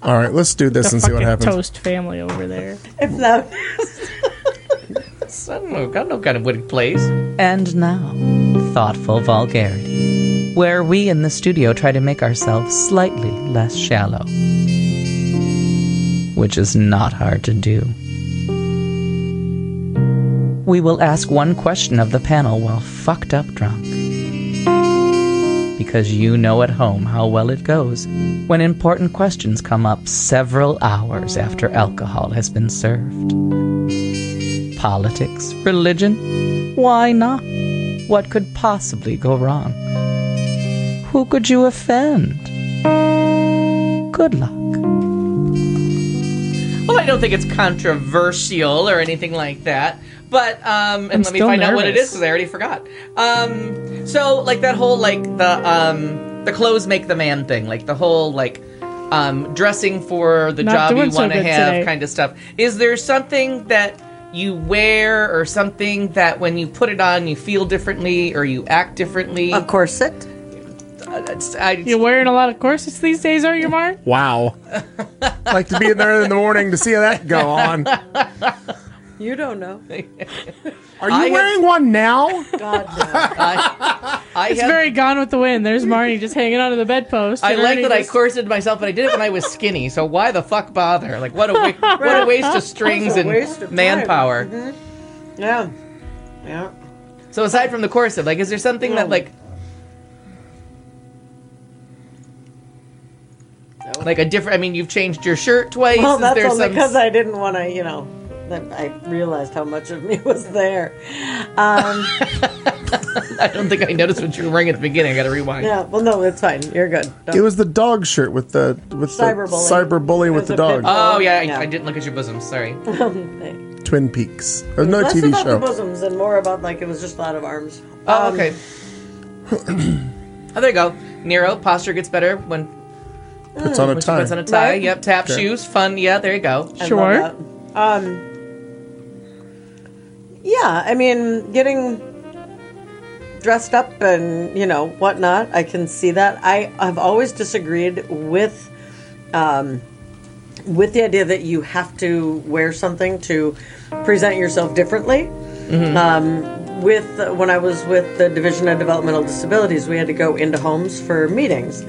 [SPEAKER 1] All right, let's do this
[SPEAKER 2] the
[SPEAKER 1] and see what
[SPEAKER 2] fucking
[SPEAKER 1] happens.
[SPEAKER 2] toast family over there.
[SPEAKER 4] If that,
[SPEAKER 3] I don't know, I don't know kind of what it plays. And now, Thoughtful Vulgarity, where we in the studio try to make ourselves slightly less shallow, which is not hard to do. We will ask one question of the panel while fucked up drunk. Because you know at home how well it goes when important questions come up several hours after alcohol has been served politics, religion. Why not? What could possibly go wrong? Who could you offend? Good luck. Well, I don't think it's controversial or anything like that. But um, and let me
[SPEAKER 2] still
[SPEAKER 3] find out what it
[SPEAKER 2] nervous.
[SPEAKER 3] is because I already forgot. Um, so like that whole like the um the clothes make the man thing, like the whole like um dressing for the
[SPEAKER 2] Not
[SPEAKER 3] job you
[SPEAKER 2] doing so
[SPEAKER 3] want to
[SPEAKER 2] good
[SPEAKER 3] have
[SPEAKER 2] today.
[SPEAKER 3] kind of stuff. Is there something that you wear or something that when you put it on you feel differently or you act differently?
[SPEAKER 4] a corset.
[SPEAKER 3] It's- I-
[SPEAKER 2] You're wearing a lot of corsets these days, aren't you, Mark?
[SPEAKER 1] Wow. like to be in there in the morning to see how that go on.
[SPEAKER 4] You don't know.
[SPEAKER 1] Are you
[SPEAKER 3] I have-
[SPEAKER 1] wearing one now?
[SPEAKER 4] God no.
[SPEAKER 3] I
[SPEAKER 2] It's
[SPEAKER 3] have-
[SPEAKER 2] very gone with the wind. There's Marnie just hanging onto the bedpost.
[SPEAKER 3] I
[SPEAKER 2] and
[SPEAKER 3] like
[SPEAKER 2] Ernie
[SPEAKER 3] that I
[SPEAKER 2] just-
[SPEAKER 3] corseted myself, but I did it when I was skinny. So why the fuck bother? Like what a wa- what a waste of strings
[SPEAKER 4] That's a
[SPEAKER 3] and
[SPEAKER 4] waste of time. Mm-hmm.
[SPEAKER 3] manpower.
[SPEAKER 4] Yeah. Yeah.
[SPEAKER 3] So aside from the corset, like is there something that like like a different? I mean, you've changed your shirt twice.
[SPEAKER 4] Well,
[SPEAKER 3] is
[SPEAKER 4] that's
[SPEAKER 3] there
[SPEAKER 4] only
[SPEAKER 3] some?
[SPEAKER 4] because I didn't want to, you know, that I realized how much of me was there. Um,
[SPEAKER 3] I don't think I noticed what you were wearing at the beginning. I got to rewind.
[SPEAKER 4] yeah. Well, no, it's fine. You're good.
[SPEAKER 1] It
[SPEAKER 4] Don't-
[SPEAKER 1] was the dog shirt with the with
[SPEAKER 4] Cyberbullying.
[SPEAKER 1] the cyberbullying with
[SPEAKER 4] There's
[SPEAKER 1] the dog.
[SPEAKER 4] a pit bull.
[SPEAKER 3] Oh yeah, I,
[SPEAKER 4] Yeah. Um,
[SPEAKER 3] I didn't look at your bosom. Sorry.
[SPEAKER 1] Twin Peaks. There's no
[SPEAKER 4] Less
[SPEAKER 1] TV
[SPEAKER 4] about the
[SPEAKER 1] show.
[SPEAKER 4] bosoms and more about like it was just a lot of arms.
[SPEAKER 3] Oh
[SPEAKER 4] Um,
[SPEAKER 3] okay. oh, there you go. Nero posture gets better when
[SPEAKER 1] Puts on a
[SPEAKER 3] when she puts on
[SPEAKER 1] tie.
[SPEAKER 3] a tie.
[SPEAKER 4] Right.
[SPEAKER 3] Yep. Tap
[SPEAKER 1] Okay.
[SPEAKER 3] shoes. Fun. Yeah. There you go.
[SPEAKER 4] I love
[SPEAKER 2] Sure.
[SPEAKER 4] that. Um, yeah, I mean, getting dressed up and you know whatnot, I can see that. I have always disagreed with, um, with the idea that you have to wear something to present yourself differently. Um, with when I was with the Division of Developmental Disabilities, we had to go into homes for meetings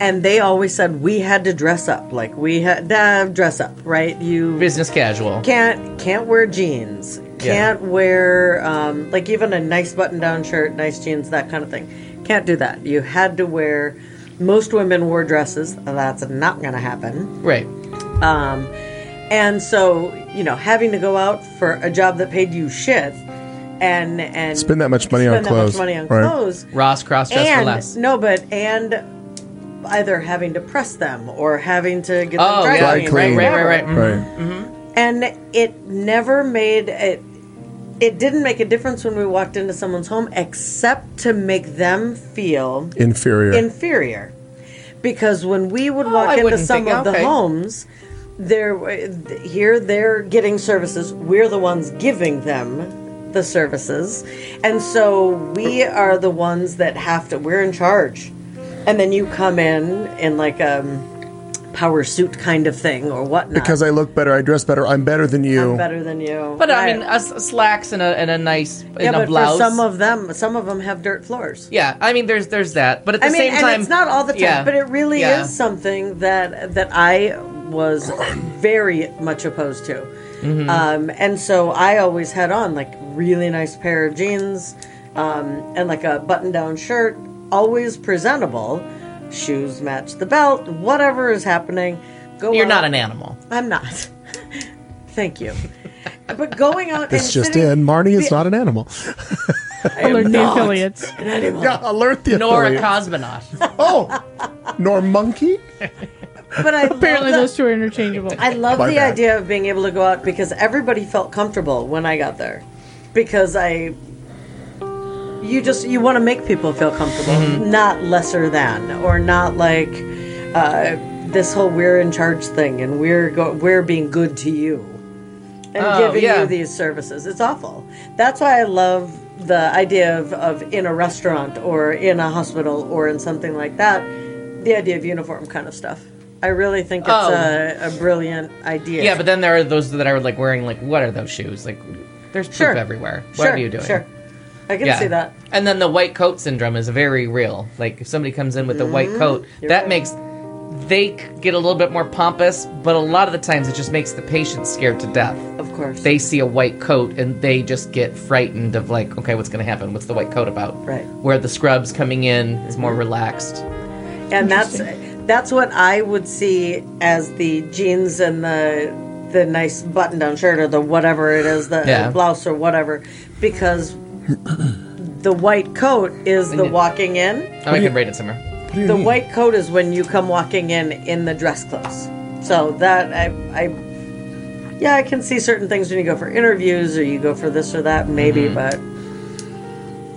[SPEAKER 4] and they always said we had to dress up like we had to dress up right you
[SPEAKER 3] Business casual.
[SPEAKER 4] can't can't wear jeans can't wear um, like even a nice button down shirt nice jeans that kind of thing can't do that you had to wear Most women wore dresses. That's not going to happen.
[SPEAKER 3] Right.
[SPEAKER 4] Um, and so, you know, having to go out for a job that paid you shit and and
[SPEAKER 1] Spend that much money on
[SPEAKER 4] spend that much
[SPEAKER 1] clothes,
[SPEAKER 4] money on
[SPEAKER 1] right.
[SPEAKER 4] clothes
[SPEAKER 3] Ross cross dress for
[SPEAKER 4] and
[SPEAKER 3] less.
[SPEAKER 4] no, but and either having to press them or having to get
[SPEAKER 3] Oh,
[SPEAKER 4] them dry
[SPEAKER 3] yeah.
[SPEAKER 1] Dry
[SPEAKER 4] cleaned,
[SPEAKER 1] clean.
[SPEAKER 4] right,
[SPEAKER 3] Right, right, right. mhm.
[SPEAKER 1] Right.
[SPEAKER 4] And it never made it. It didn't make a difference when we walked into someone's home, except to make them feel
[SPEAKER 1] Inferior.
[SPEAKER 4] inferior. Because when we would
[SPEAKER 3] Oh,
[SPEAKER 4] walk
[SPEAKER 3] I
[SPEAKER 4] into
[SPEAKER 3] wouldn't
[SPEAKER 4] some
[SPEAKER 3] think-
[SPEAKER 4] of the
[SPEAKER 3] okay.
[SPEAKER 4] homes, they're here they're getting services. We're the ones giving them the services, and so we are the ones that have to. We're in charge, and then you come in in like a power suit kind of thing or whatnot.
[SPEAKER 1] because I look better, I dress better, I'm better than you.
[SPEAKER 4] I'm better than you.
[SPEAKER 3] But I
[SPEAKER 4] Right.
[SPEAKER 3] mean, a s- slacks and a, and a nice
[SPEAKER 4] yeah,
[SPEAKER 3] and a
[SPEAKER 4] but
[SPEAKER 3] blouse.
[SPEAKER 4] for some of them, some of them have dirt floors.
[SPEAKER 3] yeah, I mean, there's there's that, but at the
[SPEAKER 4] I mean,
[SPEAKER 3] same
[SPEAKER 4] and
[SPEAKER 3] time,
[SPEAKER 4] it's not all the time,
[SPEAKER 3] yeah,
[SPEAKER 4] but it really
[SPEAKER 3] yeah.
[SPEAKER 4] is something that that I was very much opposed to.
[SPEAKER 3] Mm-hmm.
[SPEAKER 4] Um, and so I always had on like really nice pair of jeans um, and like a button-down shirt, always presentable. Shoes match the belt. Whatever is happening, go.
[SPEAKER 3] You're
[SPEAKER 4] out.
[SPEAKER 3] not an animal.
[SPEAKER 4] I'm not. Thank you. But going out.
[SPEAKER 1] This
[SPEAKER 4] and
[SPEAKER 1] just
[SPEAKER 4] sitting-
[SPEAKER 1] in, Marnie is not an animal.
[SPEAKER 2] Alert the affiliates.
[SPEAKER 1] yeah, alert the
[SPEAKER 3] Nor a
[SPEAKER 1] authorities.
[SPEAKER 3] cosmonaut.
[SPEAKER 1] Oh, nor monkey.
[SPEAKER 4] But I
[SPEAKER 2] Apparently,
[SPEAKER 4] love the-
[SPEAKER 2] those two are interchangeable.
[SPEAKER 4] I love
[SPEAKER 1] My
[SPEAKER 4] the
[SPEAKER 1] bad.
[SPEAKER 4] idea of being able to go out because everybody felt comfortable when I got there. Because I you just you want to make people feel comfortable,
[SPEAKER 3] Mm-hmm.
[SPEAKER 4] not lesser than or not like uh, this whole we're in charge thing and we're go- we're being good to you and
[SPEAKER 3] Oh,
[SPEAKER 4] giving
[SPEAKER 3] yeah.
[SPEAKER 4] you these services. It's awful. That's why I love the idea of, of in a restaurant or in a hospital or in something like that, the idea of uniform kind of stuff. I really think it's
[SPEAKER 3] Oh.
[SPEAKER 4] a, a brilliant idea.
[SPEAKER 3] yeah, but then there are those that are like wearing like what are those shoes? Like there's poop
[SPEAKER 4] Sure.
[SPEAKER 3] everywhere. What
[SPEAKER 4] sure,
[SPEAKER 3] are you doing?
[SPEAKER 4] Sure. I can
[SPEAKER 3] Yeah.
[SPEAKER 4] see that.
[SPEAKER 3] And then the white coat syndrome is very real. Like if somebody comes in with the white coat,
[SPEAKER 4] Mm-hmm. You're
[SPEAKER 3] that
[SPEAKER 4] right.
[SPEAKER 3] makes they c- get a little bit more pompous, but a lot of the times it just makes the patient scared to death.
[SPEAKER 4] Of course.
[SPEAKER 3] They see a white coat and they just get frightened of like, okay, what's going to happen? What's the white coat about?
[SPEAKER 4] Right. Mm-hmm.
[SPEAKER 3] Where the scrubs coming in is more relaxed. Oh,
[SPEAKER 4] and that's that's what I would see as the jeans and the the nice button down shirt or the whatever it is, the
[SPEAKER 3] Yeah.
[SPEAKER 4] blouse or whatever, because the white coat is the walking in.
[SPEAKER 3] Oh, I can rate it somewhere.
[SPEAKER 4] The
[SPEAKER 1] Hmm.
[SPEAKER 4] white coat is when you come walking in in the dress clothes. So that I, I yeah, I can see certain things when you go for interviews or you go for this or that, maybe, but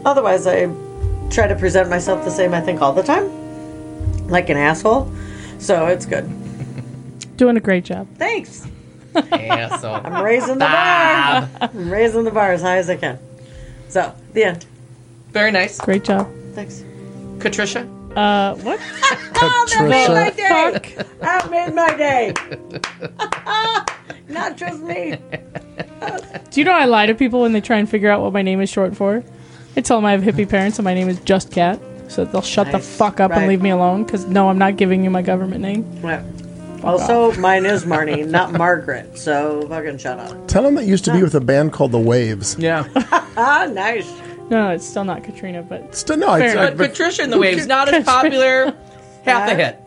[SPEAKER 4] otherwise, I try to present myself the same, I think, all the time, like an asshole. So it's good.
[SPEAKER 2] Doing a great job.
[SPEAKER 4] Thanks.
[SPEAKER 3] Yeah, so
[SPEAKER 4] I'm raising the bar. I'm raising the bar as high as I can. So, the end.
[SPEAKER 3] very nice,
[SPEAKER 2] Great job.
[SPEAKER 4] Thanks.
[SPEAKER 3] Katricia.
[SPEAKER 2] Uh, what?
[SPEAKER 1] Patricia.
[SPEAKER 4] Oh, That made my day.
[SPEAKER 2] Fuck.
[SPEAKER 4] That made my day. Not just me.
[SPEAKER 2] Do you know I lie to people when they try and figure out what my name is short for? I tell them I have hippie parents and my name is Just Cat, so they'll shut the
[SPEAKER 4] Nice.
[SPEAKER 2] fuck up and
[SPEAKER 4] Right.
[SPEAKER 2] leave me alone. Because no, I'm not giving you my government name.
[SPEAKER 4] Well, Also, mine is Marnie, not Margaret. So fucking shut up.
[SPEAKER 1] Tell him that used to be with a band called The Waves.
[SPEAKER 3] Yeah,
[SPEAKER 4] Ah, nice.
[SPEAKER 2] No, no, it's still not Katrina, but
[SPEAKER 1] Still, no, it's,
[SPEAKER 2] Fair
[SPEAKER 1] I-
[SPEAKER 3] but Patricia in the waves not as popular. Half a hit.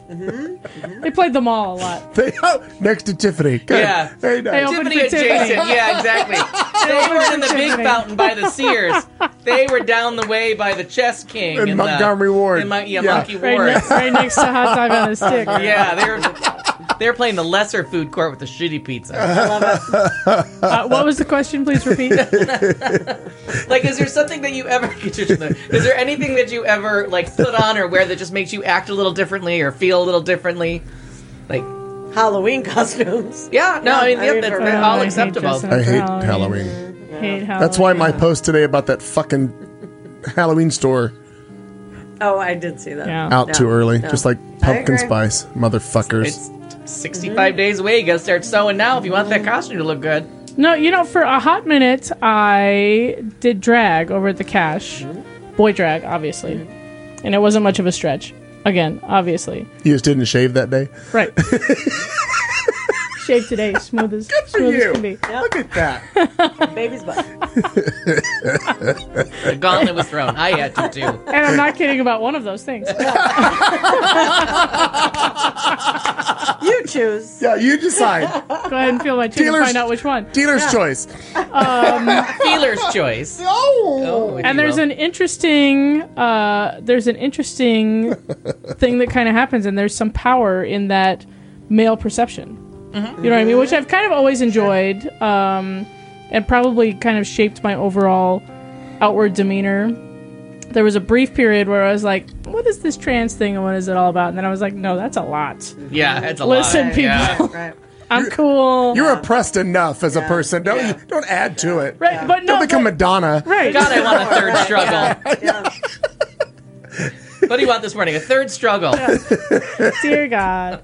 [SPEAKER 2] they played them all a lot.
[SPEAKER 1] they, oh, next to Tiffany. Good.
[SPEAKER 3] Yeah.
[SPEAKER 1] Very nice.
[SPEAKER 2] They all-
[SPEAKER 3] Tiffany
[SPEAKER 2] for
[SPEAKER 3] and
[SPEAKER 2] Tiffany.
[SPEAKER 3] Jason. Yeah, exactly. they were in the big
[SPEAKER 2] Tiffany.
[SPEAKER 3] fountain by the Sears. They were down the way by the Chess King.
[SPEAKER 1] In
[SPEAKER 3] the-
[SPEAKER 1] Montgomery Ward.
[SPEAKER 3] in Mon- yeah,
[SPEAKER 1] Yeah.
[SPEAKER 3] Monkey
[SPEAKER 2] Right
[SPEAKER 3] Ward.
[SPEAKER 2] next, right next to Hot Dog on a Stick.
[SPEAKER 3] Yeah, they were. They're playing the lesser food court with the shitty pizza.
[SPEAKER 2] Uh, what was the question? Please repeat.
[SPEAKER 3] Like, is there something that you ever? Is there anything that you ever like put on or wear that just makes you act a little differently or feel a little differently? Like,
[SPEAKER 4] Halloween costumes.
[SPEAKER 3] yeah, no, I mean, uh, yeah,
[SPEAKER 4] I
[SPEAKER 3] that's
[SPEAKER 4] remember.
[SPEAKER 3] all
[SPEAKER 2] I hate
[SPEAKER 3] acceptable.
[SPEAKER 2] Justin
[SPEAKER 1] I hate
[SPEAKER 2] Halloween.
[SPEAKER 1] Halloween.
[SPEAKER 2] Hate Halloween.
[SPEAKER 1] That's why my post today about that fucking Halloween store
[SPEAKER 4] Oh, I did see that.
[SPEAKER 2] Yeah.
[SPEAKER 1] out too
[SPEAKER 4] No,
[SPEAKER 1] early.
[SPEAKER 4] no.
[SPEAKER 1] Just like
[SPEAKER 4] I
[SPEAKER 1] pumpkin
[SPEAKER 4] agree.
[SPEAKER 1] spice, motherfuckers.
[SPEAKER 3] It's 65 days away. You gotta start sewing now if you want that costume to look good.
[SPEAKER 2] No, you know, for a hot minute, I did drag over at the cash, boy drag, obviously, and it wasn't much of a stretch. Again, obviously,
[SPEAKER 1] you just didn't shave that day.
[SPEAKER 2] right? shaved today. Smooth as
[SPEAKER 1] Good for
[SPEAKER 2] smooth
[SPEAKER 1] you.
[SPEAKER 2] as can be.
[SPEAKER 1] Look at that.
[SPEAKER 4] Baby's butt.
[SPEAKER 5] The gauntlet was thrown. I had to do.
[SPEAKER 2] And I'm not kidding about one of those things.
[SPEAKER 4] You choose.
[SPEAKER 1] Yeah, you decide.
[SPEAKER 2] Go ahead and feel my tune and
[SPEAKER 1] Dealer's-
[SPEAKER 2] find out which one.
[SPEAKER 1] Dealer's choice.
[SPEAKER 5] Feeler's choice.
[SPEAKER 1] Oh.
[SPEAKER 5] Oh, if
[SPEAKER 2] And
[SPEAKER 5] you
[SPEAKER 2] there's
[SPEAKER 5] will.
[SPEAKER 2] an interesting, uh, there's an interesting thing that kind of happens, and there's some power in that male perception.
[SPEAKER 1] Mm-hmm.
[SPEAKER 2] You know what I mean? Which I've kind of always enjoyed, um, and probably kind of shaped my overall outward demeanor. There was a brief period where I was like, "What is this trans thing, and what is it all about?" And then I was like, "No, that's a lot.
[SPEAKER 5] Yeah, it's a
[SPEAKER 2] Listen,
[SPEAKER 5] lot.
[SPEAKER 2] people,
[SPEAKER 5] Yeah.
[SPEAKER 4] Right.
[SPEAKER 2] I'm cool."
[SPEAKER 1] You're oppressed enough as a person. Don't don't add to it.
[SPEAKER 2] right, but no,
[SPEAKER 1] Don't become
[SPEAKER 2] but-
[SPEAKER 1] Madonna.
[SPEAKER 2] right.
[SPEAKER 5] God, I want a third struggle.
[SPEAKER 4] Yeah.
[SPEAKER 5] What do you want this morning? A third struggle.
[SPEAKER 2] Dear God,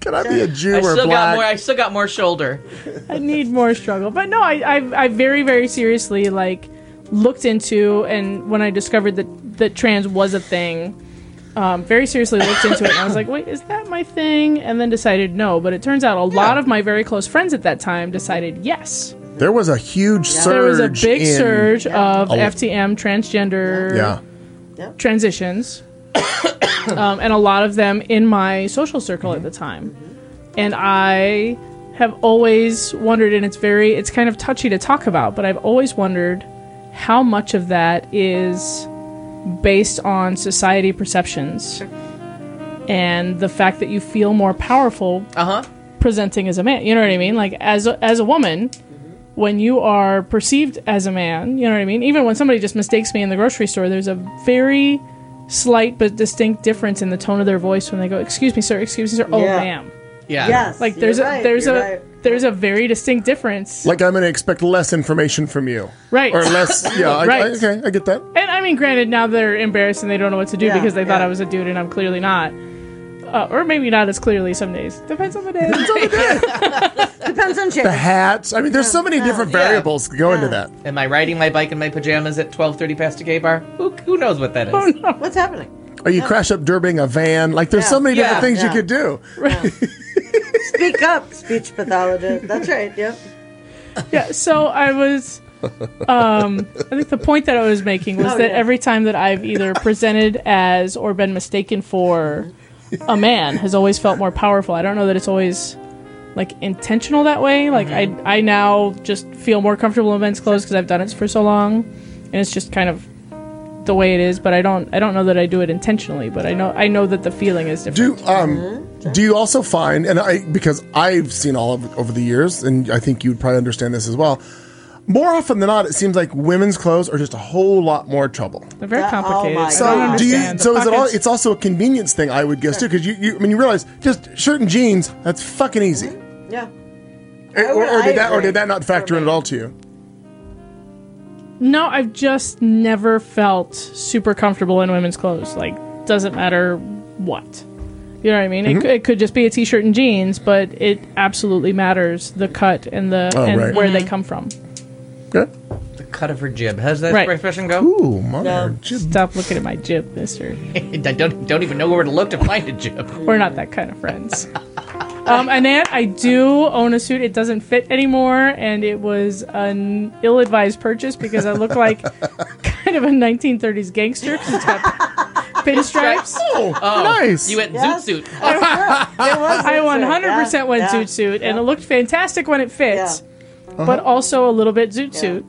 [SPEAKER 1] Can I be a Jew
[SPEAKER 5] I
[SPEAKER 1] or
[SPEAKER 5] still got
[SPEAKER 1] black?
[SPEAKER 5] more. I still got more shoulder.
[SPEAKER 2] I need more struggle. But no, I, I, I very, very seriously like looked into and when I discovered that that trans was a thing, um, very seriously looked into it. And I was like, wait, is that my thing? And then decided no. But it turns out a lot of my very close friends at that time decided yes.
[SPEAKER 1] There was a huge surge.
[SPEAKER 2] there was a big
[SPEAKER 1] in-
[SPEAKER 2] surge of
[SPEAKER 1] Oh.
[SPEAKER 2] FTM transgender
[SPEAKER 1] Yeah.
[SPEAKER 2] transitions, um, and a lot of them in my social circle at the time. And I have always wondered, and it's very, it's kind of touchy to talk about, but I've always wondered how much of that is based on society perceptions and the fact that you feel more powerful
[SPEAKER 5] Uh huh.
[SPEAKER 2] presenting as a man. You know what I mean? Like as a, as a woman, when you are perceived as a man, you know what I mean. Even when somebody just mistakes me in the grocery store, there's a very slight but distinct difference in the tone of their voice when they go, "Excuse me, sir. Excuse me, sir. Oh,
[SPEAKER 4] Yeah.
[SPEAKER 2] ma'am."
[SPEAKER 5] Yeah.
[SPEAKER 4] Yes.
[SPEAKER 2] Like there's
[SPEAKER 4] you're
[SPEAKER 2] a
[SPEAKER 4] right,
[SPEAKER 2] there's a
[SPEAKER 4] you're right.
[SPEAKER 2] there's a very distinct difference,
[SPEAKER 1] Like I'm going to expect less information from you.
[SPEAKER 2] right?
[SPEAKER 1] Or less. Yeah. I,
[SPEAKER 2] Right.
[SPEAKER 1] I, okay. I get that.
[SPEAKER 2] And I mean, granted, now they're embarrassed and they don't know what to do
[SPEAKER 4] Yeah,
[SPEAKER 2] because they thought
[SPEAKER 4] yeah.
[SPEAKER 2] I was a dude and I'm clearly not. Uh, or maybe not as clearly some days. Depends on the day.
[SPEAKER 4] Depends on
[SPEAKER 1] The
[SPEAKER 4] gender.
[SPEAKER 1] hats. I mean, there's so many different
[SPEAKER 5] Yeah.
[SPEAKER 1] variables that go into that.
[SPEAKER 5] Am I riding my bike in my pajamas at 12:30 past a gay bar? Who, who knows what that is?
[SPEAKER 4] What's happening?
[SPEAKER 1] Or Oh, you crash up durbing a van. Like there's
[SPEAKER 4] Yeah.
[SPEAKER 1] so many different
[SPEAKER 5] Yeah.
[SPEAKER 1] things you
[SPEAKER 4] Yeah.
[SPEAKER 1] could do.
[SPEAKER 4] Speak up, speech pathologist. That's right. Yep.
[SPEAKER 2] yeah so i was um i think the point that i was making was
[SPEAKER 4] Oh,
[SPEAKER 2] that
[SPEAKER 4] yeah.
[SPEAKER 2] every time that i've either presented as or been mistaken for a man has always felt more powerful i don't know that it's always like intentional that way like
[SPEAKER 4] Mm-hmm.
[SPEAKER 2] i i now just feel more comfortable in men's clothes because i've done it for so long and it's just kind of the way it is but i don't i don't know that i do it intentionally but i know i know that the feeling is different
[SPEAKER 1] Do um do you also find and I because I've seen all of over the years and I think you'd probably understand this as well. More often than not, it seems like women's clothes are just a whole lot more trouble.
[SPEAKER 2] they're very
[SPEAKER 4] Uh, oh my
[SPEAKER 2] complicated I
[SPEAKER 4] God.
[SPEAKER 1] So
[SPEAKER 2] don't
[SPEAKER 1] do you?
[SPEAKER 2] understand. The
[SPEAKER 1] So is it all?
[SPEAKER 2] pockets-
[SPEAKER 1] It's also a convenience thing, I would guess too, because you, you. I mean, you realize just shirt and jeans. That's fucking easy.
[SPEAKER 4] Yeah.
[SPEAKER 1] Or, or
[SPEAKER 4] I
[SPEAKER 1] did that? Or
[SPEAKER 4] agree.
[SPEAKER 1] did that not factor in at all to you?
[SPEAKER 2] No, I've just never felt super comfortable in women's clothes. Like, doesn't matter what. You know what I mean?
[SPEAKER 1] Mm-hmm.
[SPEAKER 2] It, c- it could just be a t-shirt and jeans, but it absolutely matters the cut and the
[SPEAKER 1] Oh,
[SPEAKER 2] and
[SPEAKER 1] right.
[SPEAKER 2] where they come from.
[SPEAKER 1] Good.
[SPEAKER 5] The cut of her jib. How's that
[SPEAKER 2] Right.
[SPEAKER 5] expression go?
[SPEAKER 1] Ooh, my
[SPEAKER 4] No.
[SPEAKER 1] just
[SPEAKER 2] Stop looking at my jib, Mister.
[SPEAKER 5] I don't don't even know where to look to find a jib.
[SPEAKER 2] We're not that kind of friends. Um, Annette, I do own a suit. It doesn't fit anymore, and it was an ill-advised purchase because I look like kind of a 1930s gangster because it's got pinstripes.
[SPEAKER 1] oh, nice.
[SPEAKER 5] You went
[SPEAKER 4] Yes.
[SPEAKER 5] zoot suit.
[SPEAKER 4] It was
[SPEAKER 2] I
[SPEAKER 4] zoot suit.
[SPEAKER 2] 100%
[SPEAKER 4] Yeah,
[SPEAKER 2] went
[SPEAKER 4] yeah.
[SPEAKER 2] zoot suit, and it looked fantastic when it fits, but also a little bit zoot suit.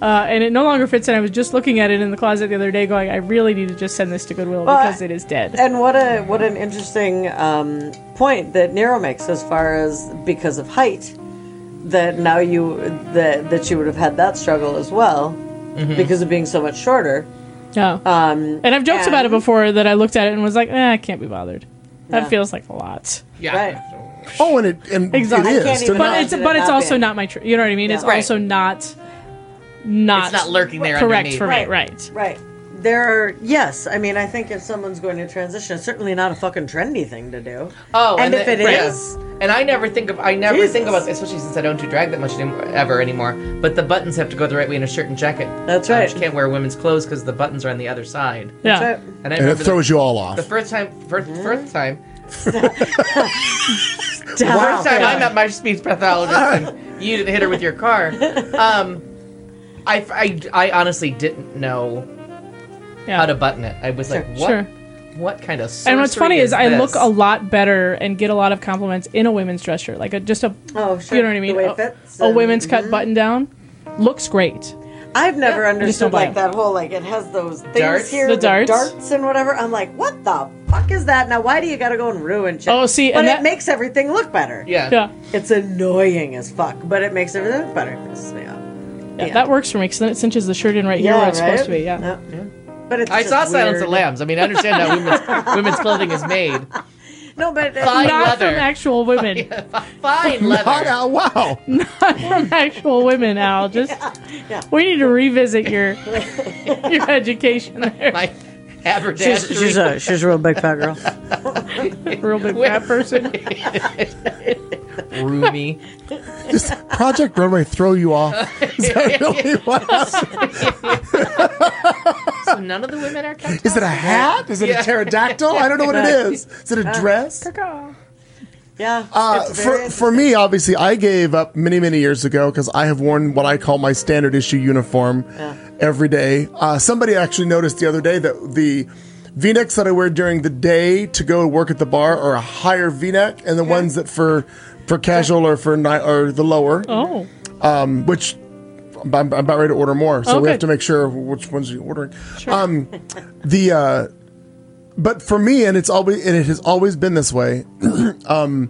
[SPEAKER 2] Uh, and it no longer fits, and I was just looking at it in the closet the other day, going, "I really need to just send this to Goodwill
[SPEAKER 4] Well, uh,
[SPEAKER 2] because
[SPEAKER 4] I-
[SPEAKER 2] it is dead."
[SPEAKER 4] And what a what an interesting um, point that Nero makes as far as because of height that now you that that you would have had that struggle as well
[SPEAKER 2] Mm-hmm.
[SPEAKER 4] because of being so much shorter.
[SPEAKER 2] Yeah.
[SPEAKER 4] Um,
[SPEAKER 2] and I've joked about it
[SPEAKER 4] and-
[SPEAKER 2] before that I looked at it and was like, eh, "I can't be bothered." That feels like a lot,
[SPEAKER 5] Yeah.
[SPEAKER 4] Right.
[SPEAKER 1] oh, and it and
[SPEAKER 2] Exactly.
[SPEAKER 1] it
[SPEAKER 4] I
[SPEAKER 1] is.
[SPEAKER 4] can't
[SPEAKER 1] to
[SPEAKER 4] even
[SPEAKER 1] not-
[SPEAKER 2] but it's
[SPEAKER 4] did it
[SPEAKER 2] but it's
[SPEAKER 4] not
[SPEAKER 2] also
[SPEAKER 4] fit?
[SPEAKER 2] not my. Tr- you know what I mean? It's
[SPEAKER 4] Yeah. Right.
[SPEAKER 2] also not not
[SPEAKER 5] It's not lurking there
[SPEAKER 2] correct
[SPEAKER 5] underneath.
[SPEAKER 2] for me,
[SPEAKER 4] Right.
[SPEAKER 2] right?
[SPEAKER 4] Right. There are yes, I mean I think if someone's going to transition, it's certainly not a fucking trendy thing to do.
[SPEAKER 5] Oh,
[SPEAKER 4] and, if
[SPEAKER 5] it
[SPEAKER 4] it
[SPEAKER 5] is,
[SPEAKER 4] is,
[SPEAKER 5] and I never think of I never
[SPEAKER 4] Jesus.
[SPEAKER 5] think about especially since I don't do drag that much anymore, ever anymore. But the buttons have to go the right way in a shirt and jacket.
[SPEAKER 4] That's
[SPEAKER 5] Um,
[SPEAKER 4] right.
[SPEAKER 5] You can't wear women's clothes because the buttons are on the other side.
[SPEAKER 2] Yeah.
[SPEAKER 4] That's right.
[SPEAKER 5] And I
[SPEAKER 1] And it
[SPEAKER 5] remember
[SPEAKER 1] throws
[SPEAKER 5] the,
[SPEAKER 1] you all
[SPEAKER 5] the
[SPEAKER 1] off.
[SPEAKER 5] first time, first, first time,
[SPEAKER 4] Stop.
[SPEAKER 3] First time I met my speech pathologist, and you didn't hit her with your car. Um, I, I, I honestly didn't know
[SPEAKER 2] Yeah.
[SPEAKER 3] how to button it. I was like, what?
[SPEAKER 2] Sure.
[SPEAKER 3] What kind of?
[SPEAKER 2] and what's funny is,
[SPEAKER 3] is,
[SPEAKER 2] I
[SPEAKER 3] this?
[SPEAKER 2] look a lot better and get a lot of compliments in a women's dress shirt, like a, just a
[SPEAKER 4] Oh, sure.
[SPEAKER 2] you know what I mean,
[SPEAKER 4] The way
[SPEAKER 2] a,
[SPEAKER 4] it fits
[SPEAKER 2] a
[SPEAKER 4] and- mm-hmm.
[SPEAKER 2] women's cut button down looks great.
[SPEAKER 4] I've never
[SPEAKER 2] don't
[SPEAKER 4] understood
[SPEAKER 2] buy
[SPEAKER 4] like
[SPEAKER 2] it.
[SPEAKER 4] that whole like it has those things
[SPEAKER 3] Darts?
[SPEAKER 4] here,
[SPEAKER 2] The
[SPEAKER 4] the,
[SPEAKER 2] darts?
[SPEAKER 4] darts. and whatever. I'm like, what the fuck is that? Now why do you got to go and ruin shit?
[SPEAKER 2] Oh, see,
[SPEAKER 4] but
[SPEAKER 2] and
[SPEAKER 4] it
[SPEAKER 2] that-
[SPEAKER 4] makes everything look better.
[SPEAKER 3] Yeah.
[SPEAKER 2] Yeah,
[SPEAKER 4] it's annoying as fuck, but it makes everything look better. It pisses me off.
[SPEAKER 2] yeah,
[SPEAKER 4] Yeah.
[SPEAKER 2] that works for me because then it cinches the shirt in right here
[SPEAKER 4] Yeah,
[SPEAKER 2] where it's
[SPEAKER 4] right?
[SPEAKER 2] supposed to be. Yeah,
[SPEAKER 4] But it's
[SPEAKER 3] I
[SPEAKER 4] just
[SPEAKER 3] saw Silence
[SPEAKER 4] weird.
[SPEAKER 3] of the Lambs. I mean, I understand how women's women's clothing is made.
[SPEAKER 4] No, but uh,
[SPEAKER 3] Fine
[SPEAKER 2] not
[SPEAKER 3] leather.
[SPEAKER 2] from actual women,
[SPEAKER 3] Fine
[SPEAKER 1] Hot
[SPEAKER 3] leather.
[SPEAKER 1] out. Oh, Wow.
[SPEAKER 2] from actual women. Al, just
[SPEAKER 4] yeah.
[SPEAKER 2] we need to revisit your your education there.
[SPEAKER 3] My
[SPEAKER 4] she's,
[SPEAKER 3] haberdashery.
[SPEAKER 4] she's a she's a real big fat girl.
[SPEAKER 2] Real big fat person.
[SPEAKER 3] roomy.
[SPEAKER 1] Does Project Runway throw you off? Is that really what happened?
[SPEAKER 3] So none of the women are kept.
[SPEAKER 1] Is it a hat? Is it a pterodactyl? I don't know what it is. Is it a dress?
[SPEAKER 4] Yeah,
[SPEAKER 1] Uh,
[SPEAKER 4] it's very
[SPEAKER 1] for, for me, obviously, I gave up many, many years ago because I have worn what I call my standard issue uniform every day. Uh, somebody actually noticed the other day that the v necks that I wear during the day to go work at the bar are a higher v neck, and the ones that for for casual or for night are the lower,
[SPEAKER 2] Oh,
[SPEAKER 1] um, which I'm, I'm about ready to order more. So
[SPEAKER 2] Oh,
[SPEAKER 1] we have
[SPEAKER 2] good.
[SPEAKER 1] to make sure which ones you're ordering. Um, the uh, but for me, and it's always and it has always been this way. um,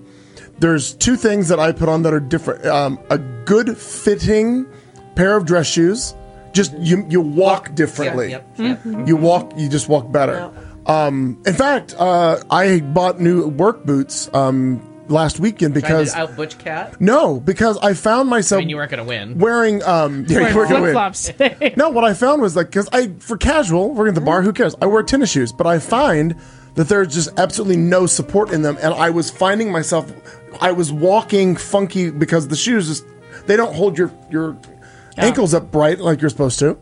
[SPEAKER 1] there's two things that I put on that are different. Um, a good fitting pair of dress shoes. Just you, you walk differently.
[SPEAKER 3] Yep, Mm-hmm. yep.
[SPEAKER 4] Mm-hmm.
[SPEAKER 1] You walk, you just walk better. Um, in fact, uh, I bought new work boots um, last weekend
[SPEAKER 3] Trying
[SPEAKER 1] because
[SPEAKER 3] to out Butch Cat.
[SPEAKER 1] no, because I found myself
[SPEAKER 3] I mean, you weren't going to win.
[SPEAKER 1] wearing um yeah, you were gonna
[SPEAKER 2] flip
[SPEAKER 1] win.
[SPEAKER 2] flops today.
[SPEAKER 1] No, what I found was like because I for casual working at the bar, who cares? I wear tennis shoes, but I find that there's just absolutely no support in them, and I was finding myself, I was walking funky because the shoes just they don't hold your your ankles up bright like you're supposed to.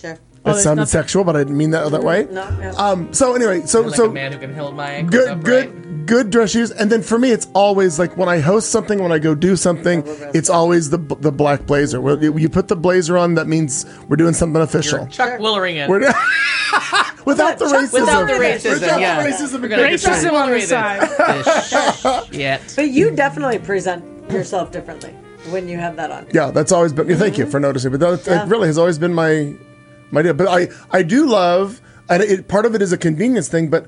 [SPEAKER 4] Sure.
[SPEAKER 1] That
[SPEAKER 2] there's
[SPEAKER 1] sounded
[SPEAKER 2] nothing-
[SPEAKER 1] sexual, but I didn't mean that that way.
[SPEAKER 4] No, yeah.
[SPEAKER 1] Um. So anyway, so
[SPEAKER 3] like
[SPEAKER 1] so
[SPEAKER 3] a man who can hold my ankles
[SPEAKER 1] good
[SPEAKER 3] upright.
[SPEAKER 1] good good dress shoes and then for me it's always like when i host something when i go do something it's always the the black blazer Well, you put the blazer on that means we're doing something official
[SPEAKER 3] Chuck Willering it.
[SPEAKER 1] We're- without the racism
[SPEAKER 3] Without the racism,
[SPEAKER 1] without
[SPEAKER 3] yeah.
[SPEAKER 1] the racism
[SPEAKER 3] We're gonna
[SPEAKER 1] against
[SPEAKER 3] just
[SPEAKER 2] Racism on the
[SPEAKER 3] tolerate
[SPEAKER 2] side.
[SPEAKER 3] this shit.
[SPEAKER 4] But you definitely present yourself differently when you have that on.
[SPEAKER 1] yeah that's always been thank you for noticing but that that really has always been my my deal but i i do love and it, part of it is a convenience thing but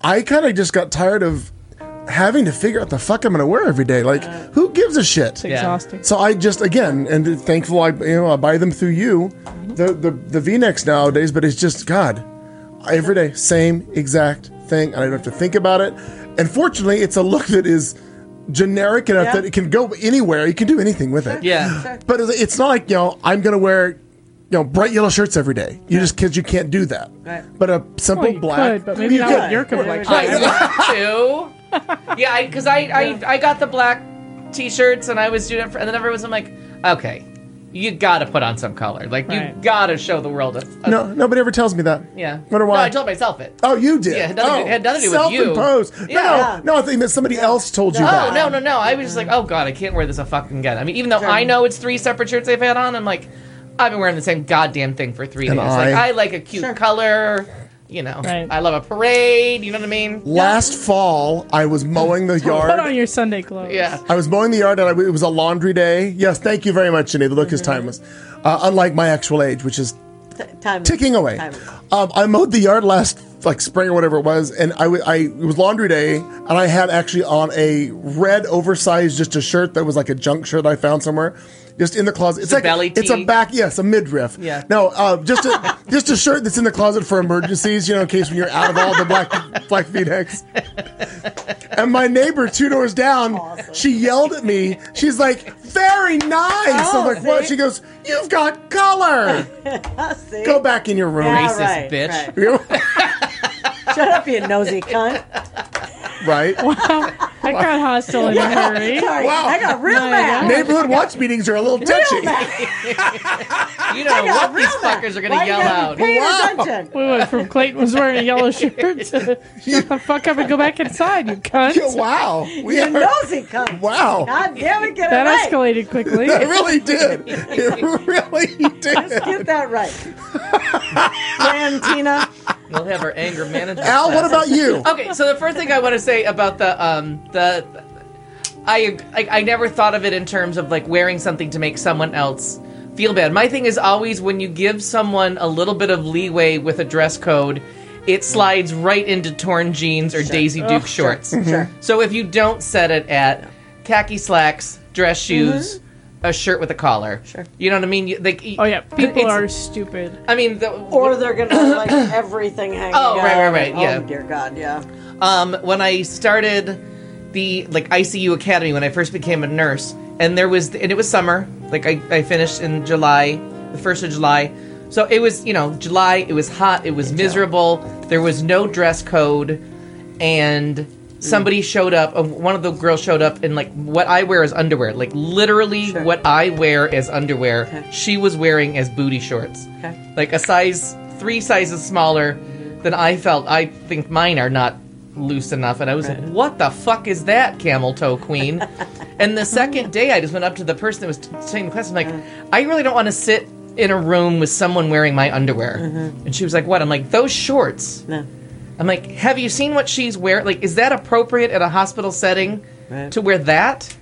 [SPEAKER 1] i kind of just got tired of having to figure out the fuck i'm gonna wear every day like who gives a shit
[SPEAKER 2] It's exhausting.
[SPEAKER 1] So I just again and thankful I you know I buy them through you, the the the V necks nowadays. But it's just God, every day same exact thing, and I don't have to think about it. And fortunately, it's a look that is generic enough
[SPEAKER 4] Yeah.
[SPEAKER 1] that it can go anywhere. You can do anything with it.
[SPEAKER 3] Yeah.
[SPEAKER 1] But it's- it's not like you know I'm gonna wear you know bright yellow shirts every day. You just kids you can't do that.
[SPEAKER 4] Right.
[SPEAKER 1] But a simple
[SPEAKER 2] Well, you
[SPEAKER 1] black.
[SPEAKER 2] could, but maybe
[SPEAKER 1] you
[SPEAKER 2] not
[SPEAKER 1] could.
[SPEAKER 2] with your complexion.
[SPEAKER 3] I want to. Yeah, because I, I, I got the black t-shirts and I was doing it, for, and then everyone's I'm like, okay, you gotta put on some color. Like you
[SPEAKER 2] Right.
[SPEAKER 3] gotta show the world. A, a-
[SPEAKER 1] No, nobody ever tells me that.
[SPEAKER 3] Yeah.
[SPEAKER 1] Wonder why?
[SPEAKER 3] No, I told myself it.
[SPEAKER 1] Oh, you did.
[SPEAKER 3] Yeah, it had nothing to-
[SPEAKER 1] oh,
[SPEAKER 3] it had nothing to do with you.
[SPEAKER 1] Self-imposed. No,
[SPEAKER 3] Yeah.
[SPEAKER 1] No, no, I think that somebody else told you
[SPEAKER 3] Oh
[SPEAKER 1] that.
[SPEAKER 3] no no no! I was just like, oh god, I can't wear this a fucking gun. I mean, even though I know it's three separate shirts I've had on, I'm like, I've been wearing the same goddamn thing for three
[SPEAKER 1] And
[SPEAKER 3] days. Like
[SPEAKER 1] I-
[SPEAKER 3] I like a cute color, you know.
[SPEAKER 2] Right.
[SPEAKER 3] I love a parade. You know what I mean?
[SPEAKER 1] Last fall, I was mowing the
[SPEAKER 2] Put on
[SPEAKER 1] yard.
[SPEAKER 2] your Sunday clothes.
[SPEAKER 3] Yeah.
[SPEAKER 1] I was mowing the yard, and I, it was a laundry day. Yes, thank you very much, Jenny. The look is timeless, uh, unlike my actual age, which is
[SPEAKER 4] T- time
[SPEAKER 1] ticking away.
[SPEAKER 4] Time.
[SPEAKER 1] Um, I mowed the yard last like spring or whatever it was, and I, w- I- it was laundry day, and I had actually on a red oversized just a shirt that was like a junk shirt I found somewhere. Just in the closet. It's
[SPEAKER 3] a
[SPEAKER 1] like
[SPEAKER 3] belly
[SPEAKER 1] it's a
[SPEAKER 3] tee?
[SPEAKER 1] back, yes, a midriff.
[SPEAKER 3] Yeah.
[SPEAKER 1] No, uh, just a just a shirt that's in the closet for emergencies, you know, in case when you're out of all the black black v necks. And my neighbor two doors down,
[SPEAKER 4] Awesome.
[SPEAKER 1] she yelled at me. She's like, "Very nice." I'm
[SPEAKER 4] Oh,
[SPEAKER 1] like, "What?"
[SPEAKER 4] see?
[SPEAKER 1] She goes, "You've got color."
[SPEAKER 4] See?
[SPEAKER 1] Go back in your room.
[SPEAKER 4] Yeah,
[SPEAKER 3] racist bitch.
[SPEAKER 4] right.
[SPEAKER 1] right?
[SPEAKER 4] Shut up, you nosy cunt.
[SPEAKER 2] I got hostile in a hurry.
[SPEAKER 4] Sorry,
[SPEAKER 1] Wow.
[SPEAKER 4] I got real
[SPEAKER 2] My
[SPEAKER 4] mad.
[SPEAKER 1] Neighborhood watch meetings are a little touchy.
[SPEAKER 3] You don't know what these fuckers are going to
[SPEAKER 4] Why
[SPEAKER 3] yell
[SPEAKER 4] you gotta
[SPEAKER 3] out.
[SPEAKER 4] be paying
[SPEAKER 1] Wow.
[SPEAKER 4] attention?
[SPEAKER 2] We went from Clayton was wearing a yellow shirt to shut the fuck up and go back inside, you
[SPEAKER 1] Yeah,
[SPEAKER 2] cunt.
[SPEAKER 1] wow. We are,
[SPEAKER 4] Nosy cunt.
[SPEAKER 1] wow.
[SPEAKER 4] God damn it, get
[SPEAKER 2] That
[SPEAKER 4] it right.
[SPEAKER 2] escalated quickly.
[SPEAKER 1] It really did. It really did.
[SPEAKER 4] Get that right. Plan, Tina.
[SPEAKER 3] We'll have our anger management.
[SPEAKER 1] Al, what about you?
[SPEAKER 3] Okay, so the first thing I want to say about the um the I, I I never thought of it in terms of like wearing something to make someone else feel bad. My thing is always when you give someone a little bit of leeway with a dress code, it slides right into torn jeans or Daisy Duke shorts.
[SPEAKER 2] Mm-hmm.
[SPEAKER 4] Sure.
[SPEAKER 3] So if you don't set it at khaki slacks, dress shoes, a shirt with a collar,
[SPEAKER 4] Mm-hmm. Sure.
[SPEAKER 3] you know what I mean? You- Like,
[SPEAKER 2] Oh yeah, people
[SPEAKER 3] it's-
[SPEAKER 2] are stupid.
[SPEAKER 3] I mean, the,
[SPEAKER 4] Or they're going to have like everything hanging
[SPEAKER 3] Oh, right, right,
[SPEAKER 4] out.
[SPEAKER 3] right, yeah.
[SPEAKER 4] Oh, dear God, yeah.
[SPEAKER 3] um, when I started the like ICU Academy when I first became a nurse, and there was and it was summer. Like I, I finished in July, the first of July. So it was you know July. It was hot. It was miserable. There was no dress code, and somebody showed up. uh, One of the girls showed up in like what I wear as underwear. Like literally
[SPEAKER 4] Sure.
[SPEAKER 3] what I wear as underwear. She was wearing as booty shorts
[SPEAKER 4] Okay.
[SPEAKER 3] like a size three sizes smaller than I felt. I think mine are not loose enough, and I was like, "What the fuck is that, camel toe queen?" and the second day, I just went up to the person that was t- taking the class. I'm like, "I really don't want to sit in a room with someone wearing my underwear." And she was like, "What?" I'm like, "Those shorts."
[SPEAKER 4] No.
[SPEAKER 3] I'm like, "Have you seen what she's wearing? Like, is that appropriate at a hospital setting
[SPEAKER 4] Right.
[SPEAKER 3] to wear that?"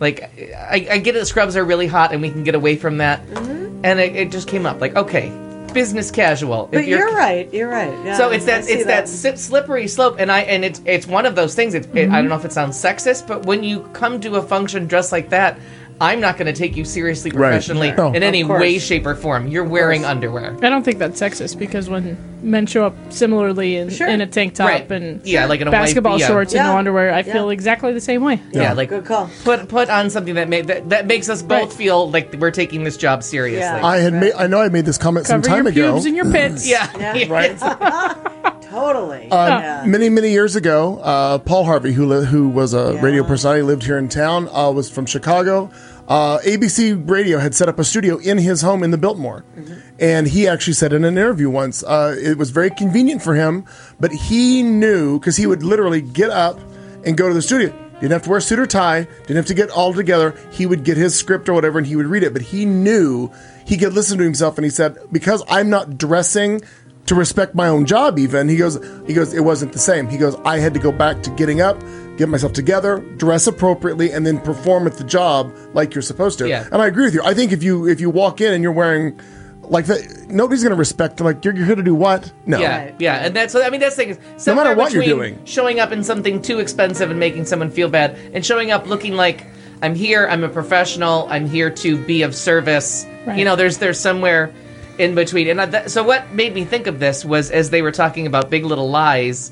[SPEAKER 3] Like, I, I get it. Scrubs are really hot, and we can get away from that.
[SPEAKER 4] Mm-hmm.
[SPEAKER 3] And it, it just came up like, okay, business casual. If
[SPEAKER 4] But you're, right. You're right. Yeah,
[SPEAKER 3] So it's
[SPEAKER 4] I
[SPEAKER 3] that
[SPEAKER 4] see
[SPEAKER 3] it's that, si slippery slope, and I and it's it's one of those things. It's,
[SPEAKER 4] Mm-hmm.
[SPEAKER 3] it, I don't know if it sounds sexist, but when you come to a function dressed like that, I'm not going to take you seriously professionally
[SPEAKER 1] No.
[SPEAKER 3] in any
[SPEAKER 4] Of course.
[SPEAKER 3] way, shape, or form. You're wearing underwear,
[SPEAKER 2] I don't think that's sexist because when men show up similarly in,
[SPEAKER 4] Sure.
[SPEAKER 2] in a tank top
[SPEAKER 3] Right.
[SPEAKER 2] and
[SPEAKER 3] Yeah, like in a white-
[SPEAKER 2] basketball
[SPEAKER 3] yeah.
[SPEAKER 2] shorts and
[SPEAKER 4] Yeah.
[SPEAKER 2] no underwear, I feel
[SPEAKER 4] Yeah.
[SPEAKER 2] exactly the same way.
[SPEAKER 3] yeah. like
[SPEAKER 4] Good call.
[SPEAKER 3] put put on something that make that, that makes us both
[SPEAKER 2] Right.
[SPEAKER 3] feel like we're taking this job seriously.
[SPEAKER 4] Yeah.
[SPEAKER 1] I had made, I know I made this comment some
[SPEAKER 2] Cover
[SPEAKER 1] time
[SPEAKER 2] your
[SPEAKER 1] ago.
[SPEAKER 2] pubes and your pits.
[SPEAKER 3] Yeah. Uh,
[SPEAKER 4] Yeah.
[SPEAKER 1] Right.
[SPEAKER 4] Totally. yeah.
[SPEAKER 1] Many many years ago, uh, Paul Harvey, who li- who was a
[SPEAKER 4] Yeah.
[SPEAKER 1] radio personality, lived here in town. Uh, was from Chicago. Uh, ABC Radio had set up a studio in his home in the Biltmore,
[SPEAKER 4] Mm-hmm.
[SPEAKER 1] and he actually said in an interview once uh, it was very convenient for him, but he knew because he would literally get up and go to the studio. Didn't have to wear a suit or tie. Didn't have to get all together. He would get his script or whatever, and he would read it. But he knew he could listen to himself, and he said, "Because I'm not dressing to respect my own job even he goes he goes it wasn't the same he goes i had to go back to getting up get myself together dress appropriately and then perform at the job like you're supposed to
[SPEAKER 3] Yeah.
[SPEAKER 1] and i agree with you i think if you if you walk in and you're wearing like that nobody's gonna respect like you're, you're here to do what no
[SPEAKER 3] Yeah,
[SPEAKER 4] Right.
[SPEAKER 3] yeah, and that's I mean that's the thing. is,
[SPEAKER 1] matter
[SPEAKER 3] somewhere
[SPEAKER 1] what you're
[SPEAKER 3] between
[SPEAKER 1] doing.
[SPEAKER 3] showing up in something too expensive and making someone feel bad, and showing up looking like I'm here, I'm a professional, I'm here to be of service.
[SPEAKER 2] Right.
[SPEAKER 3] You know, there's there's somewhere in between. And I, that, so what made me think of this was as they were talking about Big Little Lies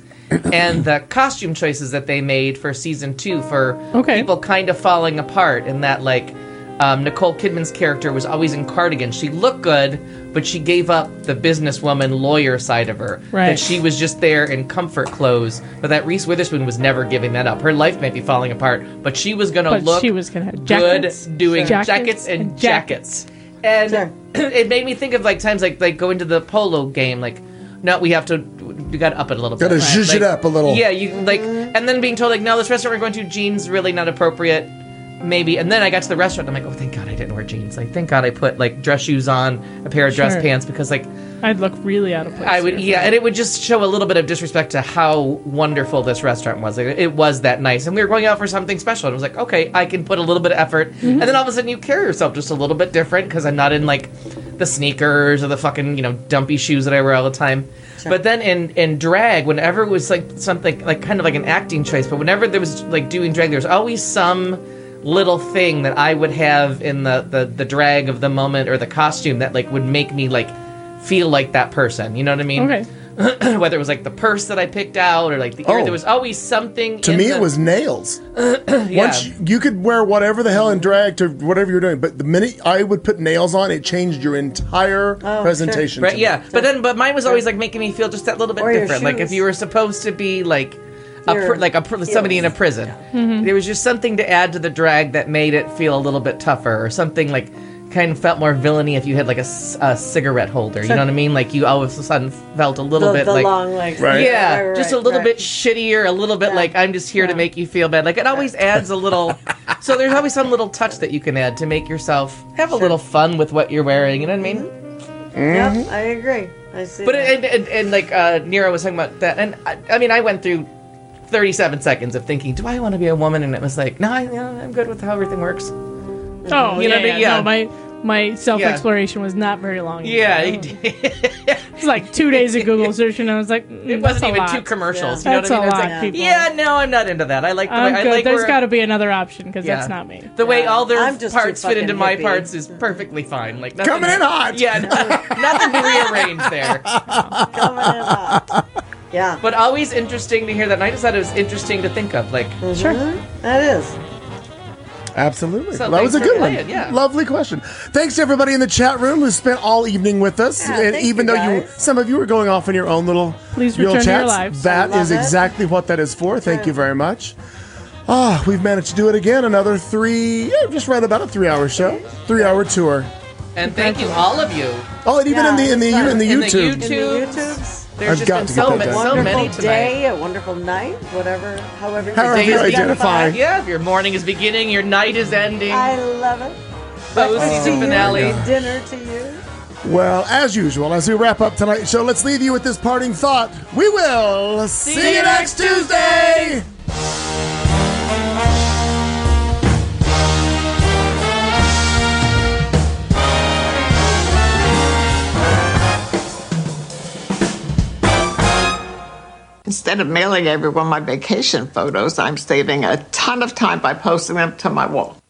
[SPEAKER 3] and the costume choices that they made for season two for
[SPEAKER 2] Okay.
[SPEAKER 3] people kind of falling apart in that like um, Nicole Kidman's character was always in cardigans. She looked good, but she gave up the businesswoman lawyer side of her.
[SPEAKER 2] Right.
[SPEAKER 3] That she was just there in comfort clothes, but that Reese Witherspoon was never giving that up. Her life might be falling apart, but she was going to
[SPEAKER 2] But
[SPEAKER 3] look
[SPEAKER 2] she was gonna have jackets,
[SPEAKER 3] good doing
[SPEAKER 2] Sure.
[SPEAKER 3] jackets,
[SPEAKER 2] jackets
[SPEAKER 3] and,
[SPEAKER 2] and
[SPEAKER 3] jackets. And it made me think of like times like like going to the polo game like no, we have to. We got to up it a little bit.
[SPEAKER 1] Gotta zhuzh it
[SPEAKER 3] Like,
[SPEAKER 1] up a little.
[SPEAKER 3] Yeah, uh, you like, and then being told like, no, this restaurant we're going to, jeans really not appropriate, maybe. And then I got to the restaurant, I'm like, oh, thank God I didn't wear jeans. Like, thank God I put like dress shoes on, a pair of dress
[SPEAKER 2] Sure.
[SPEAKER 3] pants, because like
[SPEAKER 2] I'd look really out of place.
[SPEAKER 3] I would,
[SPEAKER 2] here.
[SPEAKER 3] yeah, and it would just show a little bit of disrespect to how wonderful this restaurant was. Like, it was that nice, and we were going out for something special. And it was like, okay, I can put a little bit of effort, and then all of a sudden you carry yourself just a little bit different because I'm not in like the sneakers or the fucking you know dumpy shoes that I wear all the time. But then in in drag, whenever it was like something like kind of like an acting choice, but whenever there was like doing drag, there was always some little thing that I would have in the, the the drag of the moment or the costume that like would make me like feel like that person. You know what I mean?
[SPEAKER 2] Okay.
[SPEAKER 3] Whether it was like the purse that I picked out or like the ear,
[SPEAKER 1] Oh.
[SPEAKER 3] there was always something.
[SPEAKER 1] to
[SPEAKER 3] in
[SPEAKER 1] me
[SPEAKER 3] the-
[SPEAKER 1] it was nails
[SPEAKER 3] yeah.
[SPEAKER 1] Once you, you could wear whatever the hell and drag to whatever you're doing but the minute i would put nails on it changed your entire presentation to
[SPEAKER 3] Oh, right.
[SPEAKER 1] me.
[SPEAKER 3] Yeah, but then but mine was always like making me feel just that little bit
[SPEAKER 4] Or your
[SPEAKER 3] different. Like if
[SPEAKER 4] shoes.
[SPEAKER 3] you were supposed to be like. A
[SPEAKER 4] Your
[SPEAKER 3] pr- like a pr- somebody in a
[SPEAKER 4] heels.
[SPEAKER 3] prison. There was just something to add to the drag that made it feel a little bit tougher, or something like kind of felt more villainy if you had like a, s- a cigarette holder. You know what I mean? Like you all of a sudden felt a little
[SPEAKER 4] the,
[SPEAKER 3] bit
[SPEAKER 4] the
[SPEAKER 3] like
[SPEAKER 4] long legs.
[SPEAKER 1] Right.
[SPEAKER 3] yeah,
[SPEAKER 4] Right, right,
[SPEAKER 3] just a
[SPEAKER 4] right,
[SPEAKER 3] little
[SPEAKER 4] right.
[SPEAKER 3] bit shittier, a little bit
[SPEAKER 4] Yeah.
[SPEAKER 3] like I'm just here to
[SPEAKER 4] Yeah.
[SPEAKER 3] make you feel bad. Like it always adds a little. so there's always some little touch that you can add to make yourself have a little fun with what you're wearing. You know what I mean?
[SPEAKER 4] Yep, I agree. I
[SPEAKER 3] Mm-hmm.
[SPEAKER 4] see.
[SPEAKER 3] But
[SPEAKER 4] that.
[SPEAKER 3] and, and, and like uh, Nero was talking about that, and I, I mean, I went through 37 seconds of thinking, do I want to be a woman? And it was like, no, I, you know, I'm good with how everything works.
[SPEAKER 2] Oh,
[SPEAKER 3] You
[SPEAKER 2] yeah,
[SPEAKER 3] know what I mean?
[SPEAKER 2] yeah.
[SPEAKER 3] Yeah.
[SPEAKER 2] No, my my self exploration was not very long.
[SPEAKER 3] Yeah, he did.
[SPEAKER 2] it's like two days of Google search, and I was like, mm, that's a
[SPEAKER 3] it wasn't even
[SPEAKER 2] lot.
[SPEAKER 3] two commercials. You know
[SPEAKER 2] That's
[SPEAKER 3] what
[SPEAKER 2] a
[SPEAKER 3] I mean? It's
[SPEAKER 2] lot,
[SPEAKER 3] like,
[SPEAKER 2] people.
[SPEAKER 3] yeah, no, I'm not into that. I like the
[SPEAKER 2] I'm
[SPEAKER 3] way I
[SPEAKER 2] good.
[SPEAKER 3] like.
[SPEAKER 2] There's
[SPEAKER 3] where-
[SPEAKER 2] got to be another option because
[SPEAKER 3] yeah.
[SPEAKER 2] that's not me.
[SPEAKER 3] The way all their
[SPEAKER 4] I'm just
[SPEAKER 3] parts
[SPEAKER 4] too
[SPEAKER 3] fit into
[SPEAKER 4] fucking
[SPEAKER 3] my
[SPEAKER 4] hippie.
[SPEAKER 3] parts is perfectly fine. Like nothing,
[SPEAKER 1] Coming in hot.
[SPEAKER 3] Yeah, nothing, nothing to rearrange there.
[SPEAKER 4] Coming in hot. Yeah,
[SPEAKER 3] But always interesting to hear that. And I just thought it was interesting to think of. Like,
[SPEAKER 2] Sure.
[SPEAKER 4] that is.
[SPEAKER 1] Absolutely.
[SPEAKER 3] So
[SPEAKER 1] that was a
[SPEAKER 3] thanks for
[SPEAKER 1] good one.
[SPEAKER 3] playing, yeah.
[SPEAKER 1] Lovely question. Thanks to everybody in the chat room who spent all evening with us.
[SPEAKER 4] Yeah,
[SPEAKER 1] and
[SPEAKER 4] thank
[SPEAKER 1] even
[SPEAKER 4] you
[SPEAKER 1] though you
[SPEAKER 4] guys.
[SPEAKER 1] some of you were going off in your own little
[SPEAKER 2] Please
[SPEAKER 1] your
[SPEAKER 2] return to your
[SPEAKER 1] chats,
[SPEAKER 2] lives.
[SPEAKER 1] That
[SPEAKER 4] Love
[SPEAKER 1] is
[SPEAKER 4] it.
[SPEAKER 1] exactly what that is for. Thank you very much. Ah, we've managed to do it again. Another three, yeah, just right about a three-hour show, three-hour tour.
[SPEAKER 3] and thank you all of you.
[SPEAKER 1] Oh, and even
[SPEAKER 4] Yeah,
[SPEAKER 1] in the in the
[SPEAKER 4] it's
[SPEAKER 1] in the
[SPEAKER 3] In the
[SPEAKER 1] YouTube.
[SPEAKER 4] In the YouTubes.
[SPEAKER 3] There's
[SPEAKER 1] I've
[SPEAKER 3] just
[SPEAKER 1] got
[SPEAKER 3] been
[SPEAKER 1] to get
[SPEAKER 3] so,
[SPEAKER 1] that
[SPEAKER 3] ma-
[SPEAKER 1] done.
[SPEAKER 3] so
[SPEAKER 4] wonderful
[SPEAKER 3] many tonight.
[SPEAKER 4] day, a wonderful night, whatever, however. you
[SPEAKER 1] However
[SPEAKER 4] choose
[SPEAKER 1] you
[SPEAKER 4] to
[SPEAKER 1] identify.
[SPEAKER 3] Yeah, if your morning is beginning, your night is ending.
[SPEAKER 4] I love it.
[SPEAKER 3] Bow
[SPEAKER 4] Breakfast to
[SPEAKER 3] season
[SPEAKER 4] you,
[SPEAKER 3] finale.
[SPEAKER 4] Dinner to you.
[SPEAKER 1] Well, as usual, as we wrap up tonight's show, let's leave you with this parting thought. We will see, you next Tuesday.
[SPEAKER 6] Instead of mailing everyone my vacation photos, I'm saving a ton of time by posting them to my wall.